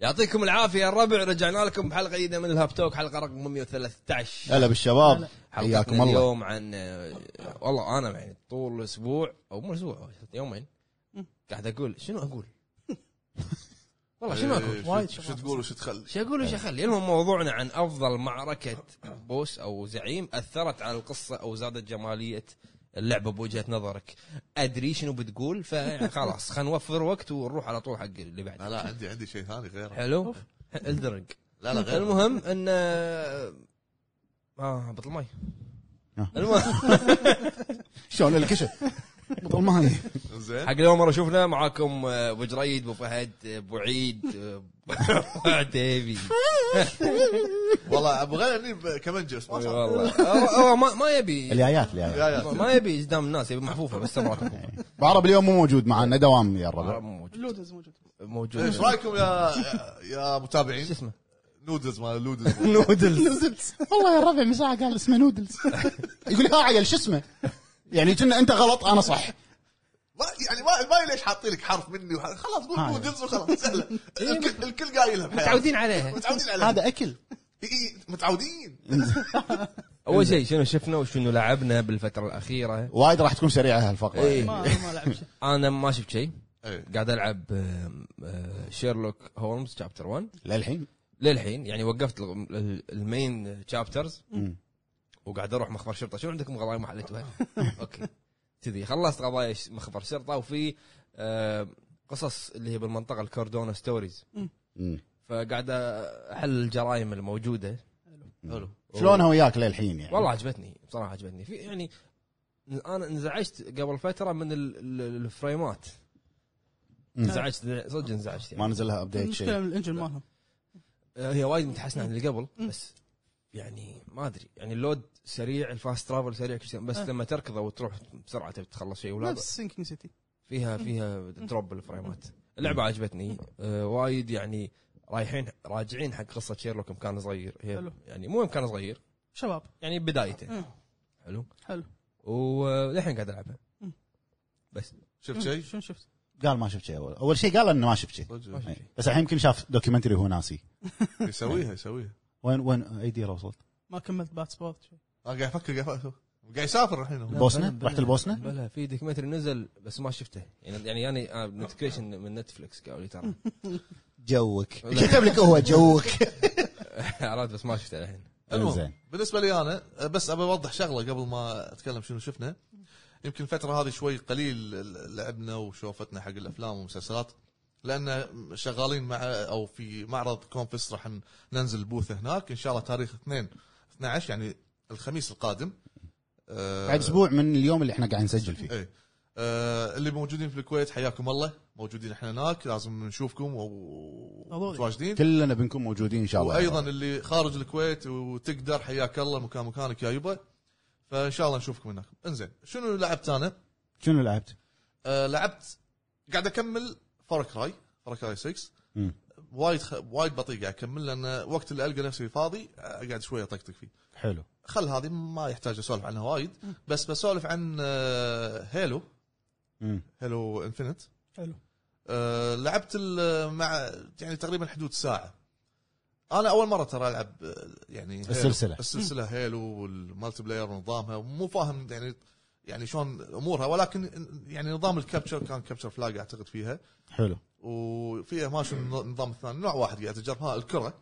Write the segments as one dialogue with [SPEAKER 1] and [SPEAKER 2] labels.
[SPEAKER 1] يعطيكم العافيه يا الربع رجعنا لكم بحلقه جديده من الهاب توك حلقه رقم 113
[SPEAKER 2] هلا بالشباب حياكم
[SPEAKER 1] حلقتنا
[SPEAKER 2] الله
[SPEAKER 1] اليوم عن آه، والله انا يعني طول الاسبوع او مو اسبوع يومين قاعد اقول شنو اقول؟ والله شنو اقول؟
[SPEAKER 3] وايد
[SPEAKER 4] وايد إيه، شو تقول وش تخلي
[SPEAKER 1] شو اقول وش اخلي؟ المهم موضوعنا عن افضل معركه بوس او زعيم اثرت على القصه او زادت جماليه اللعبه بوجهه نظرك. ادري شنو بتقول فخلاص خلينا نوفر وقت ونروح على طول حق اللي
[SPEAKER 4] لا
[SPEAKER 1] بعد.
[SPEAKER 4] لا عندي عندي شيء ثاني غيره
[SPEAKER 1] حلو؟ الدرنج.
[SPEAKER 4] لا لا غيره
[SPEAKER 1] المهم ان اه بطل مي
[SPEAKER 2] آه.
[SPEAKER 1] المهم
[SPEAKER 2] شلون الكشف بطل مالي
[SPEAKER 4] زين
[SPEAKER 1] حق اليوم مره شفنا معاكم آه، ابو جريد ابو فهد آه، ابو عيد آه، أبو عتيبي
[SPEAKER 4] والله ابو غير هني كمنجه بس ما
[SPEAKER 1] اي
[SPEAKER 4] صار.
[SPEAKER 1] والله هو- هو ما- ما يبي
[SPEAKER 2] اليايات اليايات
[SPEAKER 4] يا يا
[SPEAKER 1] ما- ما يبي قدام الناس يبي محفوفه بس مرات
[SPEAKER 2] بعرب اليوم مو موجود معنا دوام يا الربع
[SPEAKER 1] موجود
[SPEAKER 3] اللودز موجود
[SPEAKER 1] موجود
[SPEAKER 4] ايش
[SPEAKER 1] شو
[SPEAKER 4] رايكم يا يا متابعين
[SPEAKER 1] إيه. اسمه
[SPEAKER 4] نودلز مال نودلز
[SPEAKER 1] نودلز
[SPEAKER 2] نودلز والله يا الربع من ساعه قال اسمه نودلز يقول ها عيل شو اسمه يعني كنا انت غلط انا صح
[SPEAKER 4] ما يعني ما ما ليش حاطين لك حرف مني وح- خلاص قول
[SPEAKER 2] هاي.
[SPEAKER 4] نودلز وخلاص سهله الكل- الكل قايلها بحياته.
[SPEAKER 1] متعودين عليها
[SPEAKER 4] متعودين عليها
[SPEAKER 2] هذا اكل
[SPEAKER 4] إي إي، متعودين
[SPEAKER 1] اول شيء شنو شفنا وشنو لعبنا بالفتره الاخيره
[SPEAKER 2] وايد راح تكون سريعه هالفقره
[SPEAKER 1] إيه.
[SPEAKER 3] ما ما لعب شيء
[SPEAKER 1] انا ما شفت شيء
[SPEAKER 4] إيه.
[SPEAKER 1] قاعد العب آم، آه، شيرلوك هولمز شابتر 1
[SPEAKER 2] للحين
[SPEAKER 1] للحين يعني وقفت ال- ال- المين شابترز
[SPEAKER 2] مم.
[SPEAKER 1] وقاعد اروح مخبر شرطه شو عندكم قضايا ما حليتوها؟ اوكي كذي خلصت قضايا ش- مخبر شرطه وفي آه، قصص اللي هي بالمنطقه الكوردونا ستوريز
[SPEAKER 2] مم.
[SPEAKER 1] فقاعد احل الجرائم الموجوده حلو
[SPEAKER 2] شلونها وياك للحين يعني
[SPEAKER 1] والله عجبتني بصراحه عجبتني في يعني انا انزعجت قبل فتره من ال- ال- الفريمات
[SPEAKER 2] مم.
[SPEAKER 1] انزعجت صدق انزعجت يعني
[SPEAKER 2] ما نزل لها ابديت
[SPEAKER 3] المشكله
[SPEAKER 2] شيء
[SPEAKER 3] من الانجن مالهم
[SPEAKER 1] آه، هي وايد متحسنه عن اللي قبل بس يعني ما ادري يعني اللود سريع الفاست ترافل سريع كل شيء بس
[SPEAKER 3] آه.
[SPEAKER 1] لما تركضه وتروح بسرعه تبي تخلص شيء ولا
[SPEAKER 3] نفس سينكينج سيتي
[SPEAKER 1] فيها فيها دروب بالفريمات اللعبه عجبتني آه وايد يعني رايحين راجعين حق قصه شيرلوك يوم كان صغير هي
[SPEAKER 3] حلو.
[SPEAKER 1] يعني مو يوم كان صغير
[SPEAKER 3] شباب
[SPEAKER 1] يعني بدايته
[SPEAKER 3] مم.
[SPEAKER 1] حلو
[SPEAKER 3] حلو
[SPEAKER 1] وللحين قاعد العبها
[SPEAKER 3] مم.
[SPEAKER 1] بس
[SPEAKER 4] شفت شيء؟
[SPEAKER 3] شنو شفت؟
[SPEAKER 2] قال ما شفت شيء اول اول شيء قال انه ما شفت شيء
[SPEAKER 4] صدق.
[SPEAKER 2] إيه. بس الحين يمكن شاف دوكيومنتري وهو ناسي
[SPEAKER 4] يسويها يسويها
[SPEAKER 2] وين وين اي ديره وصلت؟
[SPEAKER 3] ما كملت بات سبورت شوي
[SPEAKER 4] انا آه، قاعد افكر قاعد أفكر. قاعد يسافر الحين هو.
[SPEAKER 2] البوسنة؟
[SPEAKER 1] بلى- بلى-
[SPEAKER 2] رحت البوسنة؟
[SPEAKER 1] بلى في دوكيومنتري نزل بس ما شفته يعني يعني يعني آه نوتيفيكيشن من نتفلكس قالوا لي ترى
[SPEAKER 2] جوك كتب لك هو جوك
[SPEAKER 1] عرفت بس ما شفته الحين
[SPEAKER 4] المهم
[SPEAKER 2] زين.
[SPEAKER 4] بالنسبه لي انا أه، بس ابي اوضح شغله قبل ما اتكلم شنو شفنا يمكن الفتره هذه شوي قليل لعبنا وشوفتنا حق الافلام والمسلسلات لان شغالين مع او في معرض كونفس راح ن- ننزل بوث هناك ان شاء الله تاريخ 2 12 يعني الخميس القادم أه،
[SPEAKER 2] بعد اسبوع من اليوم اللي احنا قاعد نسجل فيه
[SPEAKER 4] ايه آه اللي موجودين في الكويت حياكم الله موجودين احنا هناك لازم نشوفكم
[SPEAKER 3] ضروري.
[SPEAKER 4] ومتواجدين
[SPEAKER 2] كلنا بنكون موجودين ان شاء الله
[SPEAKER 4] وايضا اللي خارج الكويت وتقدر حياك الله مكان مكانك يا يبا فان شاء الله نشوفكم هناك انزين شنو لعبت انا؟
[SPEAKER 2] شنو لعبت؟
[SPEAKER 4] آه لعبت قاعد اكمل فرق راي فرق راي 6
[SPEAKER 2] مم.
[SPEAKER 4] وايد خ... وايد بطيء قاعد اكمل لان وقت اللي القى نفسي فاضي آه، قاعد شويه اطقطق فيه
[SPEAKER 2] حلو
[SPEAKER 4] خل هذه ما يحتاج اسولف عنها وايد بس بسولف عن آه هيلو
[SPEAKER 2] مم.
[SPEAKER 4] هيلو انفنت
[SPEAKER 3] حلو
[SPEAKER 4] أه، لعبت ال- مع يعني تقريبا حدود ساعه انا اول مره ترى العب أه، يعني هيلو.
[SPEAKER 2] السلسلة.
[SPEAKER 4] السلسله هيلو والمالتي بلاير ونظامها مو فاهم يعني يعني شلون امورها ولكن يعني نظام الكابتشر كان كابتشر فلاج اعتقد فيها
[SPEAKER 2] حلو
[SPEAKER 4] وفيها ما شنو النظ- النظام الثاني نوع واحد قاعد تجربها الكره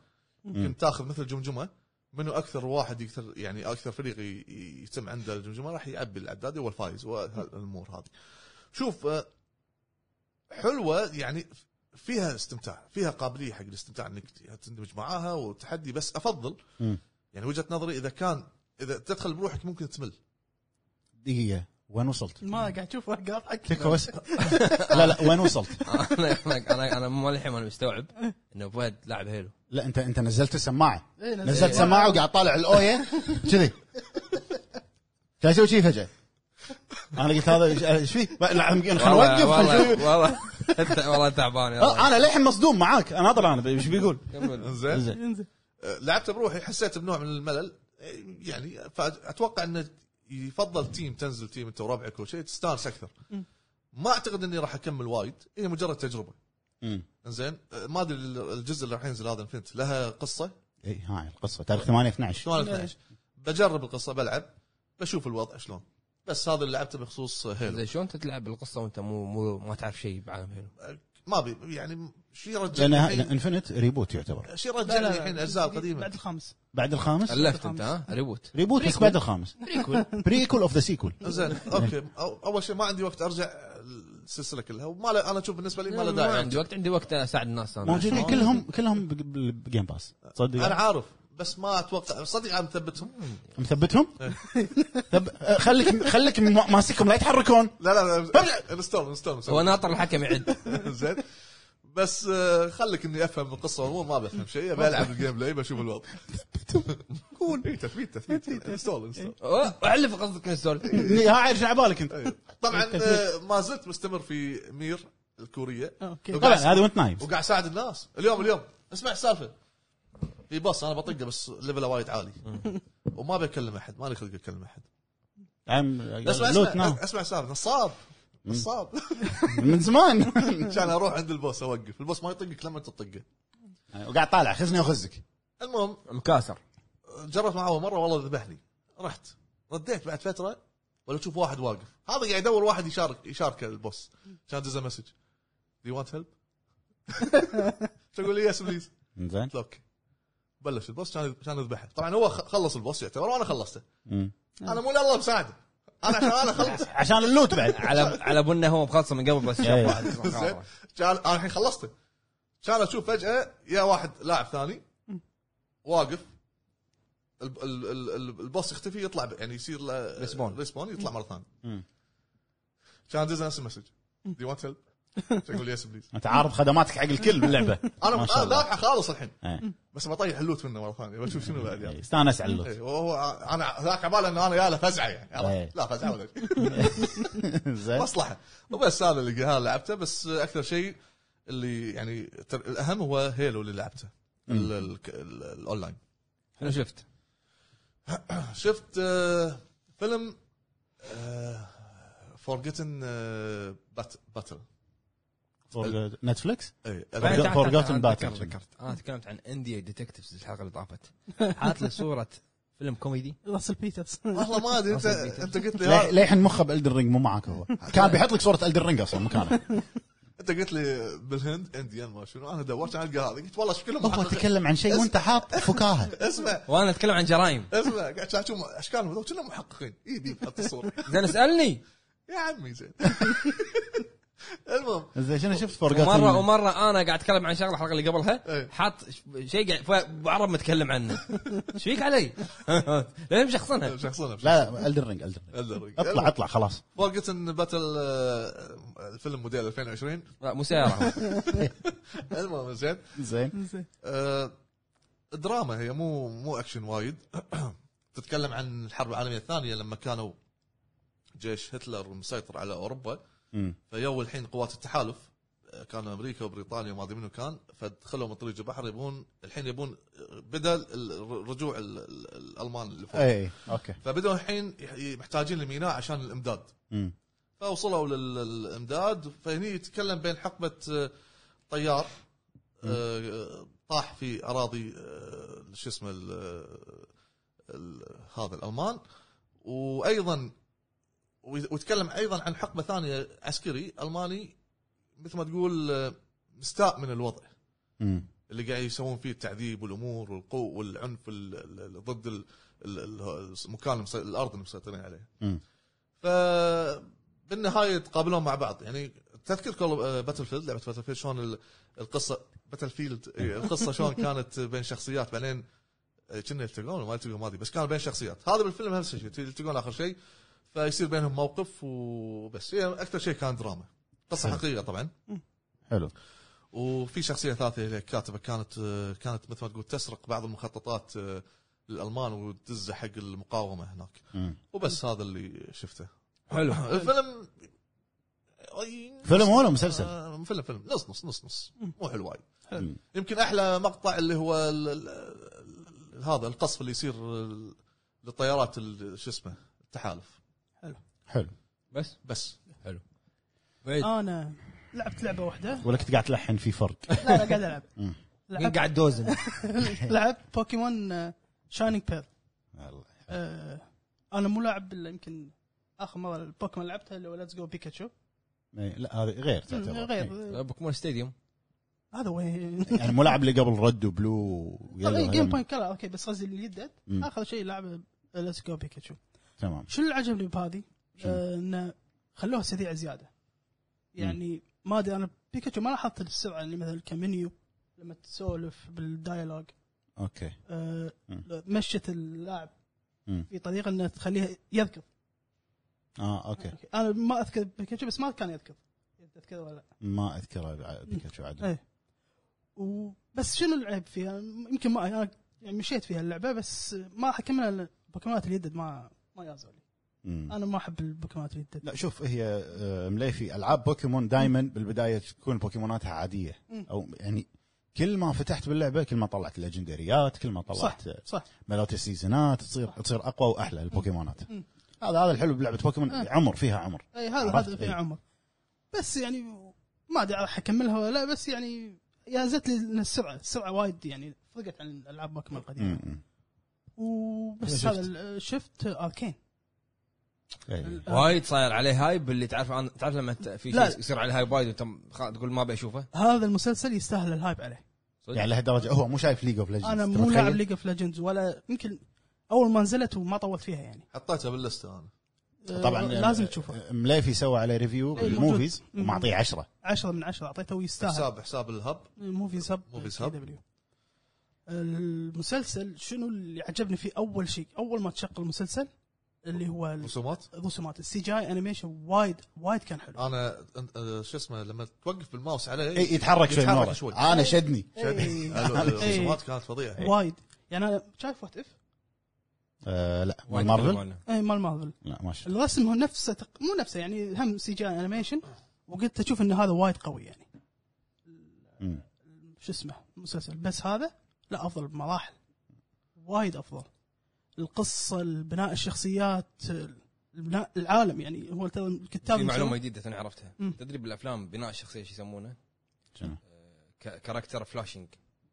[SPEAKER 4] يمكن تاخذ مثل جمجمه منو اكثر واحد يكثر يعني اكثر فريق ي- يتم عنده الجمجمه راح يعبي العداد هو الفايز والامور هذه. شوف آه، حلوه يعني فيها استمتاع، فيها قابليه حق الاستمتاع انك تندمج معاها وتحدي بس افضل
[SPEAKER 2] مم.
[SPEAKER 4] يعني وجهه نظري اذا كان اذا تدخل بروحك ممكن تمل
[SPEAKER 2] دقيقه وين وصلت؟
[SPEAKER 3] ما قاعد اشوف قاطعك
[SPEAKER 2] تكفى بس لا لا وين وصلت؟
[SPEAKER 1] انا انا انا, أنا مو الحين انا مستوعب انه فهد لاعب هيلو
[SPEAKER 2] لا انت انت نزلت السماعه
[SPEAKER 3] إيه، نزلت
[SPEAKER 2] نزلت السماعه وقاعد طالع الاويه كذي قاعد اسوي شي فجاه انا قلت هذا إيش- ايش فيه؟ لا، خلينا نوقف خلينا
[SPEAKER 1] والله
[SPEAKER 2] نشوف.
[SPEAKER 1] والله والله تعبان يلا
[SPEAKER 2] آه، انا للحين مصدوم معاك انا اطلع انا ايش بيقول؟
[SPEAKER 1] كمل
[SPEAKER 4] زين
[SPEAKER 3] انزل
[SPEAKER 4] آه، لعبت بروحي حسيت بنوع من الملل يعني فاتوقع انه يفضل تيم تنزل تيم انت وربعك وشيء تستانس اكثر ما اعتقد اني راح اكمل وايد هي مجرد تجربه
[SPEAKER 2] مم.
[SPEAKER 4] زين أه، ما ادري الجزء اللي راح ينزل هذا انفنت لها قصه
[SPEAKER 2] اي هاي القصه تاريخ 8 12
[SPEAKER 4] شلون 12 بجرب القصه بلعب بشوف الوضع شلون بس هذا اللي لعبته بخصوص هيلو
[SPEAKER 1] زين شلون أنت تلعب القصه وانت مو مو ما تعرف شيء بعالم هيلو
[SPEAKER 4] آه، ما ابي يعني شي
[SPEAKER 2] لان
[SPEAKER 4] رجعني الحين-
[SPEAKER 2] انفنت ريبوت يعتبر
[SPEAKER 4] شي رجعني الحين اجزاء قديمه
[SPEAKER 3] بعد الخامس
[SPEAKER 2] بعد الخامس
[SPEAKER 1] الفت انت ها ريبوت
[SPEAKER 2] ريبوت بس بعد الخامس بريكول اوف ذا سيكول
[SPEAKER 4] زين اوكي أو- اول شيء ما عندي وقت ارجع السلسله كلها وما له- انا اشوف بالنسبه لي ما له
[SPEAKER 1] ما
[SPEAKER 4] داعي
[SPEAKER 1] عندي وقت عندي وقت اساعد الناس انا
[SPEAKER 2] موجودين كلهم كلهم بج- بال- بجيم باس
[SPEAKER 4] انا
[SPEAKER 2] تصدق
[SPEAKER 4] عارف بس ما اتوقع صدق انا مثبتهم
[SPEAKER 2] مثبتهم ثب... آه، خليك خليك ما- ماسكهم لا يتحركون
[SPEAKER 4] لا لا لا انستول انستول
[SPEAKER 1] هو
[SPEAKER 4] انستول.
[SPEAKER 1] ناطر الحكم يعد
[SPEAKER 4] زين بس آه، خلك اني افهم القصه والامور ما بفهم شيء بلعب الجيم بلاي بشوف الوضع قول إيه، تثبيت تثبيت انستول انستول
[SPEAKER 1] أوه، اعلف قصدك من السول
[SPEAKER 2] ها عايش على بالك انت
[SPEAKER 4] إيه. طبعا آه، ما زلت مستمر في مير الكوريه
[SPEAKER 3] اوكي
[SPEAKER 2] طبعا هذا وانت نايم
[SPEAKER 4] وقاعد اساعد الناس اليوم اليوم اسمع السالفه في بص انا بطقه بس ليفله وايد عالي وما بكلم احد ما لي خلق اكلم احد
[SPEAKER 2] عم-
[SPEAKER 4] اسمع
[SPEAKER 2] لوت ناو
[SPEAKER 4] اسمع اسمع السالفه نصاب نصاب
[SPEAKER 2] من زمان
[SPEAKER 4] كان اروح عند البوس اوقف البوس ما يطقك لما انت تطقه
[SPEAKER 2] وقاعد طالع خزني وخزك
[SPEAKER 4] المهم
[SPEAKER 1] مكاسر
[SPEAKER 4] جربت معه مره والله ذبحني رحت رديت بعد فتره ولا تشوف واحد واقف هذا قاعد يدور واحد يشارك يشاركه البوس كان دز مسج دي يو هيلب شو اقول لي يس بليز
[SPEAKER 2] زين
[SPEAKER 4] قلت له اوكي بلش البوس كان كان يذبحه طبعا هو خ- خلص البوس يعتبر وانا خلصته انا مو لله مساعده انا عشان انا خلص
[SPEAKER 2] عشان اللوت بعد
[SPEAKER 1] على على بنا هو مخلصه من قبل بس شاف
[SPEAKER 2] إيه.
[SPEAKER 4] زين
[SPEAKER 1] واحد
[SPEAKER 4] كان انا الحين خلصته كان اشوف فجاه يا واحد لاعب ثاني واقف الب- ال- ال- ال- البوس يختفي يطلع ب- يعني يصير له
[SPEAKER 1] ريسبون.
[SPEAKER 4] ريسبون يطلع مره ثانيه
[SPEAKER 2] مم.
[SPEAKER 4] كان دز نفس المسج دي وانت هيلب؟ تقول يس بليز
[SPEAKER 2] انت عارض خدماتك حق الكل باللعبه
[SPEAKER 4] انا
[SPEAKER 2] ما
[SPEAKER 4] انا
[SPEAKER 2] شاء الله
[SPEAKER 4] ذابحه خالص الحين
[SPEAKER 2] إيه.
[SPEAKER 4] بس بطيح اللوت منه مره ثانيه بشوف شنو بعد يعني
[SPEAKER 2] إيه، استانس على
[SPEAKER 4] إيه،
[SPEAKER 2] اللوت
[SPEAKER 4] وهو انا ذاك عباله ان انا ياله فزعه يعني
[SPEAKER 2] إيه.
[SPEAKER 4] عرفت؟ لا فزعه ولا شيء
[SPEAKER 2] زين
[SPEAKER 4] مصلحه وبس هذا اللي هذا لعبته بس اكثر شيء اللي يعني تر- الاهم هو هيلو اللي لعبته ال- ال- ال- الاونلاين
[SPEAKER 1] شنو شفت؟
[SPEAKER 4] شفت آه، فيلم آه، فورجيتن آه، باتل
[SPEAKER 2] فور- نتفليكس
[SPEAKER 4] اي
[SPEAKER 2] Forgotten Battle.
[SPEAKER 1] ذكرت ذكرت انا تكلمت عن انديا ديتكتيفز الحلقه اللي طافت حاط لي صوره فيلم كوميدي
[SPEAKER 3] راسل بيترز
[SPEAKER 4] والله ما ادري انت انت قلت لي
[SPEAKER 2] لي-
[SPEAKER 4] هذا-
[SPEAKER 2] للحين مخه بالدر رينج مو معاك هو كان بيحط لك صوره الدر رينج اصلا مكانه
[SPEAKER 4] انت قلت لي بالهند انديان ما شنو انا دورت عشان القى هذا قلت والله شكلهم
[SPEAKER 2] هو
[SPEAKER 4] محققين.
[SPEAKER 2] تكلم عن شيء وانت حاط فكاهه
[SPEAKER 4] اسمع
[SPEAKER 1] وانا اتكلم عن جرائم
[SPEAKER 4] اسمع قاعد اشوف اشكالهم هذول كلهم محققين إيه، اي بي حط الصوره
[SPEAKER 1] زين اسالني
[SPEAKER 4] يا عمي زين المهم
[SPEAKER 2] زين شنو شفت فورجاتن
[SPEAKER 1] ومره ومره انا قاعد اتكلم عن شغله الحلقه اللي
[SPEAKER 4] إيه.
[SPEAKER 1] قبلها حاط ش- شيء قاعد ف- أبو عرب متكلم عنه ايش فيك علي؟ ليه مشخصنها؟
[SPEAKER 4] شخصنا
[SPEAKER 2] لا لا الدر رينج الدر رينج اطلع اطلع خلاص
[SPEAKER 4] فورجت ان باتل آه، الفيلم موديل 2020
[SPEAKER 1] لا مو سياره
[SPEAKER 4] المهم زين
[SPEAKER 2] زين
[SPEAKER 3] زين
[SPEAKER 4] آه، دراما هي مو مو اكشن وايد تتكلم عن الحرب العالميه الثانيه لما كانوا جيش هتلر مسيطر على اوروبا
[SPEAKER 2] مم.
[SPEAKER 4] فيو الحين قوات التحالف آه، كان امريكا وبريطانيا وما ادري منو كان فدخلوا من طريق البحر يبون الحين يبون بدل ال- رجوع ال- ال- الالمان اللي فوق
[SPEAKER 2] اي اوكي
[SPEAKER 4] فبدوا الحين يح- محتاجين لميناء عشان الامداد
[SPEAKER 2] مم.
[SPEAKER 4] فوصلوا لل- للامداد فهني يتكلم بين حقبه آه، طيار آه، طاح في اراضي آه، شو اسمه ال- آه، ال- هذا الالمان وايضا ويتكلم ايضا عن حقبه ثانيه عسكري الماني مثل ما تقول آه، مستاء من الوضع
[SPEAKER 2] مم.
[SPEAKER 4] اللي قاعد يسوون فيه التعذيب والامور والقوه والعنف ال- ال- ال- ضد ال- ال- ال- المكان المسي- الارض اللي مسيطرين عليها.
[SPEAKER 2] مم.
[SPEAKER 4] فبالنهايه يتقابلون مع بعض يعني تذكر آه، كول باتل فيلد لعبه باتل فيلد شلون ال- القصه باتل فيلد القصه شلون كانت بين شخصيات بعدين آه، كنا يلتقون ولا ما يلتقون ما ادري بس كانوا بين شخصيات هذا بالفيلم نفس الشيء يلتقون اخر شيء فيصير بينهم موقف وبس يعني اكثر شيء كان دراما قصه
[SPEAKER 2] حلو.
[SPEAKER 4] حقيقيه طبعا
[SPEAKER 2] حلو
[SPEAKER 4] وفي شخصيه ثالثه هي كاتبه كانت كانت مثل ما تقول تسرق بعض المخططات الالمان وتدزه حق المقاومه هناك
[SPEAKER 2] مم. طيب.
[SPEAKER 4] وبس هذا اللي شفته
[SPEAKER 1] حلو
[SPEAKER 4] الفيلم أي-
[SPEAKER 2] فيلم ولا مسلسل؟
[SPEAKER 4] آه، فيلم فيلم نص نص نص نص مو حلو وايد
[SPEAKER 2] مم.
[SPEAKER 4] يمكن احلى مقطع اللي هو ال ال ال هذا القصف اللي يصير ال- للطيارات ال- شو اسمه التحالف
[SPEAKER 2] حلو
[SPEAKER 1] بس
[SPEAKER 4] بس
[SPEAKER 3] آه،
[SPEAKER 1] بعيد
[SPEAKER 2] إيه.
[SPEAKER 3] انا لعبت لعبه واحده
[SPEAKER 2] ولا كنت قاعد تلحن في فرق
[SPEAKER 3] لا لا قاعد العب
[SPEAKER 5] مين
[SPEAKER 3] لعبت
[SPEAKER 5] قاعد دوزن
[SPEAKER 3] لعبت بوكيمون شاينينج بيرل
[SPEAKER 2] الله.
[SPEAKER 3] آه، انا مو لاعب الا يمكن اخر مره البوكيمون لعبتها اللي هو ليتس جو بيكاتشو
[SPEAKER 2] إيه، لا هذه غير تعتبر إيه.
[SPEAKER 3] غير
[SPEAKER 1] بوكيمون ستاديوم
[SPEAKER 3] هذا وين إيه،
[SPEAKER 2] يعني مو لاعب اللي قبل رد وبلو ويلا
[SPEAKER 3] طبعاً جيم
[SPEAKER 2] هذول.
[SPEAKER 3] بوينت كلر اوكي بس قصدي اللي يدد
[SPEAKER 2] مم.
[SPEAKER 3] اخر شيء لعبه ليتس جو بيكاتشو
[SPEAKER 2] تمام
[SPEAKER 3] شو اللي عجبني بهذه؟
[SPEAKER 2] شنو؟
[SPEAKER 3] آه، انه خلوها سريعه زياده يعني ما ادري انا بيكاتشو ما لاحظت السرعه اللي مثل كمنيو لما تسولف بالدايلوج
[SPEAKER 2] اوكي
[SPEAKER 3] آه،
[SPEAKER 2] مم.
[SPEAKER 3] مشت اللاعب
[SPEAKER 2] مم.
[SPEAKER 3] في طريقه انه تخليه يذكر
[SPEAKER 2] اه اوكي
[SPEAKER 3] أوكي. انا ما اذكر بيكاتشو بس ما كان يذكر تذكر ولا لا
[SPEAKER 2] ما اذكر ع- بيكاتشو عدل
[SPEAKER 3] إيه. وبس شنو العيب فيها؟ يمكن ما انا يعني مشيت فيها اللعبه بس ما راح اكملها لأن البوكيمونات اليدد ما ما يازولي
[SPEAKER 2] مم.
[SPEAKER 3] انا ما احب البوكيمونات اليدد
[SPEAKER 2] لا شوف هي آه، مليفي العاب بوكيمون دائما بالبدايه تكون بوكيموناتها عاديه
[SPEAKER 3] مم.
[SPEAKER 2] او يعني كل ما فتحت باللعبه كل ما طلعت الليجندريات كل ما
[SPEAKER 3] صح
[SPEAKER 2] طلعت
[SPEAKER 3] صح
[SPEAKER 2] ملوت السيزونات تصير تصير اقوى واحلى البوكيمونات
[SPEAKER 3] مم.
[SPEAKER 2] هذا هذا الحلو بلعبه بوكيمون
[SPEAKER 3] آه.
[SPEAKER 2] عمر فيها عمر
[SPEAKER 3] اي هذا
[SPEAKER 2] عرفت، إيه.
[SPEAKER 3] هذا
[SPEAKER 2] إي.
[SPEAKER 3] فيها عمر بس يعني ما ادري راح اكملها ولا لا بس يعني يازت لي إن السرعه السرعه وايد يعني فرقت عن العاب بوكيمون القديمه
[SPEAKER 2] مم.
[SPEAKER 3] وبس
[SPEAKER 2] شفت.
[SPEAKER 3] هذا ال- شفت اركين
[SPEAKER 2] إيه.
[SPEAKER 1] آه. وايد صاير عليه هايب اللي تعرف أنا تعرف لما ت- في
[SPEAKER 3] لا.
[SPEAKER 1] شيء يصير عليه هايب وايد وانت م- خا- تقول ما ابي اشوفه
[SPEAKER 3] هذا المسلسل يستاهل الهايب عليه
[SPEAKER 1] صدق؟
[SPEAKER 2] يعني لهالدرجه هو مو شايف ليج اوف ليجندز
[SPEAKER 3] انا مو لاعب ليج اوف ليجندز ولا يمكن اول ما نزلت وما طولت فيها يعني
[SPEAKER 4] حطيتها باللسته انا
[SPEAKER 3] آه،
[SPEAKER 2] طبعا
[SPEAKER 3] لازم
[SPEAKER 2] آه،
[SPEAKER 3] تشوفه
[SPEAKER 2] مليفي سوى عليه ريفيو
[SPEAKER 3] إيه،
[SPEAKER 2] بالموفيز
[SPEAKER 3] موجود.
[SPEAKER 2] ومعطيه عشرة
[SPEAKER 3] عشرة من عشرة اعطيته ويستاهل
[SPEAKER 4] حساب حساب الهب
[SPEAKER 3] موفي سب
[SPEAKER 4] موفي سب.
[SPEAKER 3] المسلسل شنو اللي عجبني فيه اول شيء اول ما تشغل المسلسل اللي هو ال-
[SPEAKER 4] رسومات
[SPEAKER 3] الرسومات السي جاي انيميشن وايد وايد كان حلو
[SPEAKER 4] انا أنت- آه، شو اسمه لما توقف بالماوس عليه
[SPEAKER 2] إيه، يتحرك شوي من ورا.
[SPEAKER 4] شوي
[SPEAKER 2] انا شدني
[SPEAKER 3] إيه.
[SPEAKER 4] آه،
[SPEAKER 3] إيه.
[SPEAKER 4] الرسومات كانت فظيعه
[SPEAKER 3] وايد يعني انا شايف وات اف
[SPEAKER 2] آه لا
[SPEAKER 1] وايد
[SPEAKER 2] مارفل
[SPEAKER 1] تكلموا عنه.
[SPEAKER 3] اي مال مارفل
[SPEAKER 2] لا ما شفت
[SPEAKER 3] الرسم هو نفسه تق... مو نفسه يعني هم سي جاي انيميشن وقلت اشوف ان هذا وايد قوي يعني
[SPEAKER 2] مم.
[SPEAKER 3] شو اسمه المسلسل بس هذا لا افضل بمراحل وايد افضل القصه البناء الشخصيات البناء العالم يعني هو ترى الكتاب
[SPEAKER 1] في معلومه
[SPEAKER 3] نفسه-
[SPEAKER 1] جديده توني عرفتها
[SPEAKER 3] مم.
[SPEAKER 1] تدري بالافلام بناء الشخصيه شو يسمونه؟
[SPEAKER 2] شنو؟
[SPEAKER 1] ك- كاركتر فلاشينج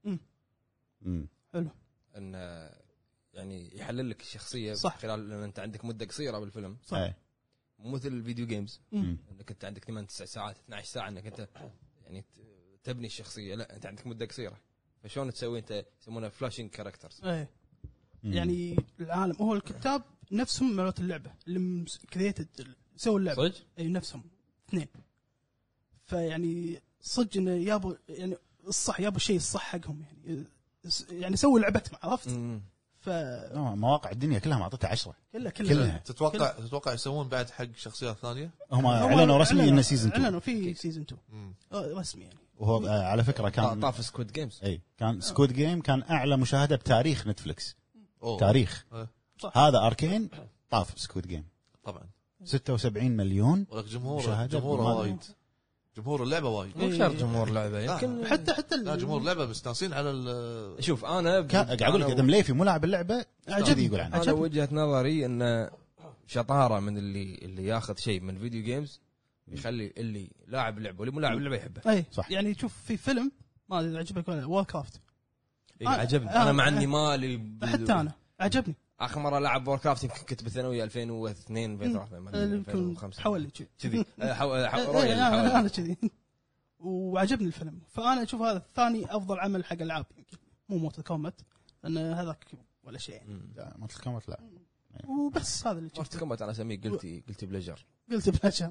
[SPEAKER 2] مم.
[SPEAKER 3] حلو
[SPEAKER 1] ان آه، يعني يحلل لك الشخصيه
[SPEAKER 3] صح.
[SPEAKER 1] خلال لان انت عندك مده قصيره بالفيلم
[SPEAKER 3] صح.
[SPEAKER 2] إيه.
[SPEAKER 1] مو مثل الفيديو جيمز
[SPEAKER 3] مم.
[SPEAKER 1] انك انت عندك 8 9 ساعات 12 ساعه انك انت يعني ت- تبني الشخصيه لا انت عندك مده قصيره فشلون تسوي انت يسمونها فلاشينج كاركترز
[SPEAKER 3] ايه
[SPEAKER 2] مم.
[SPEAKER 3] يعني العالم هو الكتاب نفسهم مالت اللعبه اللي كريتد سووا اللعبه
[SPEAKER 1] صدق؟
[SPEAKER 3] اي نفسهم اثنين فيعني صدق انه يابوا يعني الصح يابوا الشيء الصح حقهم يعني يعني سووا لعبتهم عرفت؟
[SPEAKER 1] مم.
[SPEAKER 3] ف
[SPEAKER 2] آه، مواقع الدنيا كلها معطتها عشرة
[SPEAKER 3] كلها
[SPEAKER 2] كلها.
[SPEAKER 3] كلها
[SPEAKER 4] تتوقع تتوقع يسوون بعد حق شخصيات ثانيه؟
[SPEAKER 2] هم اعلنوا رسمي انه سيزون 2
[SPEAKER 3] اعلنوا في سيزون 2
[SPEAKER 4] مم.
[SPEAKER 3] آه، رسمي يعني
[SPEAKER 2] وهو آه، على فكره
[SPEAKER 1] طا-
[SPEAKER 2] كان
[SPEAKER 1] طاف سكويد جيمز
[SPEAKER 2] اي كان سكود جيم كان اعلى مشاهده بتاريخ نتفلكس
[SPEAKER 4] أوه.
[SPEAKER 2] تاريخ
[SPEAKER 4] إيه.
[SPEAKER 3] صح.
[SPEAKER 2] هذا اركين طاف سكود جيم
[SPEAKER 4] طبعا
[SPEAKER 2] 76 مليون
[SPEAKER 4] ولك جمهوره
[SPEAKER 2] مشاهدة
[SPEAKER 4] جمهوره
[SPEAKER 2] بالماضي.
[SPEAKER 4] وايد جمهور اللعبه وايد
[SPEAKER 1] مو شرط جمهور لعبه
[SPEAKER 4] لا.
[SPEAKER 1] يمكن
[SPEAKER 3] حتى حتى ال-
[SPEAKER 4] لا جمهور اللعبه مستانسين على ال
[SPEAKER 1] شوف انا
[SPEAKER 2] كان قاعد اقول لك اذا مليفي مو لاعب اللعبه عجبني يقول عنها
[SPEAKER 1] انا
[SPEAKER 3] عجبني.
[SPEAKER 1] وجهه نظري انه شطاره من اللي اللي ياخذ شيء من فيديو جيمز يخلي اللي لاعب اللعبه واللي مو لاعب اللعبه يحبه
[SPEAKER 3] اي
[SPEAKER 2] صح.
[SPEAKER 3] صح يعني شوف في فيلم ما ادري اذا عجبك ولا وور كرافت
[SPEAKER 1] إيه
[SPEAKER 3] آه،
[SPEAKER 1] عجبني
[SPEAKER 3] آه،
[SPEAKER 1] انا مع
[SPEAKER 3] آه.
[SPEAKER 1] اني مالي
[SPEAKER 3] حتى انا عجبني
[SPEAKER 1] اخر مره لعب وور كرافت يمكن كنت بالثانويه 2002 2003 ما
[SPEAKER 3] آه،
[SPEAKER 1] أدري،
[SPEAKER 3] يمكن
[SPEAKER 1] 2005
[SPEAKER 3] حوالي شي.
[SPEAKER 1] كذي آه، حو- آه، حو-
[SPEAKER 3] إيه،
[SPEAKER 1] رؤية اللي
[SPEAKER 3] انا
[SPEAKER 1] حوالي.
[SPEAKER 3] انا كذي وعجبني الفيلم فانا اشوف هذا الثاني افضل عمل حق العاب يمكن مو موتل كومبات لان هذاك ولا شيء يعني
[SPEAKER 1] مم.
[SPEAKER 2] لا ما تلكمت لا
[SPEAKER 1] إيه.
[SPEAKER 3] وبس هذا اللي
[SPEAKER 1] مورتل
[SPEAKER 3] شفته
[SPEAKER 1] كومبات انا اسميه قلتي قلتي بليجر
[SPEAKER 3] قلت بلاش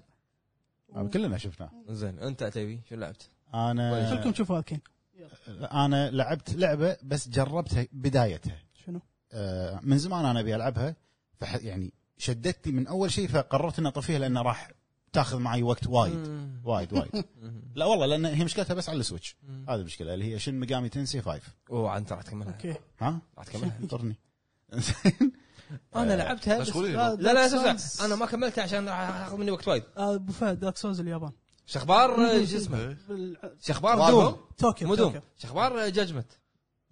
[SPEAKER 2] آه، كلنا شفناه
[SPEAKER 1] زين انت تبي شو لعبت؟
[SPEAKER 2] انا
[SPEAKER 3] كلكم شوفوا اركين
[SPEAKER 2] انا لعبت لعبه بس جربتها بدايتها
[SPEAKER 3] شنو؟
[SPEAKER 2] آه، من زمان انا ابي العبها فح يعني شدتني من اول شيء فقررت اني اطفيها لانه راح تاخذ معي وقت
[SPEAKER 3] طيب.
[SPEAKER 2] وايد
[SPEAKER 1] مم.
[SPEAKER 2] وايد وايد
[SPEAKER 1] مم.
[SPEAKER 2] لا والله لان هي مشكلتها بس على السويتش
[SPEAKER 1] مم.
[SPEAKER 2] هذه المشكله اللي هي شن ميجامي تنسي 5
[SPEAKER 1] اوه عن ترى تكملها
[SPEAKER 3] اوكي
[SPEAKER 2] ها
[SPEAKER 1] راح تكملها
[SPEAKER 2] انطرني
[SPEAKER 1] انا لعبتها بس-
[SPEAKER 4] مشغولين
[SPEAKER 3] لا
[SPEAKER 1] لا لا اسمع اسمع. انا ما كملتها عشان راح اخذ مني وقت وايد
[SPEAKER 3] آه، ابو فهد دارك سولز اليابان
[SPEAKER 1] شو اخبار آه، شو اسمه؟
[SPEAKER 4] إيه.
[SPEAKER 3] بال-
[SPEAKER 1] شو اخبار
[SPEAKER 4] مارفل؟
[SPEAKER 1] دوم؟
[SPEAKER 3] طوكيو
[SPEAKER 1] مو دوم
[SPEAKER 3] طوكيو.
[SPEAKER 1] شو اخبار جاجمنت؟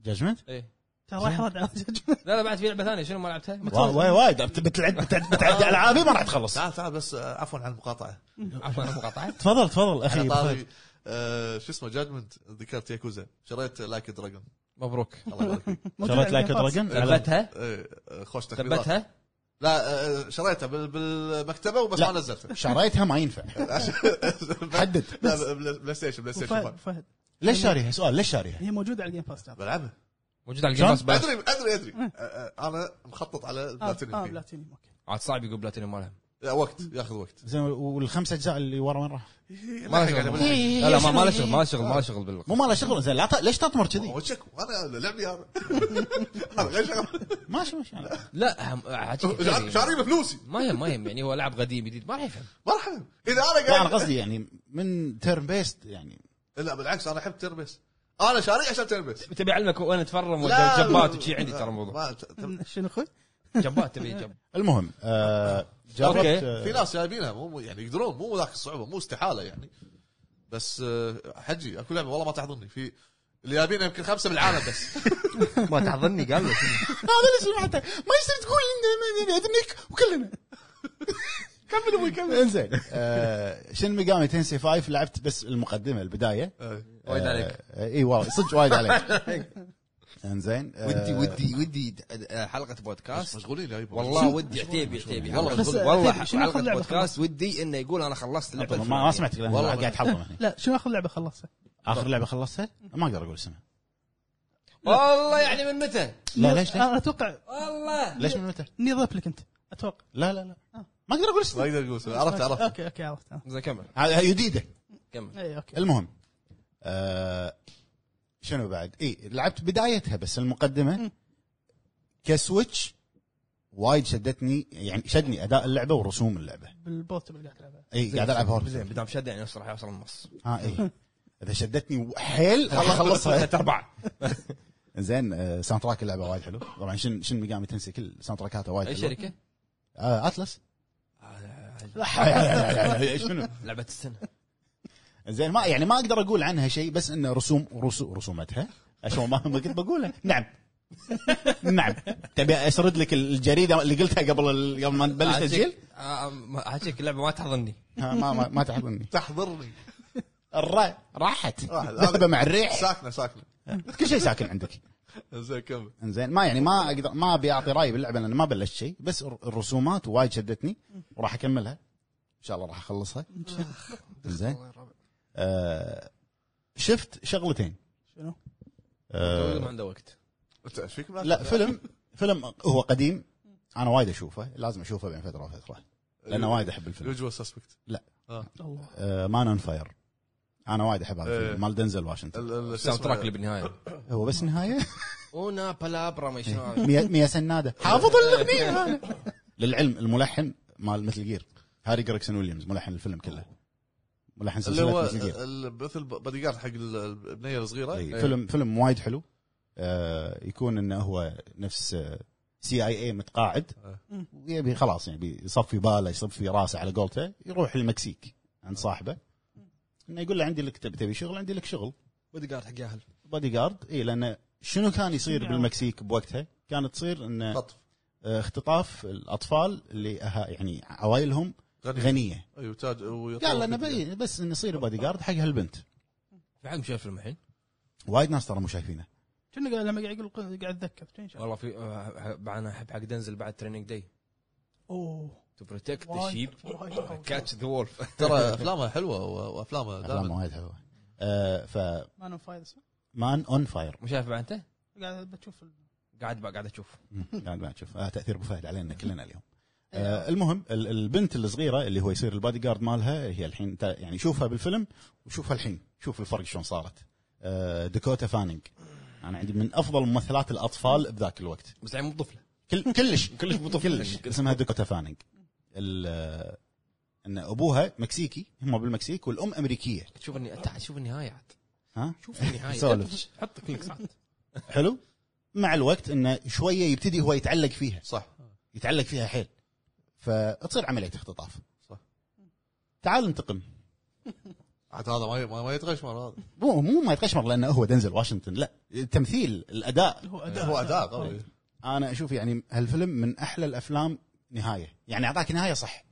[SPEAKER 2] جاجمنت
[SPEAKER 1] ايه
[SPEAKER 3] ترى راح يرد على جمهور.
[SPEAKER 1] لا لا بعد في لعبه ثانيه شنو ما لعبتها؟
[SPEAKER 2] وا- وايد وايد بتلعب بتعد-
[SPEAKER 1] آه.
[SPEAKER 2] بتعدي العابي ما راح تخلص
[SPEAKER 4] تعال تعال بس آه، عفوا عن المقاطعه
[SPEAKER 1] عفوا أنا مقاطعه
[SPEAKER 2] تفضل تفضل اخي
[SPEAKER 4] على
[SPEAKER 2] بخير.
[SPEAKER 4] طاري آه، شو اسمه جادمنت ذكرت ياكوزا شريت لايك دراجون
[SPEAKER 1] مبروك
[SPEAKER 4] الله يبارك فيك
[SPEAKER 3] موجود
[SPEAKER 2] شريت
[SPEAKER 3] على
[SPEAKER 2] لايك
[SPEAKER 3] الجيم باس.
[SPEAKER 2] دراجون على-
[SPEAKER 1] ثبتها
[SPEAKER 4] إيه، آه، خوش تقريبات
[SPEAKER 1] ثبتها
[SPEAKER 4] لا آه، شريتها بال- بالمكتبه وبس
[SPEAKER 2] لا.
[SPEAKER 4] ما نزلتها
[SPEAKER 2] شريتها ما ينفع حدد.
[SPEAKER 4] لا بل- بلاي ستيشن بلاي ستيشن
[SPEAKER 3] وفهد-
[SPEAKER 4] فايف.
[SPEAKER 3] فهد
[SPEAKER 2] ليش شاريها سؤال ليش شاريها
[SPEAKER 3] هي موجوده على الجيم باس ترى
[SPEAKER 4] بلعبها
[SPEAKER 1] موجود على الجيم باس بس
[SPEAKER 4] ادري ادري ادري آه، آه، انا مخطط على
[SPEAKER 3] اه آه،
[SPEAKER 4] بلاتينيوم
[SPEAKER 3] بلاتينيوم اوكي
[SPEAKER 1] عاد صعب يقول بلاتينيوم مالها
[SPEAKER 4] آه، وقت ياخذ وقت
[SPEAKER 2] زين والخمس اجزاء اللي ورا وين راح؟
[SPEAKER 1] ما له شغل لا لا ما ما له شغل ما له شغل ما له شغل بال
[SPEAKER 2] مو ماله شغل زين لا ت- ليش تطمر كذي؟
[SPEAKER 4] وجهك وانا لعبي هذا انا غير شغل
[SPEAKER 2] ماشي يعني. ماشي
[SPEAKER 1] لا هم- عجيب
[SPEAKER 4] شا-
[SPEAKER 1] يعني.
[SPEAKER 4] شاري بفلوسي
[SPEAKER 1] ما يهم ما يهم يعني هو لعب قديم جديد ما راح يفهم
[SPEAKER 4] مرحبا اذا انا
[SPEAKER 2] لا انا
[SPEAKER 4] قاعد
[SPEAKER 2] قصدي يعني من تيرن بيست يعني
[SPEAKER 4] لا بالعكس انا احب تربس انا شاري عشان تربس
[SPEAKER 1] تبي اعلمك وانا اتفرم
[SPEAKER 4] لا،
[SPEAKER 1] وجبات وشي عندي
[SPEAKER 4] لا،
[SPEAKER 1] ترى الموضوع
[SPEAKER 4] ما- ت- ت-
[SPEAKER 3] شنو اخوي؟
[SPEAKER 1] جبات تبي جب
[SPEAKER 2] المهم آه جربت
[SPEAKER 1] أوكي.
[SPEAKER 2] آه،
[SPEAKER 4] في ناس جايبينها مو مو- يعني يقدرون مو ذاك الصعوبه مو استحاله يعني بس آه، حجي اكو لعبه والله ما تحضرني في اللي جايبينها يمكن خمسه بالعالم بس
[SPEAKER 1] ما تحضرني قال له
[SPEAKER 2] هذا اللي سمعته ما يصير تقول إن- إن- إن- ابنك وكلنا كمل ابوي كمل انزين آه، شن ميجامي تنسي 5 لعبت بس المقدمه البدايه
[SPEAKER 4] آه.
[SPEAKER 1] وايد عليك
[SPEAKER 2] آه، اي والله صدق وايد عليك انزين آه،
[SPEAKER 1] ودي ودي ودي د- آه، حلقه بودكاست
[SPEAKER 4] مشغولين يا يبا.
[SPEAKER 1] والله ودي عتيبي عتيبي
[SPEAKER 4] والله
[SPEAKER 1] حلقة
[SPEAKER 3] بس-
[SPEAKER 1] بود- والله
[SPEAKER 3] عتيبي، شنو آخر
[SPEAKER 1] حلقه
[SPEAKER 3] لعبة
[SPEAKER 1] بودكاست ودي انه يقول انا خلصت اللعبه
[SPEAKER 2] ما- ما
[SPEAKER 1] الفلانية.
[SPEAKER 2] سمعتك لان
[SPEAKER 4] والله.
[SPEAKER 2] قاعد حلقه هنا
[SPEAKER 3] لا شنو اخر لعبه خلصتها؟
[SPEAKER 2] اخر لعبه خلصتها ما اقدر اقول اسمها
[SPEAKER 1] والله يعني من متى؟
[SPEAKER 2] لا، ليش- ليش؟
[SPEAKER 3] انا اتوقع
[SPEAKER 1] والله
[SPEAKER 2] ليش من متى؟
[SPEAKER 3] ني ريبليكنت اتوقع
[SPEAKER 2] لا لا لا ما اقدر اقول
[SPEAKER 4] ما
[SPEAKER 2] اسمها
[SPEAKER 4] يقدر يقول اسمه. عرفت عرفت
[SPEAKER 3] اوكي اوكي عرفت آه. عرفت.
[SPEAKER 1] زين كمل
[SPEAKER 2] هذه هي جديده
[SPEAKER 1] كمل
[SPEAKER 3] اي اوكي
[SPEAKER 2] المهم آه شنو بعد؟ اي لعبت بدايتها بس المقدمه
[SPEAKER 3] مم.
[SPEAKER 2] كسويتش وايد شدتني يعني شدني اداء اللعبه ورسوم اللعبه
[SPEAKER 3] بالبوت اللي قاعد تلعبها
[SPEAKER 2] اي قاعد العب
[SPEAKER 1] زين
[SPEAKER 2] هورت
[SPEAKER 1] بدام شد يعني راح يوصل النص
[SPEAKER 2] ها اي اذا شدتني حيل راح اخلصها ثلاث ارباع زين آه ساوند تراك اللعبه وايد حلو طبعا شن شن ميجامي تنسي كل ساوند تراكاته وايد
[SPEAKER 1] اي
[SPEAKER 2] حلو
[SPEAKER 1] شركه؟
[SPEAKER 2] آه اتلس
[SPEAKER 1] آه،
[SPEAKER 2] شنو
[SPEAKER 1] لعبه السنه
[SPEAKER 2] زين ما يعني ما اقدر اقول عنها شيء بس انه رسوم رسو رسومتها عشان ما ما كنت بقولها نعم نعم تبي اسرد لك الجريده اللي قلتها قبل ال- قبل ما نبلش تسجيل
[SPEAKER 1] عجيك- آه، ما- عجيك اللعبه ما تحضرني
[SPEAKER 2] ها، ما ما, ما تحضرني
[SPEAKER 4] تحضرني
[SPEAKER 2] الراء راحت
[SPEAKER 4] راحت.
[SPEAKER 2] ذهبه مع الريح
[SPEAKER 4] ساكنه ساكنه
[SPEAKER 2] كل شيء ساكن عندك
[SPEAKER 4] زين كمل
[SPEAKER 2] زين ما يعني ما اقدر ما ابي اعطي راي باللعبه لان ما بلشت شيء بس الر- الرسومات وايد شدتني وراح اكملها ان شاء الله راح اخلصها زين آه شفت شغلتين
[SPEAKER 3] شنو؟
[SPEAKER 2] آه
[SPEAKER 1] ما عنده وقت
[SPEAKER 4] انت ايش فيك ملاك؟
[SPEAKER 2] لا فيلم فيلم هو قديم انا وايد اشوفه لازم اشوفه بين فتره وفتره لانه وايد احب الفيلم آه،
[SPEAKER 4] يوجوال سسبكت
[SPEAKER 3] الله
[SPEAKER 2] مان اون فاير انا وايد احب هذا الفيلم
[SPEAKER 4] إيه.
[SPEAKER 2] مال دنزل واشنطن
[SPEAKER 1] الساوند تراك اللي بالنهايه
[SPEAKER 2] هو بس النهايه
[SPEAKER 1] اونا بلابرا ما شنو هذا.
[SPEAKER 2] ميا, ميا سناده حافظ الاغنيه هذا. للعلم الملحن مال مثل جير هاري جريكسون ويليامز ملحن الفيلم كله ملحن
[SPEAKER 4] اللي
[SPEAKER 2] سلسله
[SPEAKER 4] هو
[SPEAKER 2] مثل جير
[SPEAKER 4] ال- مثل بادي جارد حق ال- البنيه الصغيره
[SPEAKER 2] إيه.
[SPEAKER 4] إيه.
[SPEAKER 2] فيلم فيلم وايد حلو آه يكون انه هو نفس سي اي اي متقاعد
[SPEAKER 3] إيه.
[SPEAKER 2] ويبي خلاص يعني بيصفي باله يصفي راسه على قولته يروح المكسيك عند صاحبه انه يقول له عندي لك تبي تبي شغل عندي لك شغل
[SPEAKER 1] بودي جارد حق اهل
[SPEAKER 2] بودي جارد اي لانه شنو كان يصير
[SPEAKER 3] شنو؟
[SPEAKER 2] بالمكسيك بوقتها؟ كانت تصير انه
[SPEAKER 4] خطف
[SPEAKER 2] آه، اختطاف الاطفال اللي أها- يعني عوائلهم
[SPEAKER 4] غني
[SPEAKER 2] غنيه
[SPEAKER 4] اي وتاج ويطلع
[SPEAKER 2] قال لنا
[SPEAKER 4] فيديو.
[SPEAKER 2] بي- بس انه يصير بودي جارد حق هالبنت
[SPEAKER 1] في حد مش شايف الفيلم الحين
[SPEAKER 2] وايد ناس ترى مو شايفينه
[SPEAKER 3] كنا قاعد- لما قاعد يقول قاعد اتذكر شنو شاف؟
[SPEAKER 1] والله في آه، بعد انا احب حق دنزل بعد تريننج داي
[SPEAKER 3] اوه
[SPEAKER 1] تو بروتكت ذا
[SPEAKER 3] وايد
[SPEAKER 1] شيب
[SPEAKER 3] وايد قوي.
[SPEAKER 1] كاتش ذا وولف
[SPEAKER 4] ترى افلامها حلوه و- وافلامها
[SPEAKER 2] افلام
[SPEAKER 4] دائما
[SPEAKER 2] وايد حلوه آه فمان
[SPEAKER 3] مان اوف فاير اسمه.
[SPEAKER 2] اون فاير
[SPEAKER 1] مو شايف بعد انت؟
[SPEAKER 3] قاعد بتشوف ال-
[SPEAKER 1] قاعد بقى قاعد اشوف
[SPEAKER 2] قاعد ما تشوف آه تاثير ابو فهد علينا كلنا اليوم آه المهم ال- البنت الصغيره اللي هو يصير البادي جارد مالها هي الحين تا- يعني شوفها بالفيلم وشوفها الحين شوف الفرق شلون صارت آه داكوتا فانينج انا عندي من افضل ممثلات الاطفال بذاك الوقت
[SPEAKER 1] بس يعني مو طفله
[SPEAKER 2] كل كلش كلش كلش اسمها داكوتا فانينج ال- آه، ان ابوها مكسيكي هم بالمكسيك والام امريكيه
[SPEAKER 1] شوف النهايه تعال شوف النهايه عاد
[SPEAKER 2] ها
[SPEAKER 1] شوف النهايه
[SPEAKER 2] سولف.
[SPEAKER 1] حط كليكس عاد
[SPEAKER 2] حلو مع الوقت انه شويه يبتدي هو يتعلق فيها
[SPEAKER 4] صح
[SPEAKER 2] يتعلق فيها حيل فتصير عمليه اختطاف
[SPEAKER 4] صح.
[SPEAKER 2] تعال انتقم
[SPEAKER 4] عاد هذا ما ي- ما- ما يتغشمر هذا
[SPEAKER 2] مو مو ما يتقشمر لانه هو دنزل واشنطن لا التمثيل الاداء
[SPEAKER 3] هو
[SPEAKER 4] هو اداء قوي
[SPEAKER 2] إيه. انا اشوف يعني هالفيلم من احلى الافلام نهايه يعني اعطاك نهايه صح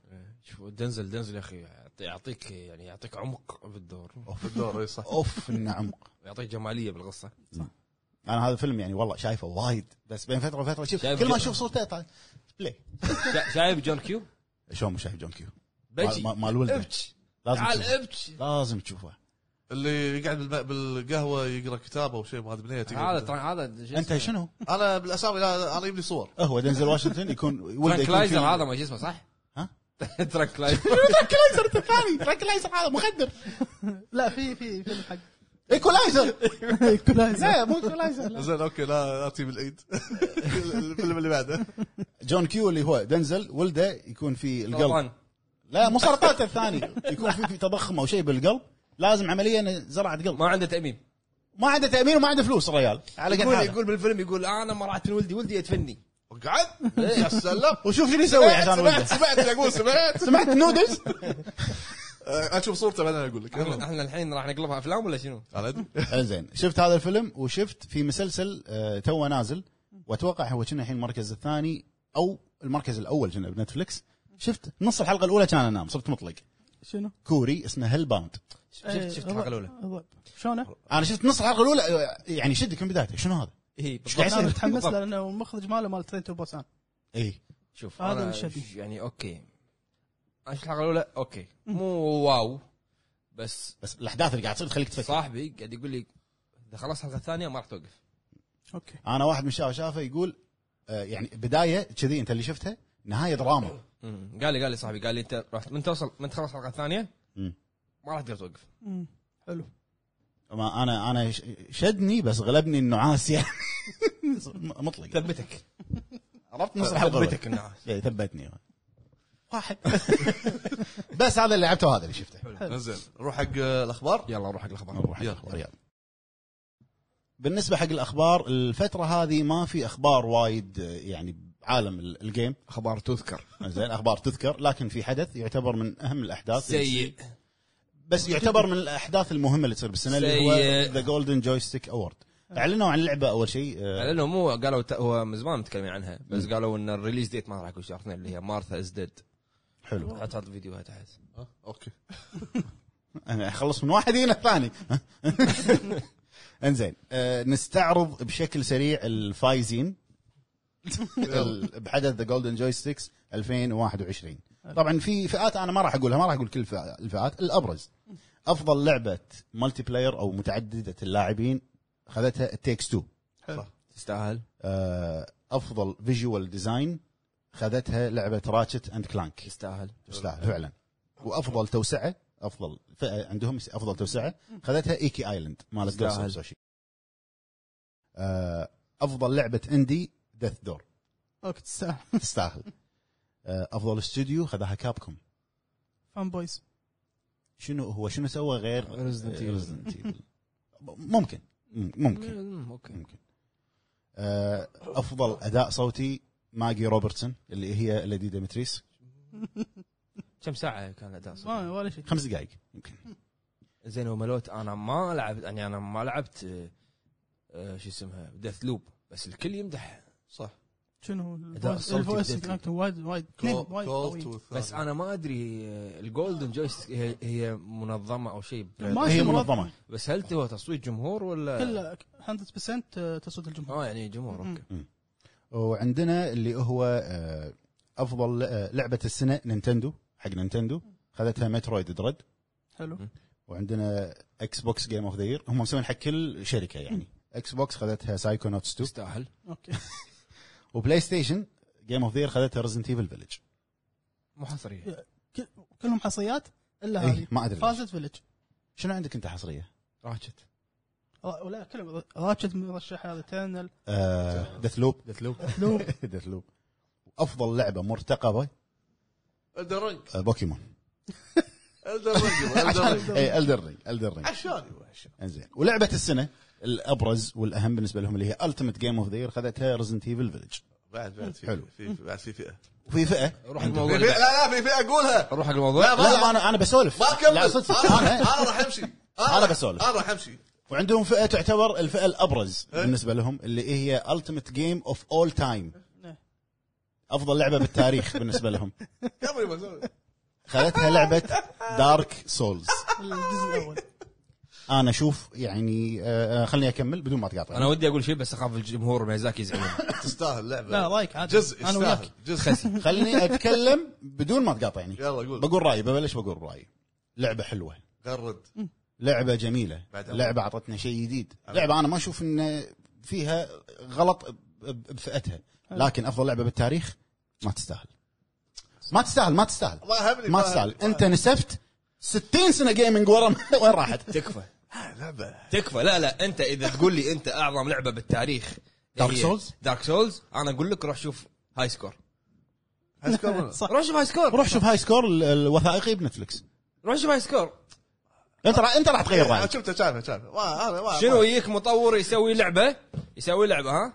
[SPEAKER 1] شوف دنزل دنزل يا اخي يعطي- يعطيك يعني يعطيك عمق بالدور
[SPEAKER 4] في الدور اي صح
[SPEAKER 2] اوف انه عمق
[SPEAKER 1] يعطيك جماليه بالقصه
[SPEAKER 2] انا هذا الفيلم يعني والله شايفه وايد بس بين فتره وفتره شوف
[SPEAKER 1] شايف
[SPEAKER 2] كل ما
[SPEAKER 1] جو-
[SPEAKER 2] اشوف صورته طالع بلاي
[SPEAKER 1] شا- شايف جون كيو؟
[SPEAKER 2] شلون مو شايف جون كيو
[SPEAKER 1] بجي
[SPEAKER 2] ما- ما- مال ولده.
[SPEAKER 1] ابج
[SPEAKER 2] لازم
[SPEAKER 1] تعال
[SPEAKER 2] تشوفه
[SPEAKER 1] ابج
[SPEAKER 2] لازم تشوفه
[SPEAKER 4] اللي يقعد بالم- بالقهوه يقرا كتاب او شيء ما ادري بنيه
[SPEAKER 1] هذا
[SPEAKER 4] تقرا.
[SPEAKER 1] ترى هذا شو
[SPEAKER 2] انت
[SPEAKER 1] اسمه؟
[SPEAKER 2] شنو؟
[SPEAKER 4] انا بالاسامي لا انا يجيب لي صور
[SPEAKER 2] هو دنزل واشنطن يكون ولده
[SPEAKER 1] ترانك
[SPEAKER 2] يكون
[SPEAKER 1] لايزر
[SPEAKER 2] في-
[SPEAKER 1] هذا ما اسمه صح؟
[SPEAKER 2] ها؟
[SPEAKER 1] ترانك لايزر
[SPEAKER 2] ترانكلايزر الثاني ترانكلايزر هذا مخدر
[SPEAKER 3] لا في في فيلم حق
[SPEAKER 2] ايكولايزر
[SPEAKER 3] إيكولايزر.
[SPEAKER 2] لا مو ايكولايزر لا.
[SPEAKER 4] زين اوكي لا لا تجيب العيد الفيلم اللي بعده
[SPEAKER 2] جون كيو اللي هو دنزل ولده يكون في القلب
[SPEAKER 1] طبعاً.
[SPEAKER 2] لا مو سرطان الثاني يكون في في تضخم او شيء بالقلب لازم عمليه زراعه قلب
[SPEAKER 1] ما عنده تامين
[SPEAKER 2] ما عنده تامين وما عنده فلوس الرجال على
[SPEAKER 1] يقول
[SPEAKER 2] قد حاله.
[SPEAKER 1] يقول بالفيلم يقول انا ما راح اتفن ولدي ولدي يدفني
[SPEAKER 4] قعد يا سلام
[SPEAKER 2] وشوف شنو يسوي عشان
[SPEAKER 4] سمعت
[SPEAKER 2] ولده
[SPEAKER 4] سمعت يعقوب سمعت
[SPEAKER 2] سمعت نودلز
[SPEAKER 4] أه، اشوف صورته بعدين اقول لك
[SPEAKER 1] احنا
[SPEAKER 4] يلا.
[SPEAKER 1] احنا الحين راح نقلبها افلام ولا شنو؟
[SPEAKER 4] انا ادري
[SPEAKER 2] زين شفت هذا الفيلم وشفت في مسلسل آه، توه نازل واتوقع هو كنا الحين المركز الثاني او المركز الاول كنا بنتفلكس شفت نص الحلقه الاولى كان انام صرت مطلق
[SPEAKER 3] شنو؟
[SPEAKER 2] كوري اسمه هيل باوند
[SPEAKER 3] إيه،
[SPEAKER 1] شفت شفت الحلقه الاولى
[SPEAKER 3] الرعب. شلونه؟
[SPEAKER 2] انا شفت نص الحلقه الاولى آه، يعني شدك من بدايته شنو هذا؟
[SPEAKER 1] اي
[SPEAKER 2] قاعد يصير؟
[SPEAKER 3] انا متحمس له لانه المخرج ماله مال ترين تو بوسان
[SPEAKER 2] اي
[SPEAKER 1] شوف
[SPEAKER 3] هذا
[SPEAKER 1] هذا
[SPEAKER 3] اللي شدني.
[SPEAKER 1] يعني اوكي انا شفت الحلقه الاولى اوكي مو واو بس
[SPEAKER 2] بس الاحداث اللي قاعد تصير تخليك تفكر
[SPEAKER 1] صاحبي قاعد يقول لي اذا خلصت الحلقه الثانيه ما راح توقف
[SPEAKER 3] اوكي
[SPEAKER 2] انا واحد من شافه شافه يقول آه، يعني بدايه كذي انت اللي شفتها نهايه دراما
[SPEAKER 1] أمم. قال لي قال لي صاحبي قال لي انت رحت من توصل من تخلص الحلقه الثانيه
[SPEAKER 2] أمم.
[SPEAKER 1] ما راح تقدر توقف
[SPEAKER 3] أمم. حلو
[SPEAKER 2] ما انا انا ش- شدني بس غلبني النعاس يعني مطلق
[SPEAKER 1] ثبتك
[SPEAKER 2] عرفت نص الحلقه الأولى.
[SPEAKER 1] ثبتك النعاس
[SPEAKER 2] إيه، ثبتني
[SPEAKER 3] واحد
[SPEAKER 2] بس هذا اللي لعبته وهذا اللي شفته
[SPEAKER 4] زين نروح حق الاخبار
[SPEAKER 1] يلا نروح حق الاخبار
[SPEAKER 2] نروح حق
[SPEAKER 4] يلا.
[SPEAKER 2] الأخبار، يلا. بالنسبه حق الاخبار الفتره هذه ما في اخبار وايد آه، يعني بعالم ال- الجيم
[SPEAKER 1] اخبار تذكر
[SPEAKER 2] زين اخبار تذكر لكن في حدث يعتبر من اهم الاحداث اللي تصير.
[SPEAKER 1] سيء
[SPEAKER 2] بس يعتبر من الاحداث المهمه اللي تصير بالسنه اللي هو
[SPEAKER 1] سيء.
[SPEAKER 2] ذا جولدن جويستيك اوورد اعلنوا عن اللعبه اول شيء آه،
[SPEAKER 1] لانه مو قالوا ت- هو من زمان متكلمين عنها بس قالوا ان الريليز ديت ما راح يكون شهر اثنين اللي هي مارثا از ديد
[SPEAKER 2] حلو
[SPEAKER 1] حط حط فيديوها تحت
[SPEAKER 4] أه، اوكي
[SPEAKER 2] انا اخلص من واحد الى الثاني انزين آه، نستعرض بشكل سريع الفايزين ال- بحدث ذا جولدن جويستيكس 2021 طبعا في فئات انا ما راح اقولها ما راح اقول كل الفئ- الفئات الابرز افضل لعبه مالتي بلاير او متعدده اللاعبين خذتها تيكس 2
[SPEAKER 4] صح
[SPEAKER 1] تستاهل
[SPEAKER 2] آه، افضل فيجوال ديزاين خذتها لعبه راتشت اند كلانك
[SPEAKER 1] تستاهل
[SPEAKER 2] تستاهل فعلا وافضل توسعه افضل فئه عندهم يس- افضل توسعه خذتها ايكي ايلاند مالت
[SPEAKER 1] تستاهل.
[SPEAKER 2] جوست سوشي آه، افضل لعبه اندي ديث دور
[SPEAKER 3] اوكي تستاهل
[SPEAKER 2] تستاهل آه، افضل استوديو خذاها كابكم
[SPEAKER 3] فان بويز
[SPEAKER 2] شنو هو شنو سوى غير
[SPEAKER 1] Resident Evil.
[SPEAKER 2] Resident Evil. ممكن مم- ممكن
[SPEAKER 1] أمم، اوكي
[SPEAKER 2] ممكن آه، افضل اداء صوتي ماجي روبرتسون اللي هي لدي ديمتريس
[SPEAKER 1] كم ساعه كان الاداء
[SPEAKER 3] ما
[SPEAKER 1] صوتي؟
[SPEAKER 3] ولا شيء
[SPEAKER 2] خمس دقائق يمكن
[SPEAKER 1] زين وملوت انا ما لعبت يعني انا ما لعبت آه، آه، شو اسمها ديث لوب بس الكل يمدح
[SPEAKER 4] صح
[SPEAKER 3] شنو
[SPEAKER 1] أداء
[SPEAKER 3] الفويس
[SPEAKER 1] صوتي
[SPEAKER 3] الفويس
[SPEAKER 1] بجد.
[SPEAKER 3] مالته وايد وايد وايد
[SPEAKER 4] كول
[SPEAKER 3] قوي.
[SPEAKER 4] تو
[SPEAKER 1] بس
[SPEAKER 4] الثاني.
[SPEAKER 1] انا ما ادري آه، الجولدن جويس هي, هي منظمه او شيء
[SPEAKER 3] ما
[SPEAKER 2] هي
[SPEAKER 3] شنو
[SPEAKER 2] منظمه
[SPEAKER 1] بس هل هو تصويت جمهور ولا
[SPEAKER 3] كله 100% تصويت الجمهور
[SPEAKER 1] اه يعني جمهور اوكي
[SPEAKER 2] وعندنا اللي هو آه، افضل آه، لعبه السنه نينتندو حق نينتندو خذتها مترويد دريد آه.
[SPEAKER 3] حلو
[SPEAKER 2] وعندنا اكس بوكس جيم اوف ذا يير هم مسوين حق كل شركه يعني اكس بوكس خذتها سايكو نوتس 2
[SPEAKER 1] تستاهل
[SPEAKER 3] اوكي
[SPEAKER 2] وبلاي ستيشن جيم اوف ذا يير خذتها ريزنت ايفل فيلج
[SPEAKER 1] مو حصريه
[SPEAKER 3] كل- كلهم حصريات الا
[SPEAKER 2] إيه،
[SPEAKER 3] هذه
[SPEAKER 2] ما أدري ليش.
[SPEAKER 3] فازت فيلج
[SPEAKER 2] شنو عندك انت حصريه؟
[SPEAKER 1] راشت
[SPEAKER 3] را- ولا كلهم راتشت مرشحه هذا تنل
[SPEAKER 2] دث لوب
[SPEAKER 1] ديث لوب
[SPEAKER 2] دث لوب افضل لعبه مرتقبه
[SPEAKER 4] الدرنج
[SPEAKER 2] آه، بوكيمون
[SPEAKER 4] الدرنج الدرنج
[SPEAKER 2] عشان اي الدر رينج الدر رينج
[SPEAKER 4] عشاني هو، عشان
[SPEAKER 2] انزين ولعبه السنه الابرز والاهم بالنسبه لهم اللي هي التيمت جيم اوف ذا يير خذتها ريزنت ايفل فيلج
[SPEAKER 4] بعد بعد في
[SPEAKER 2] حلو.
[SPEAKER 4] في في- بعد في فئه
[SPEAKER 2] وفي فئه
[SPEAKER 1] روح
[SPEAKER 2] عندك.
[SPEAKER 4] في
[SPEAKER 1] الموضوع
[SPEAKER 4] فئه
[SPEAKER 1] اللي بعد.
[SPEAKER 4] لا لا في فئه قولها
[SPEAKER 1] روح
[SPEAKER 4] لا
[SPEAKER 1] الموضوع
[SPEAKER 2] لا لا، انا انا بسولف
[SPEAKER 4] ما اكمل
[SPEAKER 2] لا صدق
[SPEAKER 4] انا
[SPEAKER 2] انا
[SPEAKER 4] أنا راح امشي
[SPEAKER 2] أنا بسولف.
[SPEAKER 4] انا راح امشي
[SPEAKER 2] وعندهم فئه تعتبر الفئه الابرز
[SPEAKER 4] إيه.
[SPEAKER 2] بالنسبه لهم اللي إيه هي التيمت جيم اوف اول تايم
[SPEAKER 3] نعم.
[SPEAKER 2] افضل لعبه بالتاريخ بالنسبه لهم
[SPEAKER 4] كمل ما زال.
[SPEAKER 2] خذتها لعبه دارك سولز
[SPEAKER 3] الجزء الاول
[SPEAKER 2] انا اشوف يعني آه، آه، خليني اكمل بدون ما تقاطع
[SPEAKER 1] انا ودي اقول شيء بس اخاف الجمهور ميزاكي يزعلون
[SPEAKER 4] تستاهل لعبه
[SPEAKER 3] لا رايك عادي
[SPEAKER 4] جزء
[SPEAKER 3] انا
[SPEAKER 4] يستاهل
[SPEAKER 3] وياك
[SPEAKER 4] جزء
[SPEAKER 1] خسي
[SPEAKER 2] خليني اتكلم بدون ما تقاطعني
[SPEAKER 4] يلا قول
[SPEAKER 2] بقول رايي ببلش بقول رايي لعبه حلوه
[SPEAKER 4] غرد
[SPEAKER 2] لعبه جميله
[SPEAKER 4] بعد أول.
[SPEAKER 2] لعبه اعطتنا شيء جديد
[SPEAKER 4] أبد.
[SPEAKER 2] لعبه انا ما اشوف ان فيها غلط ب- ب- بفئتها لكن افضل لعبه بالتاريخ ما تستاهل ما تستاهل ما تستاهل
[SPEAKER 4] ما يهمني
[SPEAKER 1] طيب.
[SPEAKER 2] ما تستاهل انت نسفت 60 سنه جيمنج ورا ما- وين راحت
[SPEAKER 1] تكفى
[SPEAKER 4] آه، لعبه
[SPEAKER 1] تكفى لا لا انت اذا تقول لي انت اعظم لعبه بالتاريخ
[SPEAKER 2] Dark Souls؟
[SPEAKER 1] دارك سولز انا اقول لك روح شوف هاي سكور
[SPEAKER 4] هسكر
[SPEAKER 3] صح
[SPEAKER 1] روح شوف هاي سكور
[SPEAKER 2] روح شوف هاي سكور ال- الوثائقي بنتفلكس
[SPEAKER 1] روح شوف هاي سكور
[SPEAKER 2] انت راح انت راح تغير رايك
[SPEAKER 4] شفته شايفه شايفه ما- أنا ما-
[SPEAKER 1] شنو
[SPEAKER 4] ما-
[SPEAKER 1] يجيك مطور يسوي لعبه يسوي لعبه ها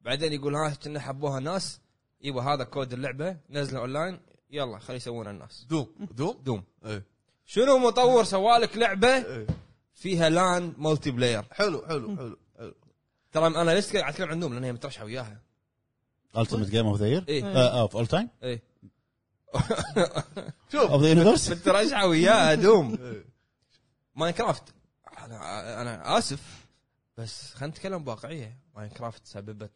[SPEAKER 1] بعدين يقول ها كنا حبوها ناس يبا هذا كود اللعبه نزله اونلاين يلا خلي يسوونها الناس
[SPEAKER 4] دوم دوم
[SPEAKER 1] دوم
[SPEAKER 4] إيه.
[SPEAKER 1] شنو مطور سوالك لعبه
[SPEAKER 4] إيه.
[SPEAKER 1] فيها لان ملتي بلاير
[SPEAKER 4] حلو حلو حلو حلو
[SPEAKER 1] ترى انا لسه قاعد اتكلم عن دوم لان هي مترشحه وياها
[SPEAKER 2] التيمت جيم اوف ذا يير
[SPEAKER 1] ايه
[SPEAKER 2] اوف اول تايم
[SPEAKER 1] ايه
[SPEAKER 4] شوف
[SPEAKER 2] اوف ذا يونيفرس
[SPEAKER 1] مترشحه وياها دوم
[SPEAKER 4] إيه.
[SPEAKER 1] ماينكرافت انا انا اسف بس خلينا نتكلم بواقعيه ماينكرافت سببت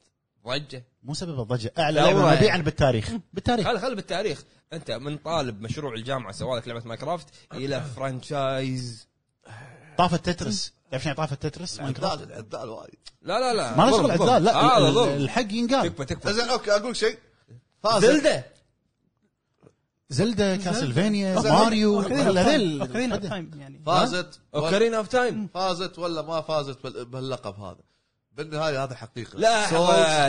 [SPEAKER 1] ضجه
[SPEAKER 2] مو سبب الضجه اعلى
[SPEAKER 1] دورة.
[SPEAKER 2] لعبه مبيعا بالتاريخ بالتاريخ
[SPEAKER 1] خل خل بالتاريخ انت من طالب مشروع الجامعه سوالك لعبه ماينكرافت الى فرانشايز
[SPEAKER 2] طافت تترس تعرف شنو طافت تترس
[SPEAKER 4] العدال العدال وايد
[SPEAKER 1] لا لا لا
[SPEAKER 2] ما له
[SPEAKER 1] ظلم،
[SPEAKER 2] شغل
[SPEAKER 1] ظلم.
[SPEAKER 2] اعتذار لا
[SPEAKER 1] هذا
[SPEAKER 2] ال- ال-
[SPEAKER 1] ظلم
[SPEAKER 2] الحق ينقال
[SPEAKER 1] تكفى تكفى
[SPEAKER 4] زين اوكي اقول شيء فازت
[SPEAKER 1] زلده
[SPEAKER 2] زلدا كاسلفينيا
[SPEAKER 4] زلدة.
[SPEAKER 2] ماريو هذيل-
[SPEAKER 3] اوكرين اوف تايم يعني
[SPEAKER 4] فازت ولا-
[SPEAKER 1] اوكارينا اوف تايم
[SPEAKER 4] فازت ولا ما فازت بال- بهاللقب هذا بالنهايه هذا حقيقه Souls.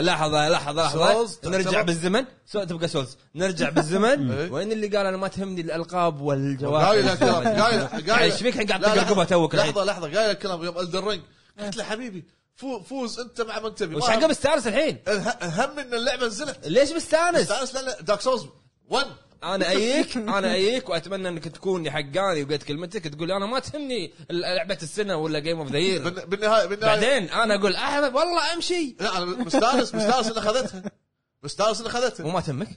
[SPEAKER 1] لحظه لحظه لحظه
[SPEAKER 4] Souls.
[SPEAKER 1] لحظه نرجع
[SPEAKER 4] تعتبر-
[SPEAKER 1] بالزمن سو- تبقى سولز نرجع بالزمن
[SPEAKER 4] إيه.
[SPEAKER 1] وين اللي قال انا ما تهمني الالقاب
[SPEAKER 4] قايل
[SPEAKER 1] والجوائز
[SPEAKER 4] الكلام قايل قايل
[SPEAKER 1] ايش يعني فيك الحين قاعد
[SPEAKER 4] لا،
[SPEAKER 1] تقلقبها
[SPEAKER 4] لحظة،
[SPEAKER 1] توك الحين؟ إيه.
[SPEAKER 4] لحظه لحظه قايل الكلام يوم الدرينج قلت له حبيبي فو- فوز انت مع من تبي
[SPEAKER 1] وش
[SPEAKER 4] ما-
[SPEAKER 1] عقب ستارز الحين
[SPEAKER 4] اله- اهم ان اللعبه نزلت
[SPEAKER 1] ليش مستانس
[SPEAKER 4] استانس لا لا دارك سولز 1
[SPEAKER 1] انا ايك انا ايك واتمنى انك تكون حقاني وقلت كلمتك تقول انا ما تهمني لعبه السنه ولا جيم اوف ذا يير
[SPEAKER 4] بالن- بالنهايه بالنهايه
[SPEAKER 1] بعدين انا اقول احمد والله امشي
[SPEAKER 4] لا انا مستانس مستانس اني اخذتها مستانس اني اخذتها
[SPEAKER 1] وما تهمك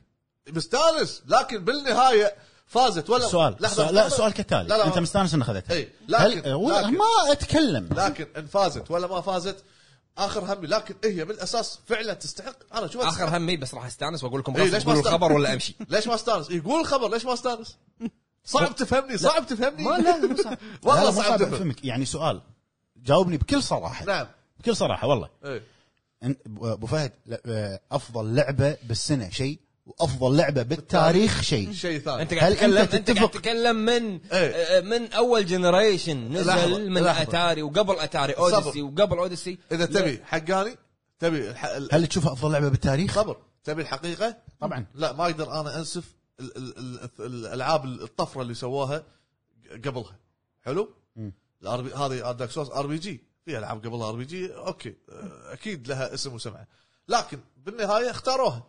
[SPEAKER 4] مستانس لكن بالنهايه فازت ولا
[SPEAKER 2] سؤال
[SPEAKER 4] لحظة،
[SPEAKER 2] سؤال- لا
[SPEAKER 4] لحظة.
[SPEAKER 2] سؤال كالتالي
[SPEAKER 4] لا، لا،
[SPEAKER 2] انت مستانس ان اخذتها
[SPEAKER 4] إي، لكن-
[SPEAKER 2] هل- والله
[SPEAKER 4] لكن-
[SPEAKER 2] ما اتكلم
[SPEAKER 4] لكن ان فازت ولا ما فازت اخر همي لكن هي بالاساس فعلا تستحق انا اشوفها تستحق.
[SPEAKER 1] اخر همي بس راح استانس واقول لكم
[SPEAKER 4] إيه،
[SPEAKER 1] غصب
[SPEAKER 4] ليش ما
[SPEAKER 1] قولوا
[SPEAKER 4] استانس؟
[SPEAKER 1] الخبر ولا امشي
[SPEAKER 4] ليش ما استانس؟ يقول الخبر ليش ما استانس؟ صعب تفهمني صعب تفهمني
[SPEAKER 1] ما لا مو صعب.
[SPEAKER 2] لا،
[SPEAKER 4] والله
[SPEAKER 2] لا، مو
[SPEAKER 4] صعب
[SPEAKER 2] صعب
[SPEAKER 4] تفهم
[SPEAKER 2] افهمك يعني سؤال جاوبني بكل صراحه
[SPEAKER 4] نعم
[SPEAKER 2] بكل صراحه والله
[SPEAKER 4] إيه.
[SPEAKER 2] أن- ابو فهد لا، آه، افضل لعبه بالسنه شيء وافضل لعبه بالتاريخ شيء
[SPEAKER 4] شيء ثاني
[SPEAKER 1] انت قاعد
[SPEAKER 2] هل
[SPEAKER 1] تتكلم
[SPEAKER 2] أنت
[SPEAKER 1] انت قاعد
[SPEAKER 2] تتفق؟
[SPEAKER 1] تتكلم من
[SPEAKER 4] إيه.
[SPEAKER 1] آه، من اول جنريشن
[SPEAKER 4] لحظة،
[SPEAKER 1] نزل من
[SPEAKER 4] لحظة.
[SPEAKER 1] اتاري وقبل اتاري
[SPEAKER 4] صبر.
[SPEAKER 1] اوديسي وقبل اوديسي
[SPEAKER 4] اذا تبي حقاني تبي الح... ال-
[SPEAKER 2] هل تشوفها افضل لعبه بالتاريخ؟
[SPEAKER 4] الخبر تبي الحقيقه
[SPEAKER 2] طبعا
[SPEAKER 4] لا ما اقدر انا انسف ال... ال... ال... الالعاب الطفره اللي سواها قبلها حلو؟ الاربي هذه دارك سورس ار بي جي في العاب قبلها ار بي جي اوكي أه، اكيد لها اسم وسمعه لكن بالنهايه اختاروها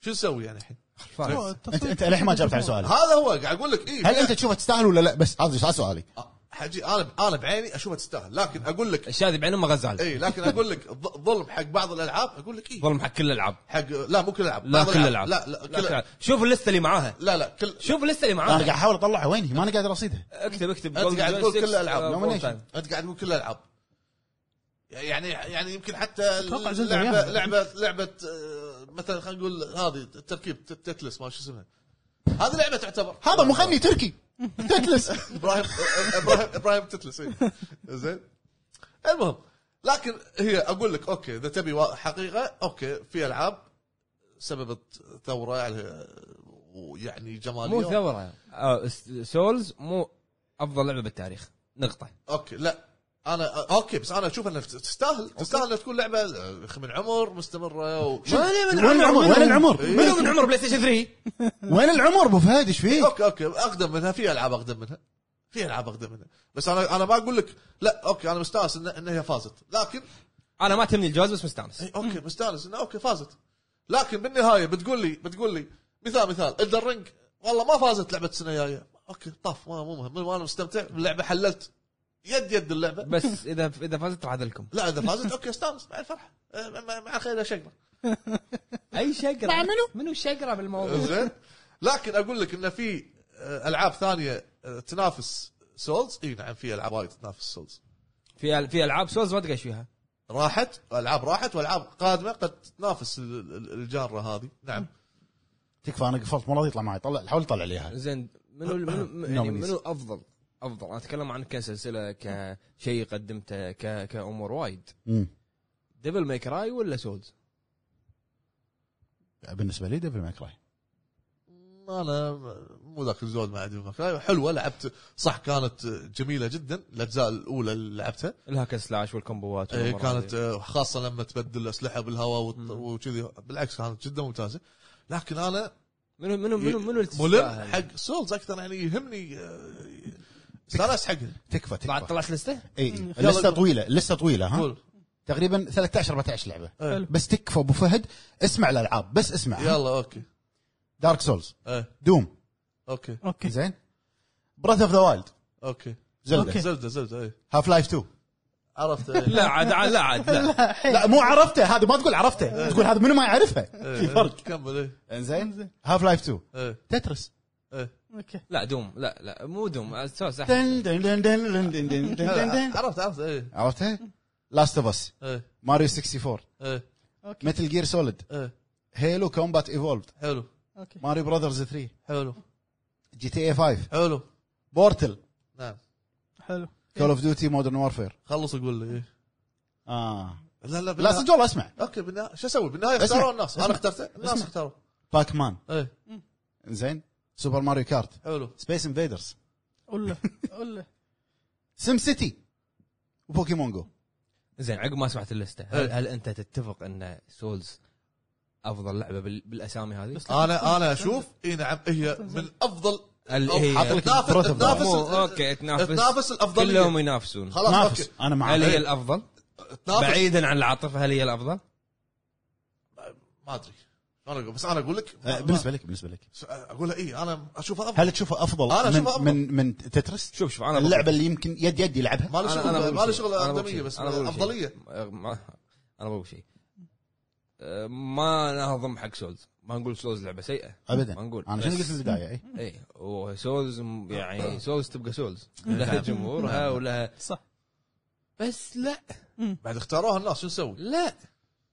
[SPEAKER 4] شو نسوي يعني الحين؟
[SPEAKER 1] فارس.
[SPEAKER 2] انت انت للحين ما جاوبت على سؤالي
[SPEAKER 4] هذا هو قاعد اقول لك اي
[SPEAKER 2] هل انت تشوفها تستاهل ولا لا بس هذا هذا سؤالي
[SPEAKER 4] حجي انا انا بعيني اشوفها تستاهل لكن اقول لك
[SPEAKER 1] الشاذي بعين امه غزال
[SPEAKER 4] اي لكن اقول لك الظ- ظلم حق بعض الالعاب اقول لك اي
[SPEAKER 1] ظلم حق كل الالعاب
[SPEAKER 4] حق لا مو كل الالعاب
[SPEAKER 1] لا
[SPEAKER 4] بعض
[SPEAKER 1] كل الالعاب
[SPEAKER 4] لا لا كل
[SPEAKER 1] الألعاب. شوف اللسته اللي معاها
[SPEAKER 4] لا لا كل
[SPEAKER 1] شوف اللسته اللي
[SPEAKER 2] انا
[SPEAKER 1] معاها
[SPEAKER 2] قاعد احاول اطلعها وين هي ماني قادر اصيدها
[SPEAKER 1] اكتب اكتب
[SPEAKER 4] أنت
[SPEAKER 1] Golden
[SPEAKER 4] قاعد تقول
[SPEAKER 1] Joysticks،
[SPEAKER 4] كل الألعاب.
[SPEAKER 1] آه،
[SPEAKER 2] Nomination.
[SPEAKER 1] Full Time.
[SPEAKER 4] انت قاعد تقول كل الالعاب يعني يعني يمكن حتى
[SPEAKER 3] أتوقع
[SPEAKER 4] لعبه
[SPEAKER 3] زلدة
[SPEAKER 4] لعبه
[SPEAKER 3] وياها.
[SPEAKER 4] لعبه, لعبة آه، مثلا خلينا نقول هذه التركيب ت- تتلس ما شو اسمها هذه لعبه تعتبر
[SPEAKER 2] هذا مغني تركي تتلس
[SPEAKER 4] ابراهيم ابراهيم ابراهيم تتلس إيه. زين المهم لكن هي اقول لك اوكي اذا تبي وا- حقيقه اوكي في العاب سببت يعني ثوره يعني ويعني جماليه
[SPEAKER 1] مو ثوره سولز مو افضل لعبه بالتاريخ نقطه
[SPEAKER 4] اوكي لا انا اوكي بس انا اشوف انها تستاهل تستاهل انها تكون لعبه من عمر مستمره و...
[SPEAKER 1] وين
[SPEAKER 2] وين العمر؟ وين العمر؟
[SPEAKER 1] منو من عمر بلاي ستيشن 3
[SPEAKER 2] وين العمر ابو فهد ايش فيك؟
[SPEAKER 4] اوكي اوكي اقدم منها في العاب اقدم منها في العاب اقدم منها بس انا انا ما اقول لك لا اوكي انا مستانس ان, إن هي فازت لكن
[SPEAKER 1] انا ما تهمني الجواز بس مستانس
[SPEAKER 4] إي، اوكي مستانس انها اوكي فازت لكن بالنهايه بتقول لي بتقول لي مثال مثال الدرينج والله ما فازت لعبه السنه الجايه اوكي طاف ما مو مهم انا مستمتع باللعبه حللت يد يد اللعبه
[SPEAKER 1] بس اذا اذا فزت راح اذلكم
[SPEAKER 4] لا اذا فازت اوكي استانس مع الفرح أه، مع مع الخير يا شقره
[SPEAKER 1] اي شقره منو منو الشقره بالموضوع
[SPEAKER 4] زين لكن اقول لك ان في آه، العاب ثانيه آه، تنافس سولز اي نعم في العاب وايد تنافس سولز
[SPEAKER 1] في في العاب سولز ما تقش فيها
[SPEAKER 4] راحت العاب راحت والعاب قادمه قد تنافس ال- ال- الجانرا هذه نعم
[SPEAKER 2] تكفى انا قفلت مو راضي يطلع معي طلع حاول طلع لي اياها
[SPEAKER 1] زين منو منو
[SPEAKER 2] آه،
[SPEAKER 1] يعني منو افضل افضل انا اتكلم عن كسلسله كشيء قدمته ك- كامور وايد
[SPEAKER 2] أمم.
[SPEAKER 1] ديفل ماي كراي ولا سولز؟
[SPEAKER 2] بالنسبه لي ديفل ماكراي
[SPEAKER 4] انا مو ذاك الزود مع ديفل ماكراي حلوه لعبت صح كانت آه، جميله جدا الاجزاء الاولى اللي لعبتها
[SPEAKER 1] الهاك سلاش والكومبوات
[SPEAKER 4] إيه،
[SPEAKER 1] والأمور
[SPEAKER 4] كانت
[SPEAKER 1] هذه.
[SPEAKER 4] آه، خاصه لما تبدل الاسلحه بالهواء وت-
[SPEAKER 1] مم.
[SPEAKER 4] وكذي بالعكس كانت جدا ممتازه لكن انا
[SPEAKER 1] منو منو منو منو اللي
[SPEAKER 4] ملم
[SPEAKER 1] تستاهل؟
[SPEAKER 4] حق سولز اكثر يعني يهمني آه، استانست حقها
[SPEAKER 2] تكفى
[SPEAKER 1] طلعت
[SPEAKER 2] تكفى
[SPEAKER 1] طلعت لسته؟
[SPEAKER 2] اي
[SPEAKER 3] مم.
[SPEAKER 2] لسه طويله لسه طويله ها
[SPEAKER 4] قول
[SPEAKER 2] تقريبا 13 14 لعبه
[SPEAKER 4] إيه.
[SPEAKER 3] حلو.
[SPEAKER 2] بس تكفى ابو فهد اسمع الالعاب بس اسمع
[SPEAKER 4] يلا اوكي
[SPEAKER 2] دارك سولز
[SPEAKER 4] ايه
[SPEAKER 2] دوم
[SPEAKER 4] اوكي
[SPEAKER 3] اوكي
[SPEAKER 2] زين براذ اوف ذا وايلد
[SPEAKER 4] اوكي
[SPEAKER 2] زلدا
[SPEAKER 3] أوكي.
[SPEAKER 4] زبده زبده ايه
[SPEAKER 2] هاف لايف 2
[SPEAKER 4] عرفت إيه.
[SPEAKER 1] لا عاد عاد- لا عاد لا
[SPEAKER 2] لا مو عرفته هذه ما تقول عرفته تقول هذا منو ما يعرفها
[SPEAKER 4] إيه،
[SPEAKER 2] في
[SPEAKER 4] إيه.
[SPEAKER 2] فرق
[SPEAKER 4] كمل ايه
[SPEAKER 2] انزين هاف لايف 2
[SPEAKER 4] ايه
[SPEAKER 2] تترس
[SPEAKER 4] ايه
[SPEAKER 3] اوكي
[SPEAKER 1] لا دوم لا لا مو دوم سولز أحسن.
[SPEAKER 2] دن دن دن دن دن دن دن دن دن دن.
[SPEAKER 4] عرفت عرفت ايه
[SPEAKER 2] عرفتها؟ لاست اوف اس
[SPEAKER 4] ايه
[SPEAKER 2] ماريو 64
[SPEAKER 4] ايه
[SPEAKER 2] متل جير سوليد
[SPEAKER 4] ايه
[SPEAKER 2] هيلو كومبات ايفولد
[SPEAKER 4] حلو
[SPEAKER 3] اوكي
[SPEAKER 2] ماريو براذرز 3
[SPEAKER 4] حلو
[SPEAKER 2] جي تي اي 5
[SPEAKER 4] حلو
[SPEAKER 2] بورتل
[SPEAKER 4] نعم
[SPEAKER 3] حلو
[SPEAKER 2] كول اوف ديوتي مودرن وارفير
[SPEAKER 4] خلص قول لي إيه.
[SPEAKER 2] اه
[SPEAKER 4] لا لا
[SPEAKER 2] لا
[SPEAKER 4] بالنهاية-
[SPEAKER 2] صدق والله اسمع
[SPEAKER 4] اوكي بالنهايه شو اسوي بالنهايه
[SPEAKER 2] اسمع.
[SPEAKER 4] اختاروا الناس انا
[SPEAKER 2] اسمع.
[SPEAKER 4] اخترته الناس
[SPEAKER 2] اسمع.
[SPEAKER 4] اختاروا
[SPEAKER 2] باك مان
[SPEAKER 4] ايه
[SPEAKER 2] زين سوبر ماريو كارت
[SPEAKER 4] حلو
[SPEAKER 2] سبيس انفيدرز
[SPEAKER 3] قول له قول له
[SPEAKER 2] سم سيتي وبوكيمون جو
[SPEAKER 1] زين عقب ما سمعت اللسته هل,
[SPEAKER 4] إيه.
[SPEAKER 1] هل انت تتفق ان سولز افضل لعبه بال- بالاسامي هذه؟
[SPEAKER 3] بس لا
[SPEAKER 4] انا انا اشوف اي نعم هي من افضل
[SPEAKER 1] اللي
[SPEAKER 4] أو حاط
[SPEAKER 1] هي
[SPEAKER 4] لك تنافس-
[SPEAKER 2] البروتوكول.
[SPEAKER 4] تنافس
[SPEAKER 1] مو- اوكي تنافس
[SPEAKER 4] تنافس الافضليه
[SPEAKER 1] كلهم ينافسون
[SPEAKER 4] خلاص إيه.
[SPEAKER 2] نافس
[SPEAKER 4] اوكي
[SPEAKER 2] انا مع
[SPEAKER 1] هل هي
[SPEAKER 2] هذا.
[SPEAKER 1] الافضل؟
[SPEAKER 4] تنافس
[SPEAKER 1] بعيدا عن العاطفه هل هي الافضل؟
[SPEAKER 4] ما ادري انا اقول بس انا اقول لك
[SPEAKER 1] أه،
[SPEAKER 2] آه، بالنسبه لك بالنسبه لك
[SPEAKER 4] اقول اي انا اشوفها افضل
[SPEAKER 2] هل تشوفه افضل
[SPEAKER 4] أنا
[SPEAKER 2] من
[SPEAKER 4] أشوفه أفضل.
[SPEAKER 2] من من تترس
[SPEAKER 1] شوف شوف انا بقول-
[SPEAKER 2] اللعبه اللي يمكن يد يد يلعبها
[SPEAKER 4] ما له
[SPEAKER 1] أنا- أنا
[SPEAKER 4] شغل
[SPEAKER 1] بقول
[SPEAKER 4] ما له
[SPEAKER 1] شيء.
[SPEAKER 4] شغل
[SPEAKER 1] أنا بقول
[SPEAKER 4] اقدميه
[SPEAKER 1] شيء.
[SPEAKER 4] بس
[SPEAKER 1] أنا بقول شيء.
[SPEAKER 4] افضليه
[SPEAKER 1] أه، ما- انا بقول شيء أه، ما نهضم حق سولز ما نقول سولز لعبه سيئه
[SPEAKER 2] ابدا
[SPEAKER 1] ما نقول
[SPEAKER 2] انا شنو قلت إيه. في البدايه اي
[SPEAKER 1] اي وسولز
[SPEAKER 4] آه.
[SPEAKER 1] م- يعني سولز تبقى سولز لها
[SPEAKER 4] نعم.
[SPEAKER 1] جمهورها ولها
[SPEAKER 3] صح
[SPEAKER 1] بس لا
[SPEAKER 4] بعد اختاروها الناس شو نسوي؟
[SPEAKER 1] لا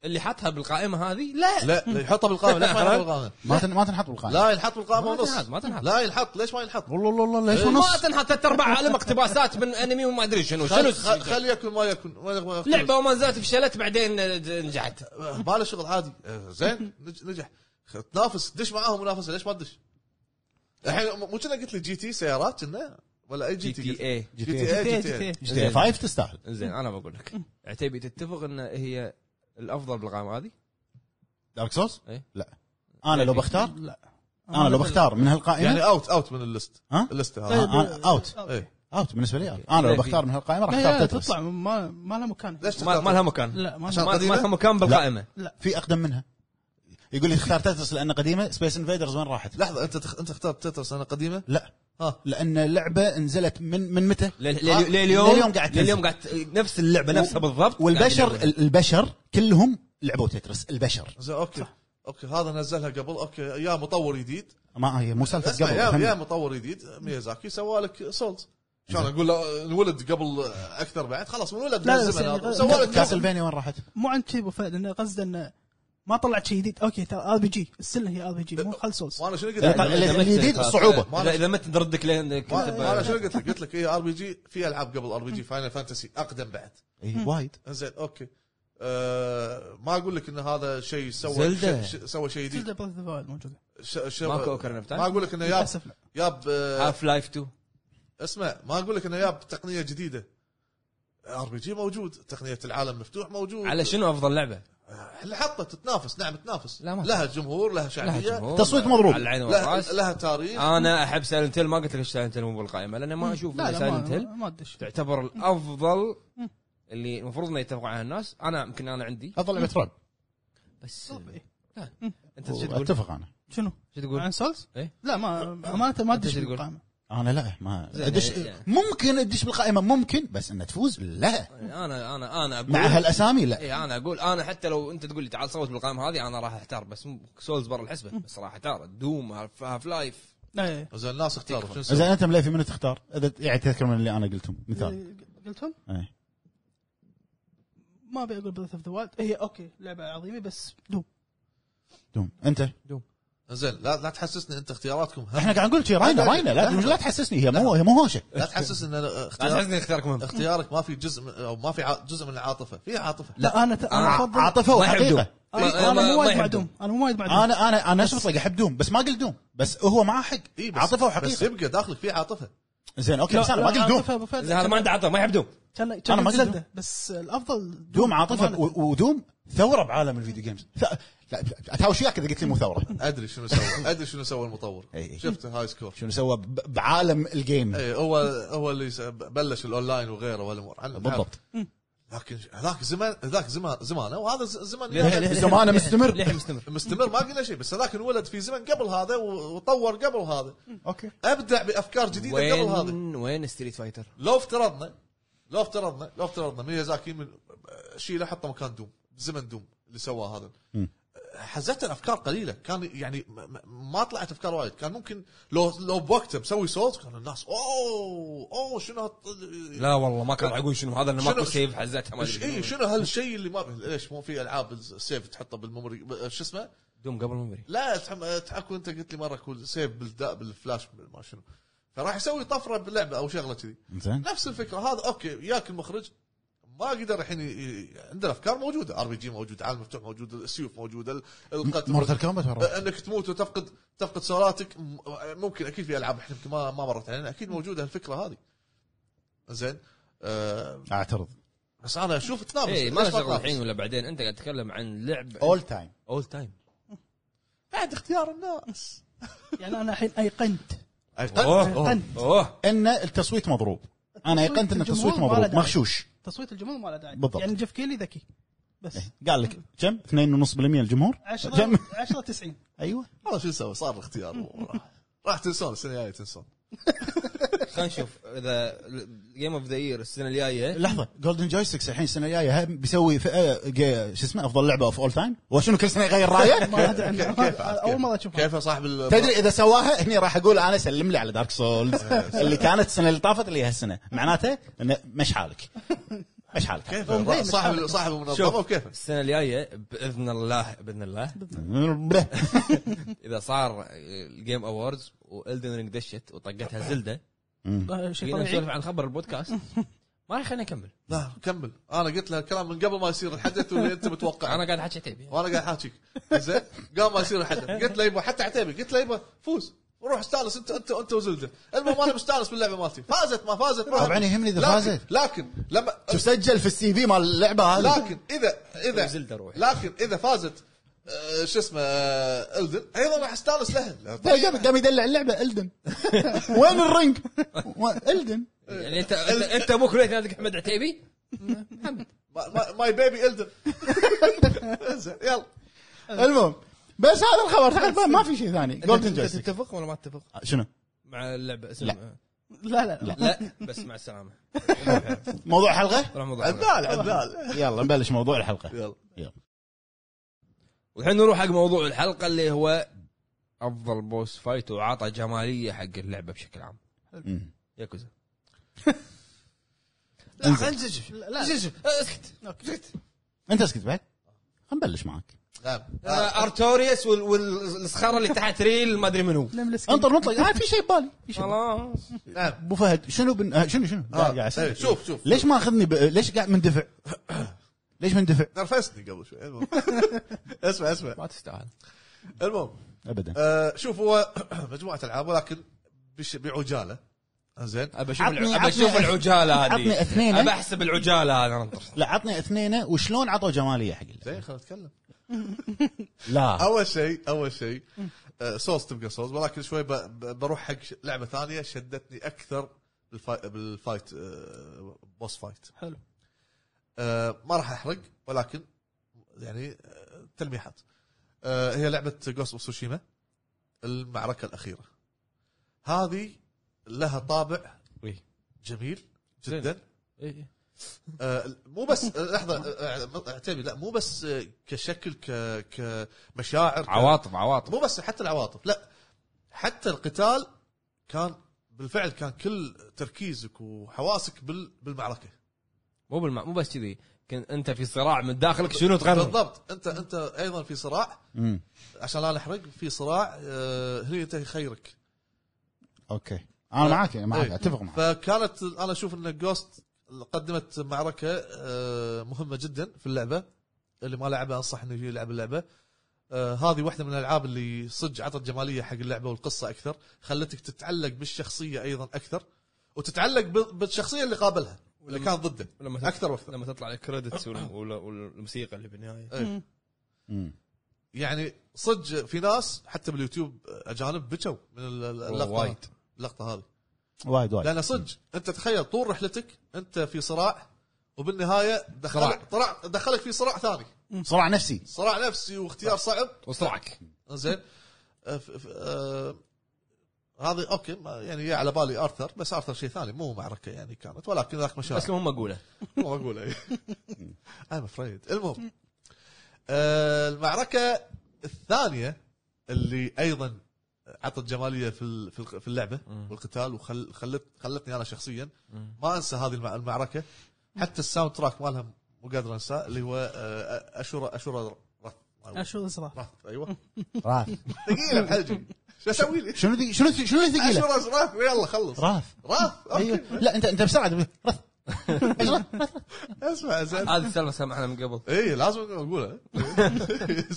[SPEAKER 1] اللي حطها بالقائمه هذه لا
[SPEAKER 4] لا لا يحطها بالقائمه ليش ما ينحط بالقائمه؟
[SPEAKER 2] ما تن- ما تنحط بالقائمه
[SPEAKER 4] لا ينحط بالقائمه
[SPEAKER 1] ما
[SPEAKER 4] ونص
[SPEAKER 1] تنحط، ما تنحط.
[SPEAKER 4] لا ينحط ليش ما ينحط؟
[SPEAKER 2] والله والله والله ليش
[SPEAKER 1] إيه. ما
[SPEAKER 2] ونص
[SPEAKER 1] تنحط ثلاث ارباع عالم اقتباسات من انمي وما ادري شنو شنو
[SPEAKER 4] خل خل- خل يكن ما يكن ما يكن- ما يكن.
[SPEAKER 1] لعبه وما زالت فشلت بعدين نجحت
[SPEAKER 4] آه، ما له شغل عادي آه، زين نج- نجح خ- تنافس دش معاهم منافسه ليش ما تدش؟ الحين مو كنا قلت لي جي تي سيارات كنا ولا اي جي تي
[SPEAKER 1] جي تي إيه. اي
[SPEAKER 4] جي تي إيه. اي جي تي اي
[SPEAKER 2] جي تي 5 تستاهل
[SPEAKER 1] زين انا بقول لك عتيبي تتفق ان هي الافضل بالقائمه هذه
[SPEAKER 2] دارك سولز؟
[SPEAKER 1] إيه.
[SPEAKER 2] لا انا لو بختار
[SPEAKER 3] لا
[SPEAKER 2] انا لو بختار من هالقائمه
[SPEAKER 4] يعني
[SPEAKER 1] إيه.
[SPEAKER 4] اوت اوت من الليست
[SPEAKER 2] ها؟
[SPEAKER 4] الليست
[SPEAKER 2] آه،
[SPEAKER 1] طيب.
[SPEAKER 4] هذا
[SPEAKER 2] انا اوت
[SPEAKER 4] إيه.
[SPEAKER 2] اوت بالنسبه لي اوت انا لو
[SPEAKER 1] لا،
[SPEAKER 2] بختار من هالقائمه راح
[SPEAKER 3] لا لا، لا
[SPEAKER 2] اختار تترس
[SPEAKER 3] إيه، تطلع ما ما لها مكان
[SPEAKER 4] ليش
[SPEAKER 1] ما,
[SPEAKER 4] تختار
[SPEAKER 1] ما لها مكان
[SPEAKER 3] لا ما
[SPEAKER 4] عشان
[SPEAKER 3] لها
[SPEAKER 1] ما, ما
[SPEAKER 4] قديمة؟
[SPEAKER 1] لها مكان بالقائمه
[SPEAKER 2] في اقدم منها يقول لي تختار تترس لانها قديمه سبيس انفيدرز وين راحت؟
[SPEAKER 4] لحظه انت تخ... انت اخترت تترس انا قديمه
[SPEAKER 2] لا
[SPEAKER 1] آه.
[SPEAKER 4] ها
[SPEAKER 2] لان لعبه نزلت من من متى؟
[SPEAKER 1] لليوم
[SPEAKER 2] لليوم قاعد تنزل.
[SPEAKER 1] لليوم آه، قاعد نفس اللعبه نفسها بالضبط يعني
[SPEAKER 2] والبشر
[SPEAKER 1] قاعد يلعبونها.
[SPEAKER 2] البشر كلهم لعبوا تترس البشر
[SPEAKER 4] زين اوكي اوكي هذا نزلها قبل اوكي يا مطور جديد
[SPEAKER 2] ما هي مو سالفه
[SPEAKER 4] اسمع يا
[SPEAKER 2] قبل
[SPEAKER 4] يا
[SPEAKER 2] هم-
[SPEAKER 4] مطور جديد ميازاكي سوى لك سولز شلون اقول له انولد قبل اكثر بعد خلاص انولد
[SPEAKER 3] لا،
[SPEAKER 4] من
[SPEAKER 3] لا، بس
[SPEAKER 4] الزمن
[SPEAKER 3] يعني
[SPEAKER 4] هذا
[SPEAKER 3] غير-
[SPEAKER 4] سوى لك سولز.
[SPEAKER 2] كاسلفينيا وين راحت؟
[SPEAKER 3] مو عن شيء ابو فهد انه قصده انه ما طلعت شيء جديد اوكي ترى ار بي جي السله هي ار بي جي مو خل سولز
[SPEAKER 4] وانا شنو قلت
[SPEAKER 2] اللي طلع-
[SPEAKER 4] لك؟
[SPEAKER 2] اللي- الجديد الصعوبه
[SPEAKER 4] ما
[SPEAKER 1] إذا- اذا ما تردك لين كنت ب-
[SPEAKER 4] ما- انا شنو قلت لك؟ قلت لك اي ار بي جي في العاب قبل ار بي جي فاينل فانتسي اقدم بعد
[SPEAKER 2] إيه، وايد
[SPEAKER 4] زين اوكي أه ما اقول لك ان هذا شيء سوى
[SPEAKER 1] زلدة.
[SPEAKER 4] ش- ش- سوى شيء جديد
[SPEAKER 3] زلدا براذ اوف موجوده
[SPEAKER 4] ش- ش-
[SPEAKER 1] ماكو اوكرين اوف
[SPEAKER 4] ما
[SPEAKER 1] تايم
[SPEAKER 4] اقول لك انه ياب
[SPEAKER 3] للاسف لا
[SPEAKER 4] ياب آه،
[SPEAKER 1] هاف لايف 2
[SPEAKER 4] اسمع ما اقول لك انه ياب تقنيه جديده ار بي جي موجود تقنيه العالم مفتوح موجود
[SPEAKER 1] على شنو افضل لعبه؟
[SPEAKER 4] اللي حطه تتنافس نعم تنافس
[SPEAKER 1] لا، ما
[SPEAKER 4] لها جمهور لها
[SPEAKER 1] لها
[SPEAKER 4] شعبيه
[SPEAKER 1] جمهور، آه.
[SPEAKER 2] تصويت مضروب.
[SPEAKER 1] على العين
[SPEAKER 4] لها,
[SPEAKER 1] والراس
[SPEAKER 4] لها تاريخ
[SPEAKER 1] انا احب سايلنت ما قلت لك سايلنت مو بالقائمه لان ما اشوف
[SPEAKER 3] لا
[SPEAKER 1] ان
[SPEAKER 3] لا
[SPEAKER 1] سايلنت
[SPEAKER 3] ما- ما ما ادش
[SPEAKER 1] تعتبر الافضل اللي المفروض انه يتفقوا عليها الناس انا يمكن انا عندي
[SPEAKER 2] افضل لعبه رعب
[SPEAKER 1] بس
[SPEAKER 3] طبيعي.
[SPEAKER 1] انت شو تقول؟
[SPEAKER 2] اتفق انا
[SPEAKER 3] شنو؟
[SPEAKER 1] شو
[SPEAKER 3] عن
[SPEAKER 1] تقول؟
[SPEAKER 3] سولز؟
[SPEAKER 1] إيه؟
[SPEAKER 3] لا ما امانه ما
[SPEAKER 1] أنت
[SPEAKER 3] ادش
[SPEAKER 1] شو تقول؟
[SPEAKER 3] بالقائمه
[SPEAKER 2] انا لا ما
[SPEAKER 1] زين،
[SPEAKER 2] ادش
[SPEAKER 1] يعني.
[SPEAKER 2] ممكن ادش بالقائمه ممكن بس ان تفوز لا
[SPEAKER 1] انا انا انا اقول
[SPEAKER 2] مع هالاسامي لا
[SPEAKER 1] اي انا اقول انا حتى لو انت تقول لي تعال صوت بالقائمه هذه انا راح احتار بس مو سولز برا الحسبه بس راح احتار دوم هاف هاف لايف
[SPEAKER 3] إيه.
[SPEAKER 4] زين الناس اختاروا شو نسوي؟
[SPEAKER 2] زين انت مليفي منو تختار؟ اذا يعني تذكر من اللي انا قلتهم مثال
[SPEAKER 3] قلتهم؟
[SPEAKER 2] إيه.
[SPEAKER 3] ما ابي اقول بث اوف ذا وايلد هي اوكي لعبه عظيمه بس دوم
[SPEAKER 2] دوم انت
[SPEAKER 4] زين لا لا تحسسني انت اختياراتكم هم.
[SPEAKER 2] احنا قاعد نقول شي راينا راينا لا لا تحسسني هي مو هي مو هوشه
[SPEAKER 4] لا تحسسني ان
[SPEAKER 1] لا
[SPEAKER 4] اختيار-
[SPEAKER 1] تحسني اختيارك مهم
[SPEAKER 4] اختيارك ما في جزء من- او ما في ع- جزء من العاطفه في عاطفه
[SPEAKER 3] لا انا ت- انا
[SPEAKER 1] آه،
[SPEAKER 3] افضل
[SPEAKER 2] عاطفه
[SPEAKER 1] ما يحب
[SPEAKER 2] وحقيقه
[SPEAKER 1] دوم.
[SPEAKER 3] انا أنا مو وايد مع
[SPEAKER 1] دوم.
[SPEAKER 3] دوم انا مو وايد مع دوم
[SPEAKER 2] انا انا انا نفس الطريقه احب دوم بس ما قلت دوم بس هو معاه حق
[SPEAKER 4] إي بس-
[SPEAKER 2] عاطفه
[SPEAKER 4] بس
[SPEAKER 2] وحقيقه
[SPEAKER 4] يبقى داخلك في عاطفه
[SPEAKER 2] زين اوكي بس انا ما قلت دوم
[SPEAKER 1] إذا هذا ما عنده عطاء ما يحب دوم
[SPEAKER 3] كان
[SPEAKER 2] أنا
[SPEAKER 3] كان
[SPEAKER 2] ما
[SPEAKER 3] ما
[SPEAKER 2] قلت دوم.
[SPEAKER 3] زلده بس الافضل
[SPEAKER 2] دوم عاطفه
[SPEAKER 3] أمانة.
[SPEAKER 2] و- ودوم ثوره بعالم الفيديو جيمز ث- لا اتهاوش وياك اذا قلت لي مو ثوره
[SPEAKER 4] ادري شنو سوى ادري شنو سوى المطور
[SPEAKER 2] إي إي.
[SPEAKER 4] شفت هاي سكور
[SPEAKER 2] شنو سوى ب- بعالم الجيم
[SPEAKER 4] اي هو هو اللي س- بلش الاونلاين وغيره والامور عن-
[SPEAKER 2] بالضبط
[SPEAKER 4] لكن هذاك زمان هذاك زمان زمانه وهذا ز- زمان
[SPEAKER 1] ليه- ليه-
[SPEAKER 4] يعني
[SPEAKER 2] زمانه
[SPEAKER 1] ليه
[SPEAKER 2] مستمر
[SPEAKER 1] مستمر
[SPEAKER 4] مستمر ما قلنا شيء بس هذاك انولد في زمن قبل هذا و- وطور قبل هذا
[SPEAKER 2] اوكي
[SPEAKER 4] ابدع بافكار جديده قبل هذا
[SPEAKER 1] وين وين ستريت فايتر؟
[SPEAKER 4] لو افترضنا لو افترضنا لو افترضنا ميازاكي من شيله حطه مكان دوم زمن دوم اللي سواه هذا
[SPEAKER 2] مم.
[SPEAKER 4] حزتنا الافكار قليله كان يعني ما- ما- ما طلعت افكار وايد كان ممكن لو لو بوقته مسوي صوت كان الناس اوه اوه شنو هالط-
[SPEAKER 1] لا والله ما كان اقول شنو هذا انه
[SPEAKER 4] شنو-
[SPEAKER 1] ماكو سيف حزتها ما
[SPEAKER 4] إيش-
[SPEAKER 1] أدري.
[SPEAKER 4] اي شنو هالشيء اللي ما ليش مو في العاب السيف تحطه بالميموري ب- شو اسمه
[SPEAKER 1] دوم قبل ما ادري
[SPEAKER 4] لا تحم- تحكوا انت قلت لي مره كول سيف بالدا- بالفلاش ما شنو فراح يسوي طفره باللعبه او شغله كذي
[SPEAKER 2] زين
[SPEAKER 4] نفس الفكره هذا اوكي ياك المخرج ما قدر الحين ي- ي- عنده الافكار موجوده ار بي جي موجود عالم مفتوح موجود السيوف موجوده ال- القتل
[SPEAKER 2] مورتال كومبات ورا.
[SPEAKER 4] آه، انك تموت وتفقد تفقد سولاتك م- ممكن اكيد في العاب احنا يمكن ما ما مرت علينا اكيد موجوده الفكره هذه زين آه
[SPEAKER 2] اعترض
[SPEAKER 4] بس انا اشوف تنافس
[SPEAKER 1] اي إيه، ما
[SPEAKER 4] ليش
[SPEAKER 1] له شغل
[SPEAKER 4] تنافس؟
[SPEAKER 1] الحين ولا بعدين انت قاعد تتكلم عن لعب
[SPEAKER 2] اول تايم
[SPEAKER 1] اول تايم
[SPEAKER 4] بعد اختيار الناس
[SPEAKER 3] يعني انا الحين ايقنت
[SPEAKER 4] أيقنت.
[SPEAKER 1] اوه
[SPEAKER 3] ايقنت
[SPEAKER 1] اوه
[SPEAKER 2] ان التصويت مضروب انا ايقنت ان التصويت
[SPEAKER 3] الجمهور ما له
[SPEAKER 2] مضروب
[SPEAKER 3] داعي.
[SPEAKER 2] مغشوش
[SPEAKER 3] تصويت الجمهور ما له داعي
[SPEAKER 2] بالضبط.
[SPEAKER 3] يعني جيف كيلي ذكي بس
[SPEAKER 4] إيه.
[SPEAKER 2] قال لك كم 2.5% الجمهور
[SPEAKER 3] 10
[SPEAKER 2] كم
[SPEAKER 3] 10 90
[SPEAKER 2] ايوه
[SPEAKER 4] والله شو نسوي صار الاختيار وراح. راح تنسون السنه الجايه تنسون
[SPEAKER 1] خلينا نشوف اذا جيم اوف ذا يير السنه الجايه
[SPEAKER 2] لحظه جولدن جويستكس الحين السنه الجايه هم بيسوي فئه جا- شو اسمه افضل لعبه اوف اول تايم وشنو كل سنه يغير رايه
[SPEAKER 3] ما ادري عنه.
[SPEAKER 4] إيه. كيف- كيف-
[SPEAKER 3] هذا اول مره اشوفها
[SPEAKER 4] كيف يا صاحب ال-
[SPEAKER 2] تدري اذا سواها هني راح اقول انا سلم لي على دارك سولز اللي كانت السنه اللي طافت اللي هالسنه معناته انه مش حالك مش حالك
[SPEAKER 4] كيف صاحب
[SPEAKER 3] والله مش
[SPEAKER 4] صاحب
[SPEAKER 3] عارف.
[SPEAKER 4] صاحب المنظمه وكيفه
[SPEAKER 1] السنه الجايه باذن الله باذن الله اذا صار الجيم اووردز والدن رينج دشت وطقتها زلده
[SPEAKER 3] آه، شيء
[SPEAKER 1] جينا نسولف
[SPEAKER 3] طبيعي
[SPEAKER 1] عن خبر البودكاست ما راح يخليني اكمل
[SPEAKER 4] لا كمل انا قلت له الكلام من قبل ما يصير الحدث واللي انت متوقع
[SPEAKER 1] انا قاعد احكي عتيبي
[SPEAKER 4] وانا قاعد حاكيك زين قام ما يصير الحدث قلت له يبا حتى عتيبي قلت له يبا فوز وروح استانس انت انت انت وزلده المهم انا مستانس باللعبه مالتي فازت ما فازت ما
[SPEAKER 2] طبعاً يهمني إذا
[SPEAKER 4] لكن-
[SPEAKER 2] فازت.
[SPEAKER 4] لكن لما
[SPEAKER 2] تسجل في السي في مال اللعبه هذه
[SPEAKER 4] لكن اذا اذا
[SPEAKER 1] زلده روح
[SPEAKER 4] لكن اذا فازت آه، شو اسمه آه، الدن ايضا راح استانس لها لا،
[SPEAKER 2] لا، قام- قام يدلع اللعبه الدن وين الرنج؟ و- الدن
[SPEAKER 1] يعني انت انت, انت ابوك ليت نادق احمد عتيبي
[SPEAKER 4] ماي بيبي الدن زين يلا
[SPEAKER 2] المهم بس هذا الخبر تقريبا ما في شيء ثاني جولدن
[SPEAKER 1] أنت
[SPEAKER 2] جويستيك
[SPEAKER 1] تتفق ولا ما تتفق
[SPEAKER 2] شنو؟
[SPEAKER 1] مع اللعبه اسم
[SPEAKER 2] لا.
[SPEAKER 3] لا لا لا
[SPEAKER 1] لا بس مع السلامه
[SPEAKER 2] موضوع الحلقه؟
[SPEAKER 1] راح موضوع آخر.
[SPEAKER 4] عدال عدال
[SPEAKER 2] يلا نبلش موضوع الحلقه
[SPEAKER 4] يلا
[SPEAKER 1] والحين نروح حق موضوع الحلقه اللي هو افضل بوس فايت وعطى جماليه حق اللعبه بشكل عام
[SPEAKER 2] مم.
[SPEAKER 1] ياكوزا
[SPEAKER 2] انزل.
[SPEAKER 1] لا
[SPEAKER 3] لا.
[SPEAKER 1] اسكت
[SPEAKER 3] أوكي.
[SPEAKER 2] انت اسكت بعد خلينا نبلش معك
[SPEAKER 4] نعم
[SPEAKER 1] آه، ارتوريوس وال- والصخره اللي تحت ريل ما ادري منو
[SPEAKER 3] نملس
[SPEAKER 2] انطر نطلق آه في شيء ببالي
[SPEAKER 1] خلاص
[SPEAKER 4] نعم
[SPEAKER 2] ابو فهد شنو بن... آه شنو شنو
[SPEAKER 4] آه،
[SPEAKER 2] قاعد- قاعد أسأل.
[SPEAKER 4] إيه، شوف شوف
[SPEAKER 2] ليش ما اخذني ب... ليش قاعد مندفع؟ ليش مندفع؟
[SPEAKER 4] نرفزتني قبل شوي المهم اسمع اسمع
[SPEAKER 1] ما تستاهل
[SPEAKER 4] المهم
[SPEAKER 2] ابدا
[SPEAKER 4] آه شوف هو مجموعه العاب ولكن بش بعجاله زين
[SPEAKER 1] ابى اشوف
[SPEAKER 2] عطني-
[SPEAKER 1] الع-
[SPEAKER 2] عطني
[SPEAKER 1] ابى اشوف
[SPEAKER 2] أث-
[SPEAKER 1] العجاله هذه
[SPEAKER 2] عطني اثنين.
[SPEAKER 1] ابى احسب العجاله هذه أنا انطر
[SPEAKER 2] لا عطني اثنين وشلون عطوا جماليه حق اللعبة.
[SPEAKER 4] زين خلينا نتكلم
[SPEAKER 2] لا
[SPEAKER 4] اول شيء اول شيء آه سولز تبقى سولز ولكن شوي ب- ب- بروح حق ش- لعبه ثانيه شدتني اكثر بالفا- بالفايت آه بوس فايت
[SPEAKER 3] حلو
[SPEAKER 4] آه، ما راح احرق ولكن يعني آه، تلميحات آه، هي لعبه جوست اوف سوشيما المعركه الاخيره هذه لها طابع
[SPEAKER 1] وي.
[SPEAKER 4] جميل
[SPEAKER 1] زين.
[SPEAKER 4] جدا
[SPEAKER 1] إيه.
[SPEAKER 4] آه، مو بس آه، لحظه آه، عتيبي لا مو بس آه، كشكل ك كمشاعر ك-
[SPEAKER 1] عواطف عواطف
[SPEAKER 4] مو بس حتى العواطف لا حتى القتال كان بالفعل كان كل تركيزك وحواسك بال- بالمعركه
[SPEAKER 1] مو بالمع مو بس كذي كنت انت في صراع من داخلك شنو تقرر
[SPEAKER 4] بالضبط انت انت ايضا في صراع
[SPEAKER 2] مم.
[SPEAKER 4] عشان لا نحرق في صراع آه، هني انت خيرك
[SPEAKER 2] اوكي انا معاك معاك
[SPEAKER 4] إيه.
[SPEAKER 2] اتفق معاك
[SPEAKER 4] فكانت انا اشوف ان جوست قدمت معركه آه، مهمه جدا في اللعبه اللي ما لعبها انصح انه يجي يلعب اللعبه آه، هذه واحده من الالعاب اللي صدق عطت جماليه حق اللعبه والقصه اكثر خلتك تتعلق بالشخصيه ايضا اكثر وتتعلق بال- بالشخصيه اللي قابلها اللي كان ضده
[SPEAKER 1] لما تت-
[SPEAKER 4] اكثر واكثر
[SPEAKER 1] لما تطلع الكريدتس وال- وال- والموسيقى اللي بالنهايه
[SPEAKER 4] إيه.
[SPEAKER 2] مم.
[SPEAKER 4] يعني صدق في ناس حتى باليوتيوب اجانب بكوا من ال- اللقطه
[SPEAKER 1] وايد.
[SPEAKER 4] هذه. اللقطه هذه
[SPEAKER 2] وايد وايد
[SPEAKER 4] لان صدق انت تخيل طول رحلتك انت في صراع وبالنهايه
[SPEAKER 1] صراع.
[SPEAKER 4] دخلك طلع دخلك في صراع ثاني
[SPEAKER 2] صراع نفسي
[SPEAKER 4] صراع نفسي واختيار صعب
[SPEAKER 1] وصرعك
[SPEAKER 4] زين آه، ف- ف- آه، هذه اوكي ما- يعني على بالي ارثر بس ارثر شيء ثاني مو معركه يعني كانت ولكن ذاك مشاعر
[SPEAKER 1] بس المهم اقوله
[SPEAKER 4] مو اقول اي ام افريد المهم آه، المعركه الثانيه اللي ايضا عطت جماليه في ال- في الق- في اللعبه
[SPEAKER 1] مم.
[SPEAKER 4] والقتال وخل خلت خلتني انا شخصيا ما انسى هذه المع- المعركه حتى الساوند تراك مالها مو قادر انساه اللي هو آه، اشورا اشورا رث
[SPEAKER 3] اشوف صراحه
[SPEAKER 4] رث
[SPEAKER 2] أيوة.
[SPEAKER 4] ايوه
[SPEAKER 2] راث
[SPEAKER 4] ثقيله بحلجي شو اسوي لي؟
[SPEAKER 2] شنو ذي شنو شنو اللي ثقيله
[SPEAKER 4] اشورا رث يلا خلص
[SPEAKER 2] راث
[SPEAKER 4] رث
[SPEAKER 2] ايوه
[SPEAKER 4] اوكي
[SPEAKER 2] لا انت انت بسرعه تقول راث
[SPEAKER 4] اسمع زين
[SPEAKER 2] أه.
[SPEAKER 1] هذه السالفه سامعنا من قبل
[SPEAKER 4] اي لازم اقولها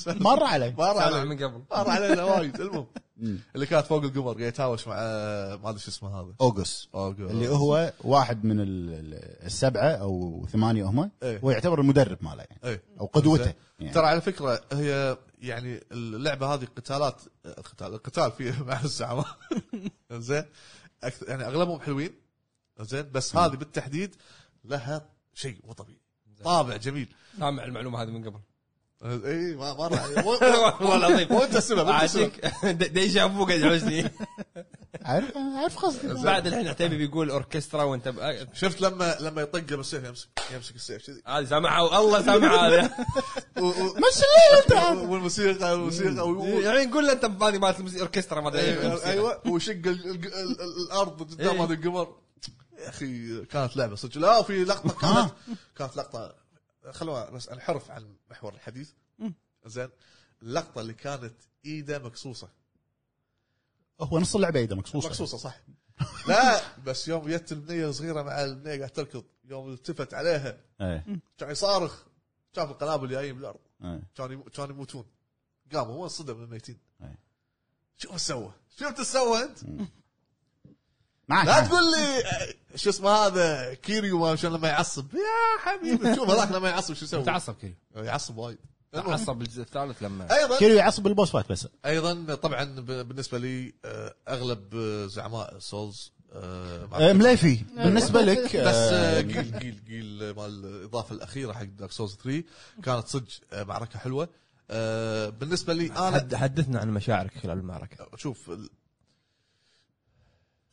[SPEAKER 2] مر علي
[SPEAKER 4] مر
[SPEAKER 1] سامعنا
[SPEAKER 4] علي
[SPEAKER 1] من قبل
[SPEAKER 4] مر علينا وايد المهم
[SPEAKER 2] مم.
[SPEAKER 4] اللي كانت فوق القمر قاعد يتهاوش مع آه، ما ادري شو اسمه هذا
[SPEAKER 2] اوغوس اللي هو واحد من ال- ال- السبعه او ثمانيه هم
[SPEAKER 4] إيه.
[SPEAKER 2] ويعتبر المدرب ماله يعني
[SPEAKER 4] ايه
[SPEAKER 2] او قدوته
[SPEAKER 4] زين.
[SPEAKER 2] يعني.
[SPEAKER 4] ترى على فكره هي يعني اللعبه هذه قتالات القتال القتال فيه مع الزعماء زين أكث- يعني اغلبهم حلوين زين بس هذه بالتحديد لها شيء مو طبيعي طابع جميل
[SPEAKER 1] سامع المعلومه هذه من قبل
[SPEAKER 4] اي ما مره والله
[SPEAKER 1] العظيم.
[SPEAKER 4] مو انت السبب انت السبب
[SPEAKER 1] عاشق د- ديجا فو قاعد يحوشني
[SPEAKER 2] عارف عارف قصدي
[SPEAKER 1] بعد الحين عتيبي بيقول اوركسترا وانت ب- آه،
[SPEAKER 4] شفت لما لما يطقه بالسيف يمسك يمسك السيف كذي
[SPEAKER 1] هذه سامعها والله سامعها هذه
[SPEAKER 4] و- و-
[SPEAKER 2] مش الليل انت عارف.
[SPEAKER 4] والموسيقى والموسيقى و- و-
[SPEAKER 1] يعني نقول له انت هذه مالت الموسيقى اوركسترا ما ادري أي
[SPEAKER 4] ايوه
[SPEAKER 1] موسيقى.
[SPEAKER 4] ايوه وشق ال- ال- ال- ال- الارض قدام
[SPEAKER 1] أيوة، إيه.
[SPEAKER 4] هذا القمر يا اخي كانت لعبه صدق لا في لقطه كانت كانت لقطه خلونا بس انحرف عن محور الحديث زين اللقطه اللي كانت ايده مقصوصه
[SPEAKER 2] هو نص اللعبه ايده مقصوصه
[SPEAKER 4] مقصوصه صح لا بس يوم جت البنيه الصغيره مع البنيه قاعد تركض يوم التفت عليها
[SPEAKER 2] ايه
[SPEAKER 4] كان يصارخ شاف القنابل جايه بالارض
[SPEAKER 2] ايه
[SPEAKER 4] كان يمو- كان يموتون قام هو انصدم من الميتين
[SPEAKER 2] أي.
[SPEAKER 4] شوف ايش سوى شفت ايش سوى انت
[SPEAKER 2] معك
[SPEAKER 4] لا
[SPEAKER 2] معك.
[SPEAKER 4] تقول لي آه، شو اسمه هذا كيريو ما- شلون لما يعصب يا حبيبي شوف هذاك لما يعصب شو يسوي
[SPEAKER 1] تعصب كذي
[SPEAKER 4] يعصب وايد
[SPEAKER 1] تعصب بالجزء الثالث لما
[SPEAKER 4] ايضا
[SPEAKER 2] كيريو يعصب البوس فايت بس
[SPEAKER 4] آه. ايضا طبعا ب- بالنسبه لي آه، اغلب آه، زعماء سولز
[SPEAKER 2] آه، مليفي
[SPEAKER 4] إيه.
[SPEAKER 2] بالنسبه لك
[SPEAKER 4] بس آه،
[SPEAKER 2] آه،
[SPEAKER 4] جيل جيل جيل مال الاضافه الاخيره حق دارك سولز 3 كانت صدق آه، معركه حلوه آه، بالنسبه لي انا
[SPEAKER 1] حد- حدثنا عن مشاعرك خلال المعركه
[SPEAKER 4] شوف ال-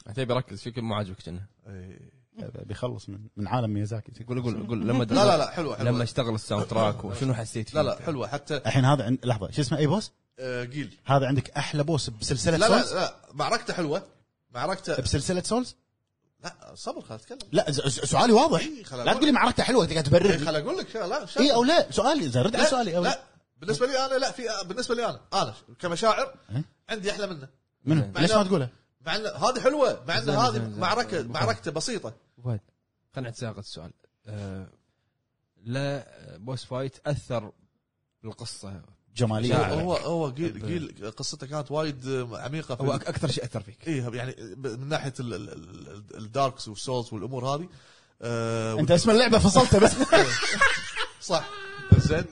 [SPEAKER 1] عتيبي ركز شكل مو عاجبك كنا
[SPEAKER 4] إيه.
[SPEAKER 2] بيخلص من من عالم ميازاكي
[SPEAKER 1] قول قول قول لما
[SPEAKER 4] لا لا لا حلوه حلوه
[SPEAKER 1] لما اشتغل الساوند تراك وشنو حسيت فيه
[SPEAKER 4] لا لا حلوه حتى
[SPEAKER 2] الحين هذا عند لحظه شو اسمه اي بوس؟
[SPEAKER 4] آه، جيل
[SPEAKER 2] هذا عندك احلى بوس بسلسله
[SPEAKER 4] لا لا
[SPEAKER 2] سولز
[SPEAKER 4] لا معركته حلوه معركته
[SPEAKER 2] بسلسله سولز؟
[SPEAKER 4] لا صبر خل اتكلم
[SPEAKER 2] لا ز- ز- سؤالي واضح
[SPEAKER 4] إيه، خل
[SPEAKER 2] لا تقول لي معركته حلوه انت قاعد
[SPEAKER 4] إيه،
[SPEAKER 2] تبرر
[SPEAKER 4] خل اقول لك لا لا شغل.
[SPEAKER 1] إيه،
[SPEAKER 2] اي او لا سؤالي زين رد على
[SPEAKER 4] لا،
[SPEAKER 2] سؤالي أو-
[SPEAKER 4] لا بالنسبه لي انا لا في بالنسبه لي انا انا كمشاعر
[SPEAKER 2] إيه؟
[SPEAKER 4] عندي احلى منه
[SPEAKER 2] منو؟ ليش ما تقولها؟
[SPEAKER 4] مع ان هذه حلوه مع ان
[SPEAKER 1] زين،
[SPEAKER 4] هذه
[SPEAKER 1] زين، زين.
[SPEAKER 4] معركه
[SPEAKER 1] بخير.
[SPEAKER 4] معركته بسيطه
[SPEAKER 1] فهد خلينا نتساقط السؤال أه لا بوس فايت اثر بالقصه شاعر.
[SPEAKER 2] جماليه
[SPEAKER 4] هو هو جيل جيل قصته كانت وايد عميقه في
[SPEAKER 1] هو أك- اكثر شيء اثر فيك
[SPEAKER 4] ايه يعني من ناحيه ال- ال- ال- الداركس والسولز والامور هذه آه،
[SPEAKER 2] انت اسم اللعبه فصلته بس
[SPEAKER 4] صح زين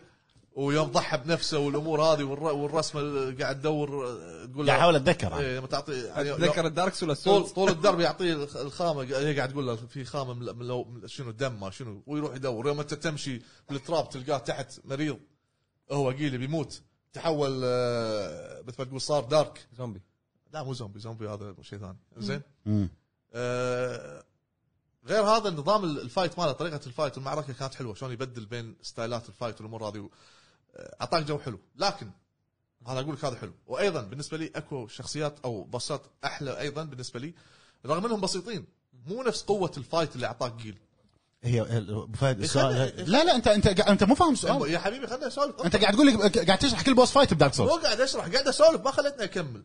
[SPEAKER 4] ويوم ضحى بنفسه والامور هذه والر- والرسمه اللي قاعد تدور آه، تقول له-
[SPEAKER 2] قاعد احاول اتذكر أنا.
[SPEAKER 4] إيه، لما تعطي يعني يوم-
[SPEAKER 1] تذكر الداركس ولا
[SPEAKER 4] طول
[SPEAKER 1] السولز
[SPEAKER 4] طول الدرب يعطيه الخ- الخامه قا- هي قاعد تقول له في خامه من من لو من شنو دم ما شنو ويروح يدور يوم انت تمشي بالتراب تلقاه تحت مريض هو قيلي بيموت تحول آه، مثل ما تقول صار دارك
[SPEAKER 1] زومبي
[SPEAKER 4] لا مو زومبي زومبي هذا شيء ثاني زين
[SPEAKER 2] مم.
[SPEAKER 4] آه، غير هذا النظام ال- الفايت ماله طريقه الفايت والمعركه كانت حلوه شلون يبدل بين ستايلات الفايت والامور هذه و- آه، اعطاك جو حلو لكن انا اقول لك هذا حلو وايضا بالنسبه لي اكو شخصيات او بصات احلى ايضا بالنسبه لي رغم انهم بسيطين مو نفس قوه الفايت اللي اعطاك جيل
[SPEAKER 2] هي ابو فهد
[SPEAKER 4] يخلي-
[SPEAKER 2] السؤال لا لا انت انت قا- انت مو فاهم السؤال
[SPEAKER 4] يا حبيبي خلينا نسولف
[SPEAKER 2] انت قاعد تقول لي قاعد تشرح كل بوس فايت بدارك
[SPEAKER 4] مو
[SPEAKER 2] سولز
[SPEAKER 4] قاعد اشرح قاعد اسولف ما خلتني اكمل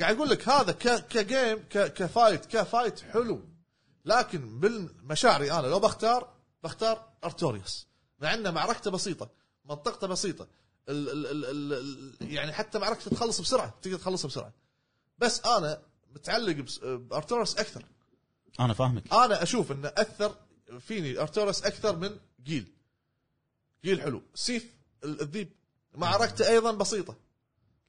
[SPEAKER 4] قاعد اقول لك هذا ك... كجيم ك... كفايت كفايت حلو لكن بالمشاعري انا لو بختار بختار ارتوريوس مع انه معركته بسيطه منطقته بسيطه ال... ال... ال... ال... ال... يعني حتى معركته تخلص بسرعه تقدر تخلصها بسرعه بس انا متعلق بس... بارتوريوس اكثر
[SPEAKER 2] انا فاهمك
[SPEAKER 4] انا اشوف انه اثر فيني ارتورس اكثر من جيل جيل حلو سيف ال- الذيب معركته ايضا بسيطه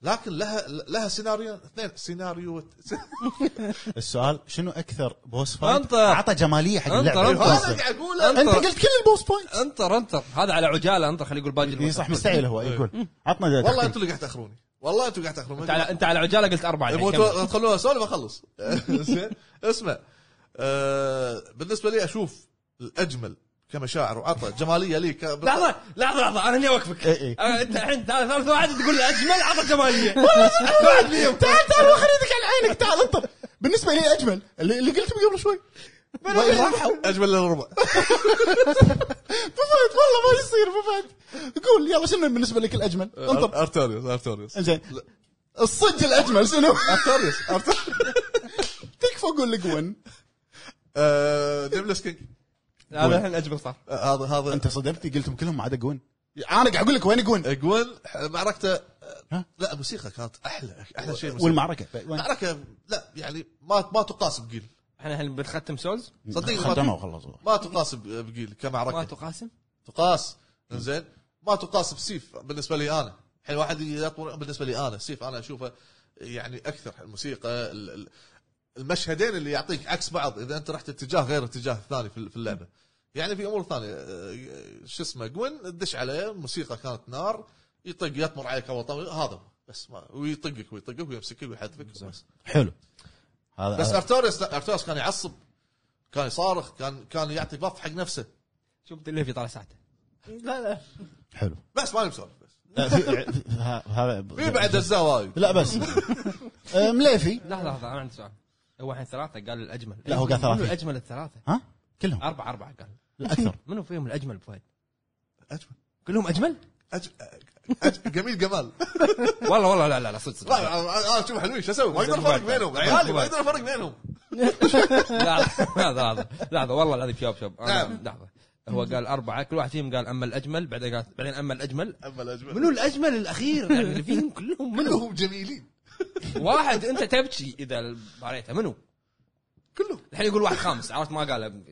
[SPEAKER 4] لكن لها لها سيناريو اثنين سيناريو
[SPEAKER 2] السؤال شنو اكثر بوس فايت
[SPEAKER 1] انطر.
[SPEAKER 2] اعطى جماليه حق اللعبه
[SPEAKER 1] انطر،
[SPEAKER 4] انا
[SPEAKER 2] انت
[SPEAKER 4] قاعد اقول
[SPEAKER 1] انطر.
[SPEAKER 2] قلت كل البوس فايت
[SPEAKER 1] انطر انطر هذا على عجاله انطر خليه يقول باقي
[SPEAKER 2] اي
[SPEAKER 1] المسلسل.
[SPEAKER 2] إيه، صح مستحيل هو يقول عطنا ده
[SPEAKER 4] والله
[SPEAKER 2] تحقيق.
[SPEAKER 4] انتم اللي قاعد تاخروني والله انتم قاعد
[SPEAKER 1] انت
[SPEAKER 4] تاخروني
[SPEAKER 1] على انت على عجاله قلت اربعه الحين،
[SPEAKER 4] يبغون
[SPEAKER 1] كمل.
[SPEAKER 4] تو- تخلوها سولف اخلص زين اسمع آه، بالنسبه لي اشوف الاجمل كمشاعر وعطى جماليه لي ك...
[SPEAKER 1] لحظه لحظه لحظه انا اني اوقفك
[SPEAKER 2] إي إي.
[SPEAKER 1] أنا- انت أه، الحين ثالث ثالث واحد تقول اجمل عطى جماليه
[SPEAKER 2] تعال تعال واخر يدك على عينك تعال انطر بالنسبه لي اجمل اللي, اللي قلت قبل شوي وين راحوا؟
[SPEAKER 4] اجمل للربع
[SPEAKER 2] ابو فهد والله ما يصير ابو فهد قول يلا شنو بالنسبه لك الاجمل انطر
[SPEAKER 4] ارتوريوس ارتوريوس
[SPEAKER 2] زين الصج الاجمل شنو
[SPEAKER 4] ارتوريوس ارتوريوس
[SPEAKER 2] تكفى اقول لك وين
[SPEAKER 4] آه، ديملس كينج
[SPEAKER 1] هذا الحين اجمل صح
[SPEAKER 4] آه، هذا هذا
[SPEAKER 2] انت صدمتني قلتهم كلهم ما عدا جون انا قاعد اقول لك وين جون
[SPEAKER 4] جوين معركته آه،
[SPEAKER 2] ها؟
[SPEAKER 4] لا موسيقى كانت احلى احلى شيء موسيقى.
[SPEAKER 2] والمعركه
[SPEAKER 4] المعركه لا يعني ما ما تقاس بجيل
[SPEAKER 1] احنا الحين بنختم سولز
[SPEAKER 4] صدقني ما-
[SPEAKER 2] خدمه وخلصوا
[SPEAKER 4] ما تقاس ب- بجيل
[SPEAKER 1] ما
[SPEAKER 4] كمعركه
[SPEAKER 1] تقاسم
[SPEAKER 4] تقاس زين ما تقاس بسيف بالنسبه لي انا الحين واحد يطور بالنسبه لي انا سيف انا اشوفه يعني اكثر الموسيقى ال- ال- المشهدين اللي يعطيك عكس بعض اذا انت رحت اتجاه غير اتجاه ثاني في في اللعبه يعني في امور ثانيه آه، شو اسمه جوين تدش عليه موسيقى كانت نار يطق يطمر عليك اول طمر هذا هو. بس ما ويطقك ويطقك ويمسكك ويحذفك بس
[SPEAKER 2] حلو هذا
[SPEAKER 4] بس
[SPEAKER 2] بس
[SPEAKER 4] ارتوريس لا ارتوريس كان يعصب كان يصارخ كان كان يعطي بف حق نفسه
[SPEAKER 1] شوف الليفي طالع ساعته
[SPEAKER 3] لا لا
[SPEAKER 2] حلو
[SPEAKER 4] بس ما نبي بس
[SPEAKER 2] آه، في- في- ها- هذا
[SPEAKER 4] في بعد اجزاء وايد
[SPEAKER 2] لا بس آه، مليفي
[SPEAKER 1] لحظه لحظه انا عندي سؤال هو الحين ثلاثه قال الاجمل
[SPEAKER 2] لا، هو قال ثلاثة.
[SPEAKER 1] منو الاجمل الثلاثه
[SPEAKER 2] ها كلهم
[SPEAKER 1] اربعه اربعه قال
[SPEAKER 2] الاكثر
[SPEAKER 1] منو فيهم الاجمل بفايد
[SPEAKER 4] اجمل
[SPEAKER 1] كلهم اجمل
[SPEAKER 4] أج- أج- جميل جمال
[SPEAKER 1] والله والله لا لا لا صدق
[SPEAKER 4] لا
[SPEAKER 1] صدق
[SPEAKER 4] انا أنا شوف حلوين شو اسوي ما اقدر افرق بينهم عيالي ما اقدر افرق بينهم
[SPEAKER 1] لا، لحظه لحظه لحظه والله العظيم شباب شباب أنا-
[SPEAKER 4] نعم.
[SPEAKER 1] لحظه هو قال اربعه كل واحد فيهم قال اما الاجمل بعدين قال بعدين اما الاجمل
[SPEAKER 4] اما الاجمل
[SPEAKER 1] منو الاجمل الاخير يعني اللي فيهم كلهم منو
[SPEAKER 4] كلهم جميلين
[SPEAKER 1] واحد انت تبكي اذا باريته منو
[SPEAKER 4] كلهم
[SPEAKER 1] الحين يقول واحد خامس عرفت ما قال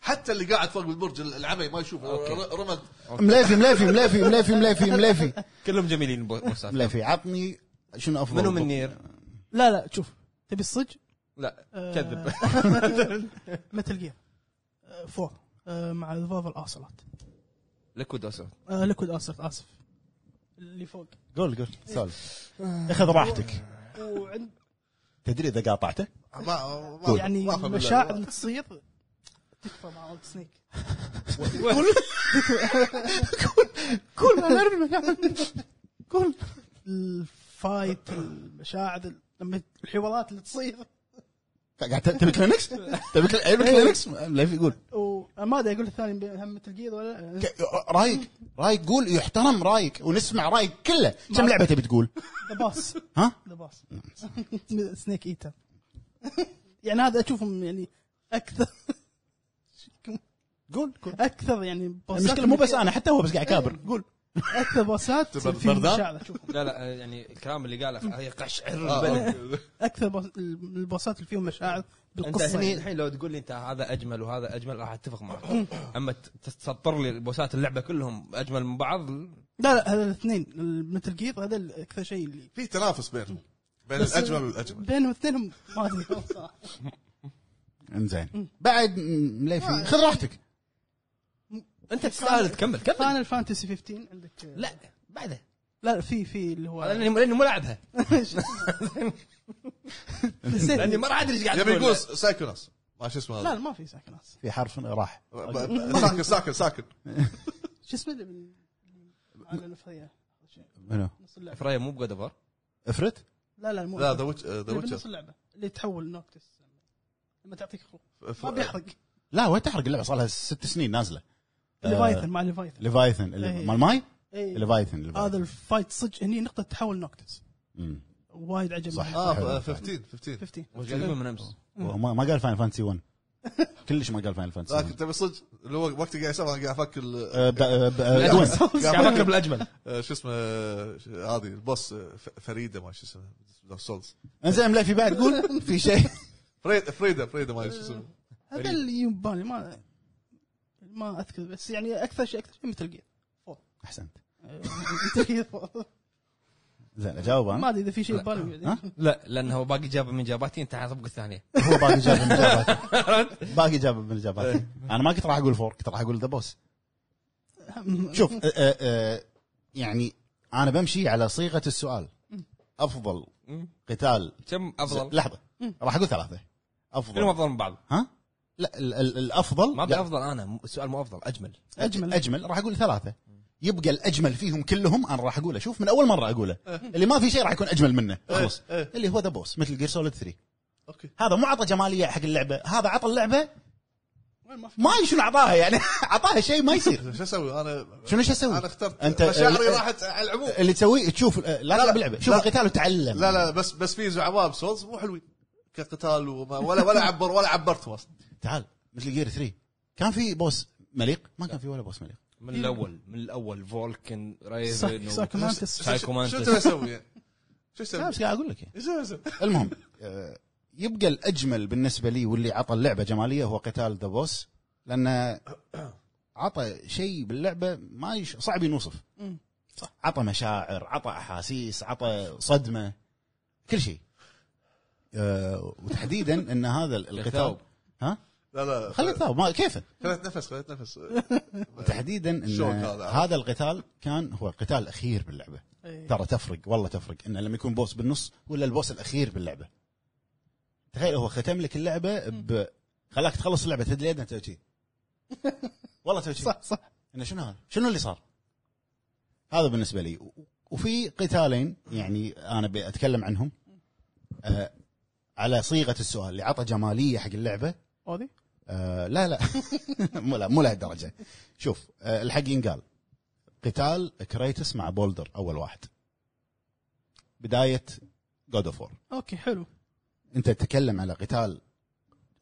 [SPEAKER 4] حتى اللي قاعد فوق البرج العمي ما يشوف
[SPEAKER 1] أوكي.
[SPEAKER 4] ر- رمد
[SPEAKER 2] مليفي مليفي مليفي مليفي مليفي مليفي
[SPEAKER 1] كلهم جميلين بو- بوسات.
[SPEAKER 2] مليفي عطني شنو افضل
[SPEAKER 1] منو من نير
[SPEAKER 3] لا لا شوف تبي الصج
[SPEAKER 1] لا
[SPEAKER 3] آه،
[SPEAKER 1] كذب
[SPEAKER 4] إيه.
[SPEAKER 3] متل جير آه، فور آه، مع آه، ذباب الاصلات
[SPEAKER 1] ليكويد اوسو
[SPEAKER 3] ليكويد اسلت اسف اللي فوق
[SPEAKER 2] قول قول سولف اخذ راحتك
[SPEAKER 3] وعند
[SPEAKER 2] تدري اذا قاطعته
[SPEAKER 4] ما ما- ما
[SPEAKER 3] يعني
[SPEAKER 4] ما أفهم إلا-
[SPEAKER 3] المشاعر اللي تصير تكفى مع اولد سنيك
[SPEAKER 2] قول انا اعرف المكان. قول
[SPEAKER 3] يعني. الفايت المشاعر ال- لما الحوارات اللي تصير
[SPEAKER 2] قاعد ت- تبي كلينكس؟ تبي كل- تبي كلينكس؟ مليفي قول
[SPEAKER 3] وما ادري اقول الثاني هم متل جير ولا لا
[SPEAKER 2] ك- رايك رايك قول يحترم رايك ونسمع رايك كله كم لعبه تبي تقول؟
[SPEAKER 3] ذا باس
[SPEAKER 2] ها؟
[SPEAKER 3] ذا باس سنيك ايتر يعني هذا اشوفهم يعني اكثر
[SPEAKER 2] قول قول
[SPEAKER 3] اكثر يعني بوسات
[SPEAKER 2] المشكله مو بس انا حتى هو بس قاعد يكابر قول
[SPEAKER 3] اكثر بوسات
[SPEAKER 4] تبغى
[SPEAKER 3] في
[SPEAKER 4] بردان؟
[SPEAKER 3] مشاعر اشوفهم
[SPEAKER 1] لا لا آه، يعني الكلام اللي قاله هي قشعر
[SPEAKER 4] آه،
[SPEAKER 1] البلد
[SPEAKER 4] أوكي.
[SPEAKER 3] اكثر بوس- البوسات اللي فيهم مشاعر
[SPEAKER 1] انت
[SPEAKER 3] بالقصه
[SPEAKER 1] هني
[SPEAKER 3] يعني.
[SPEAKER 1] الحين لو تقول لي انت هذا اجمل وهذا اجمل راح اتفق معك اما ت- تسطر لي بوسات اللعبه كلهم اجمل من بعض
[SPEAKER 3] لا لا هذا الاثنين متل جير هذا ال- اكثر شيء اللي
[SPEAKER 4] في تنافس بينهم بين
[SPEAKER 3] بس-
[SPEAKER 4] الاجمل والاجمل
[SPEAKER 3] بينهم اثنينهم ما ادري صراحة.
[SPEAKER 2] انزين بعد م- مليفي خذ راحتك
[SPEAKER 1] انت تستاهل تكمل كمل
[SPEAKER 3] فاينل فانتسي 15 عندك
[SPEAKER 1] لا بعده
[SPEAKER 3] لا في في اللي هو
[SPEAKER 1] لاني لاني مو لاعبها
[SPEAKER 3] نسيت.
[SPEAKER 1] لاني ما راح ادري ايش قاعد
[SPEAKER 4] يبي
[SPEAKER 1] تقول.
[SPEAKER 4] يقول سايكوناس ما شو اسمه
[SPEAKER 3] لا
[SPEAKER 4] هذا
[SPEAKER 3] ما في ساكناس
[SPEAKER 2] في حرف إيه، راح
[SPEAKER 4] ب- ب- ساكن ساكن ساكن
[SPEAKER 3] شو اسمه اللي من على نفسية
[SPEAKER 2] منو؟
[SPEAKER 3] نص اللعبه
[SPEAKER 1] فرايا مو بجود اوف
[SPEAKER 2] افرت؟
[SPEAKER 3] لا لا مو
[SPEAKER 4] لا ذا ويتش ذا
[SPEAKER 3] اللي بنص
[SPEAKER 4] ويتشر
[SPEAKER 3] اللعبه اللي تحول نوكتس لما تعطيك خروف ما بيحرق
[SPEAKER 2] لا وين تحرق اللعبه صار لها ست سنين نازله
[SPEAKER 3] ليفايثن مع ليفايثن
[SPEAKER 2] ليفايثن
[SPEAKER 3] إيه.
[SPEAKER 2] اللي- مال ماي؟
[SPEAKER 3] إيه.
[SPEAKER 2] ليفايثن ليفايثن.
[SPEAKER 3] هذا الفايت صدق هني نقطه تحول نوكتس
[SPEAKER 2] مم.
[SPEAKER 3] وايد عجبني
[SPEAKER 2] صح.
[SPEAKER 4] اه
[SPEAKER 2] حلو.
[SPEAKER 4] ف- 15 15
[SPEAKER 3] 15
[SPEAKER 1] قريبه من امس
[SPEAKER 2] وما- ما قال فاينل فانتسي 1 كلش ما قال فاينل فانتسي
[SPEAKER 4] لكن
[SPEAKER 2] 1
[SPEAKER 4] تبي طيب، صدق اللي هو وقت قاعد يسولف انا قاعد افكر ال-
[SPEAKER 2] أه، ب- أه، ب- أه، دوين.
[SPEAKER 1] قاعد افكر بالاجمل
[SPEAKER 4] آه، شو اسمه آه، ش- هذه البوس آه، ف- فريده ما شو اسمه دارك سولز
[SPEAKER 2] انزين ملفي بعد قول في شيء
[SPEAKER 4] فريد- فريده فريده ما شو اسمه
[SPEAKER 3] هذا اللي يم بالي ما ما اذكر بس يعني اكثر شيء اكثر شيء مثل جير
[SPEAKER 2] احسنت
[SPEAKER 3] مثل جير
[SPEAKER 2] زين اجاوب
[SPEAKER 3] ما
[SPEAKER 2] انا
[SPEAKER 3] ادري اذا في شيء
[SPEAKER 1] لا.
[SPEAKER 3] ببالي
[SPEAKER 2] ها؟
[SPEAKER 1] لا لانه هو باقي جاب من اجاباتي انت على طبق الثانيه
[SPEAKER 2] هو باقي جاب من اجاباتي باقي جاب من اجاباتي انا ما كنت راح اقول فور كنت راح اقول ذا بوس شوف أه، أه، أه، يعني انا بمشي على صيغه السؤال افضل
[SPEAKER 1] مم.
[SPEAKER 2] قتال
[SPEAKER 1] كم افضل؟
[SPEAKER 2] لحظه راح اقول ثلاثه
[SPEAKER 1] كلهم
[SPEAKER 2] افضل
[SPEAKER 1] افضل من بعض
[SPEAKER 2] ها لا ال- ال- الافضل
[SPEAKER 1] ما
[SPEAKER 2] لا،
[SPEAKER 1] ابي افضل انا م- السؤال مو افضل اجمل
[SPEAKER 3] أجمل.
[SPEAKER 2] اجمل راح اقول ثلاثه يبقى الاجمل فيهم كلهم انا راح اقوله شوف من اول مره اقوله اللي ما في شيء راح يكون اجمل منه خلص
[SPEAKER 4] إيه.
[SPEAKER 2] اللي هو ذا بوس مثل جير سوليد 3
[SPEAKER 4] اوكي
[SPEAKER 2] هذا مو عطى جماليه حق اللعبه هذا عطى اللعبه
[SPEAKER 3] وين ما في
[SPEAKER 2] ما أدري شنو اعطاها يعني اعطاها شيء ما يصير
[SPEAKER 4] شو اسوي انا
[SPEAKER 2] شنو ايش اسوي؟
[SPEAKER 4] انا اخترت
[SPEAKER 2] انت
[SPEAKER 4] مشاعري
[SPEAKER 2] اللي-
[SPEAKER 4] راحت على العموم
[SPEAKER 2] اللي تسويه تشوف لا تلعب اللعبه شوف
[SPEAKER 4] لا.
[SPEAKER 2] القتال وتعلم
[SPEAKER 4] لا لا بس بس في زعماء بسولز مو حلوين كقتال وما ولا ولا عبر ولا عبرتهم اصلا
[SPEAKER 2] تعال مثل جير 3 كان في بوس مليق ما كان في ولا بوس مليق
[SPEAKER 1] من الاول من الاول فولكن
[SPEAKER 3] ساك-
[SPEAKER 1] رايزن
[SPEAKER 3] ساكناكس
[SPEAKER 1] سايكو
[SPEAKER 4] شو
[SPEAKER 1] مانتس.
[SPEAKER 4] تبي اسوي يعني؟ شو
[SPEAKER 2] لا
[SPEAKER 4] اسوي؟
[SPEAKER 2] بس قاعد اقول لك يعني.
[SPEAKER 4] شو تبي اسوي؟
[SPEAKER 2] المهم آه، يبقى الاجمل بالنسبه لي واللي عطى اللعبه جماليه هو قتال ذا بوس لانه عطى شيء باللعبه ما يش... صعب ينوصف
[SPEAKER 3] مم.
[SPEAKER 2] صح عطى مشاعر عطى احاسيس عطى صدمه كل شيء آه، وتحديدا ان هذا القتال
[SPEAKER 1] الثوب.
[SPEAKER 2] ها
[SPEAKER 4] لا لا
[SPEAKER 2] خلي الثوب ما كيفه
[SPEAKER 4] خليت نفس خليت نفس
[SPEAKER 2] تحديدا ان
[SPEAKER 4] شوك هذا.
[SPEAKER 2] هذا القتال كان هو القتال الاخير باللعبه
[SPEAKER 3] إيه.
[SPEAKER 2] ترى تفرق والله تفرق انه لما يكون بوس بالنص ولا البوس الاخير باللعبه تخيل هو ختم لك اللعبه ب خلاك تخلص اللعبه تدري يدنا تسوي شي. والله تسوي شي.
[SPEAKER 3] صح صح
[SPEAKER 2] انه شنو هذا؟ شنو اللي صار؟ هذا بالنسبه لي و- وفي قتالين يعني انا بتكلم عنهم آه على صيغه السؤال اللي عطى جماليه حق اللعبه
[SPEAKER 3] هذه
[SPEAKER 2] آه لا لا مو لا مو لهالدرجه شوف آه الحق ينقال قتال كريتس مع بولدر اول واحد بدايه جود اوف وور
[SPEAKER 3] اوكي حلو
[SPEAKER 2] انت تتكلم على قتال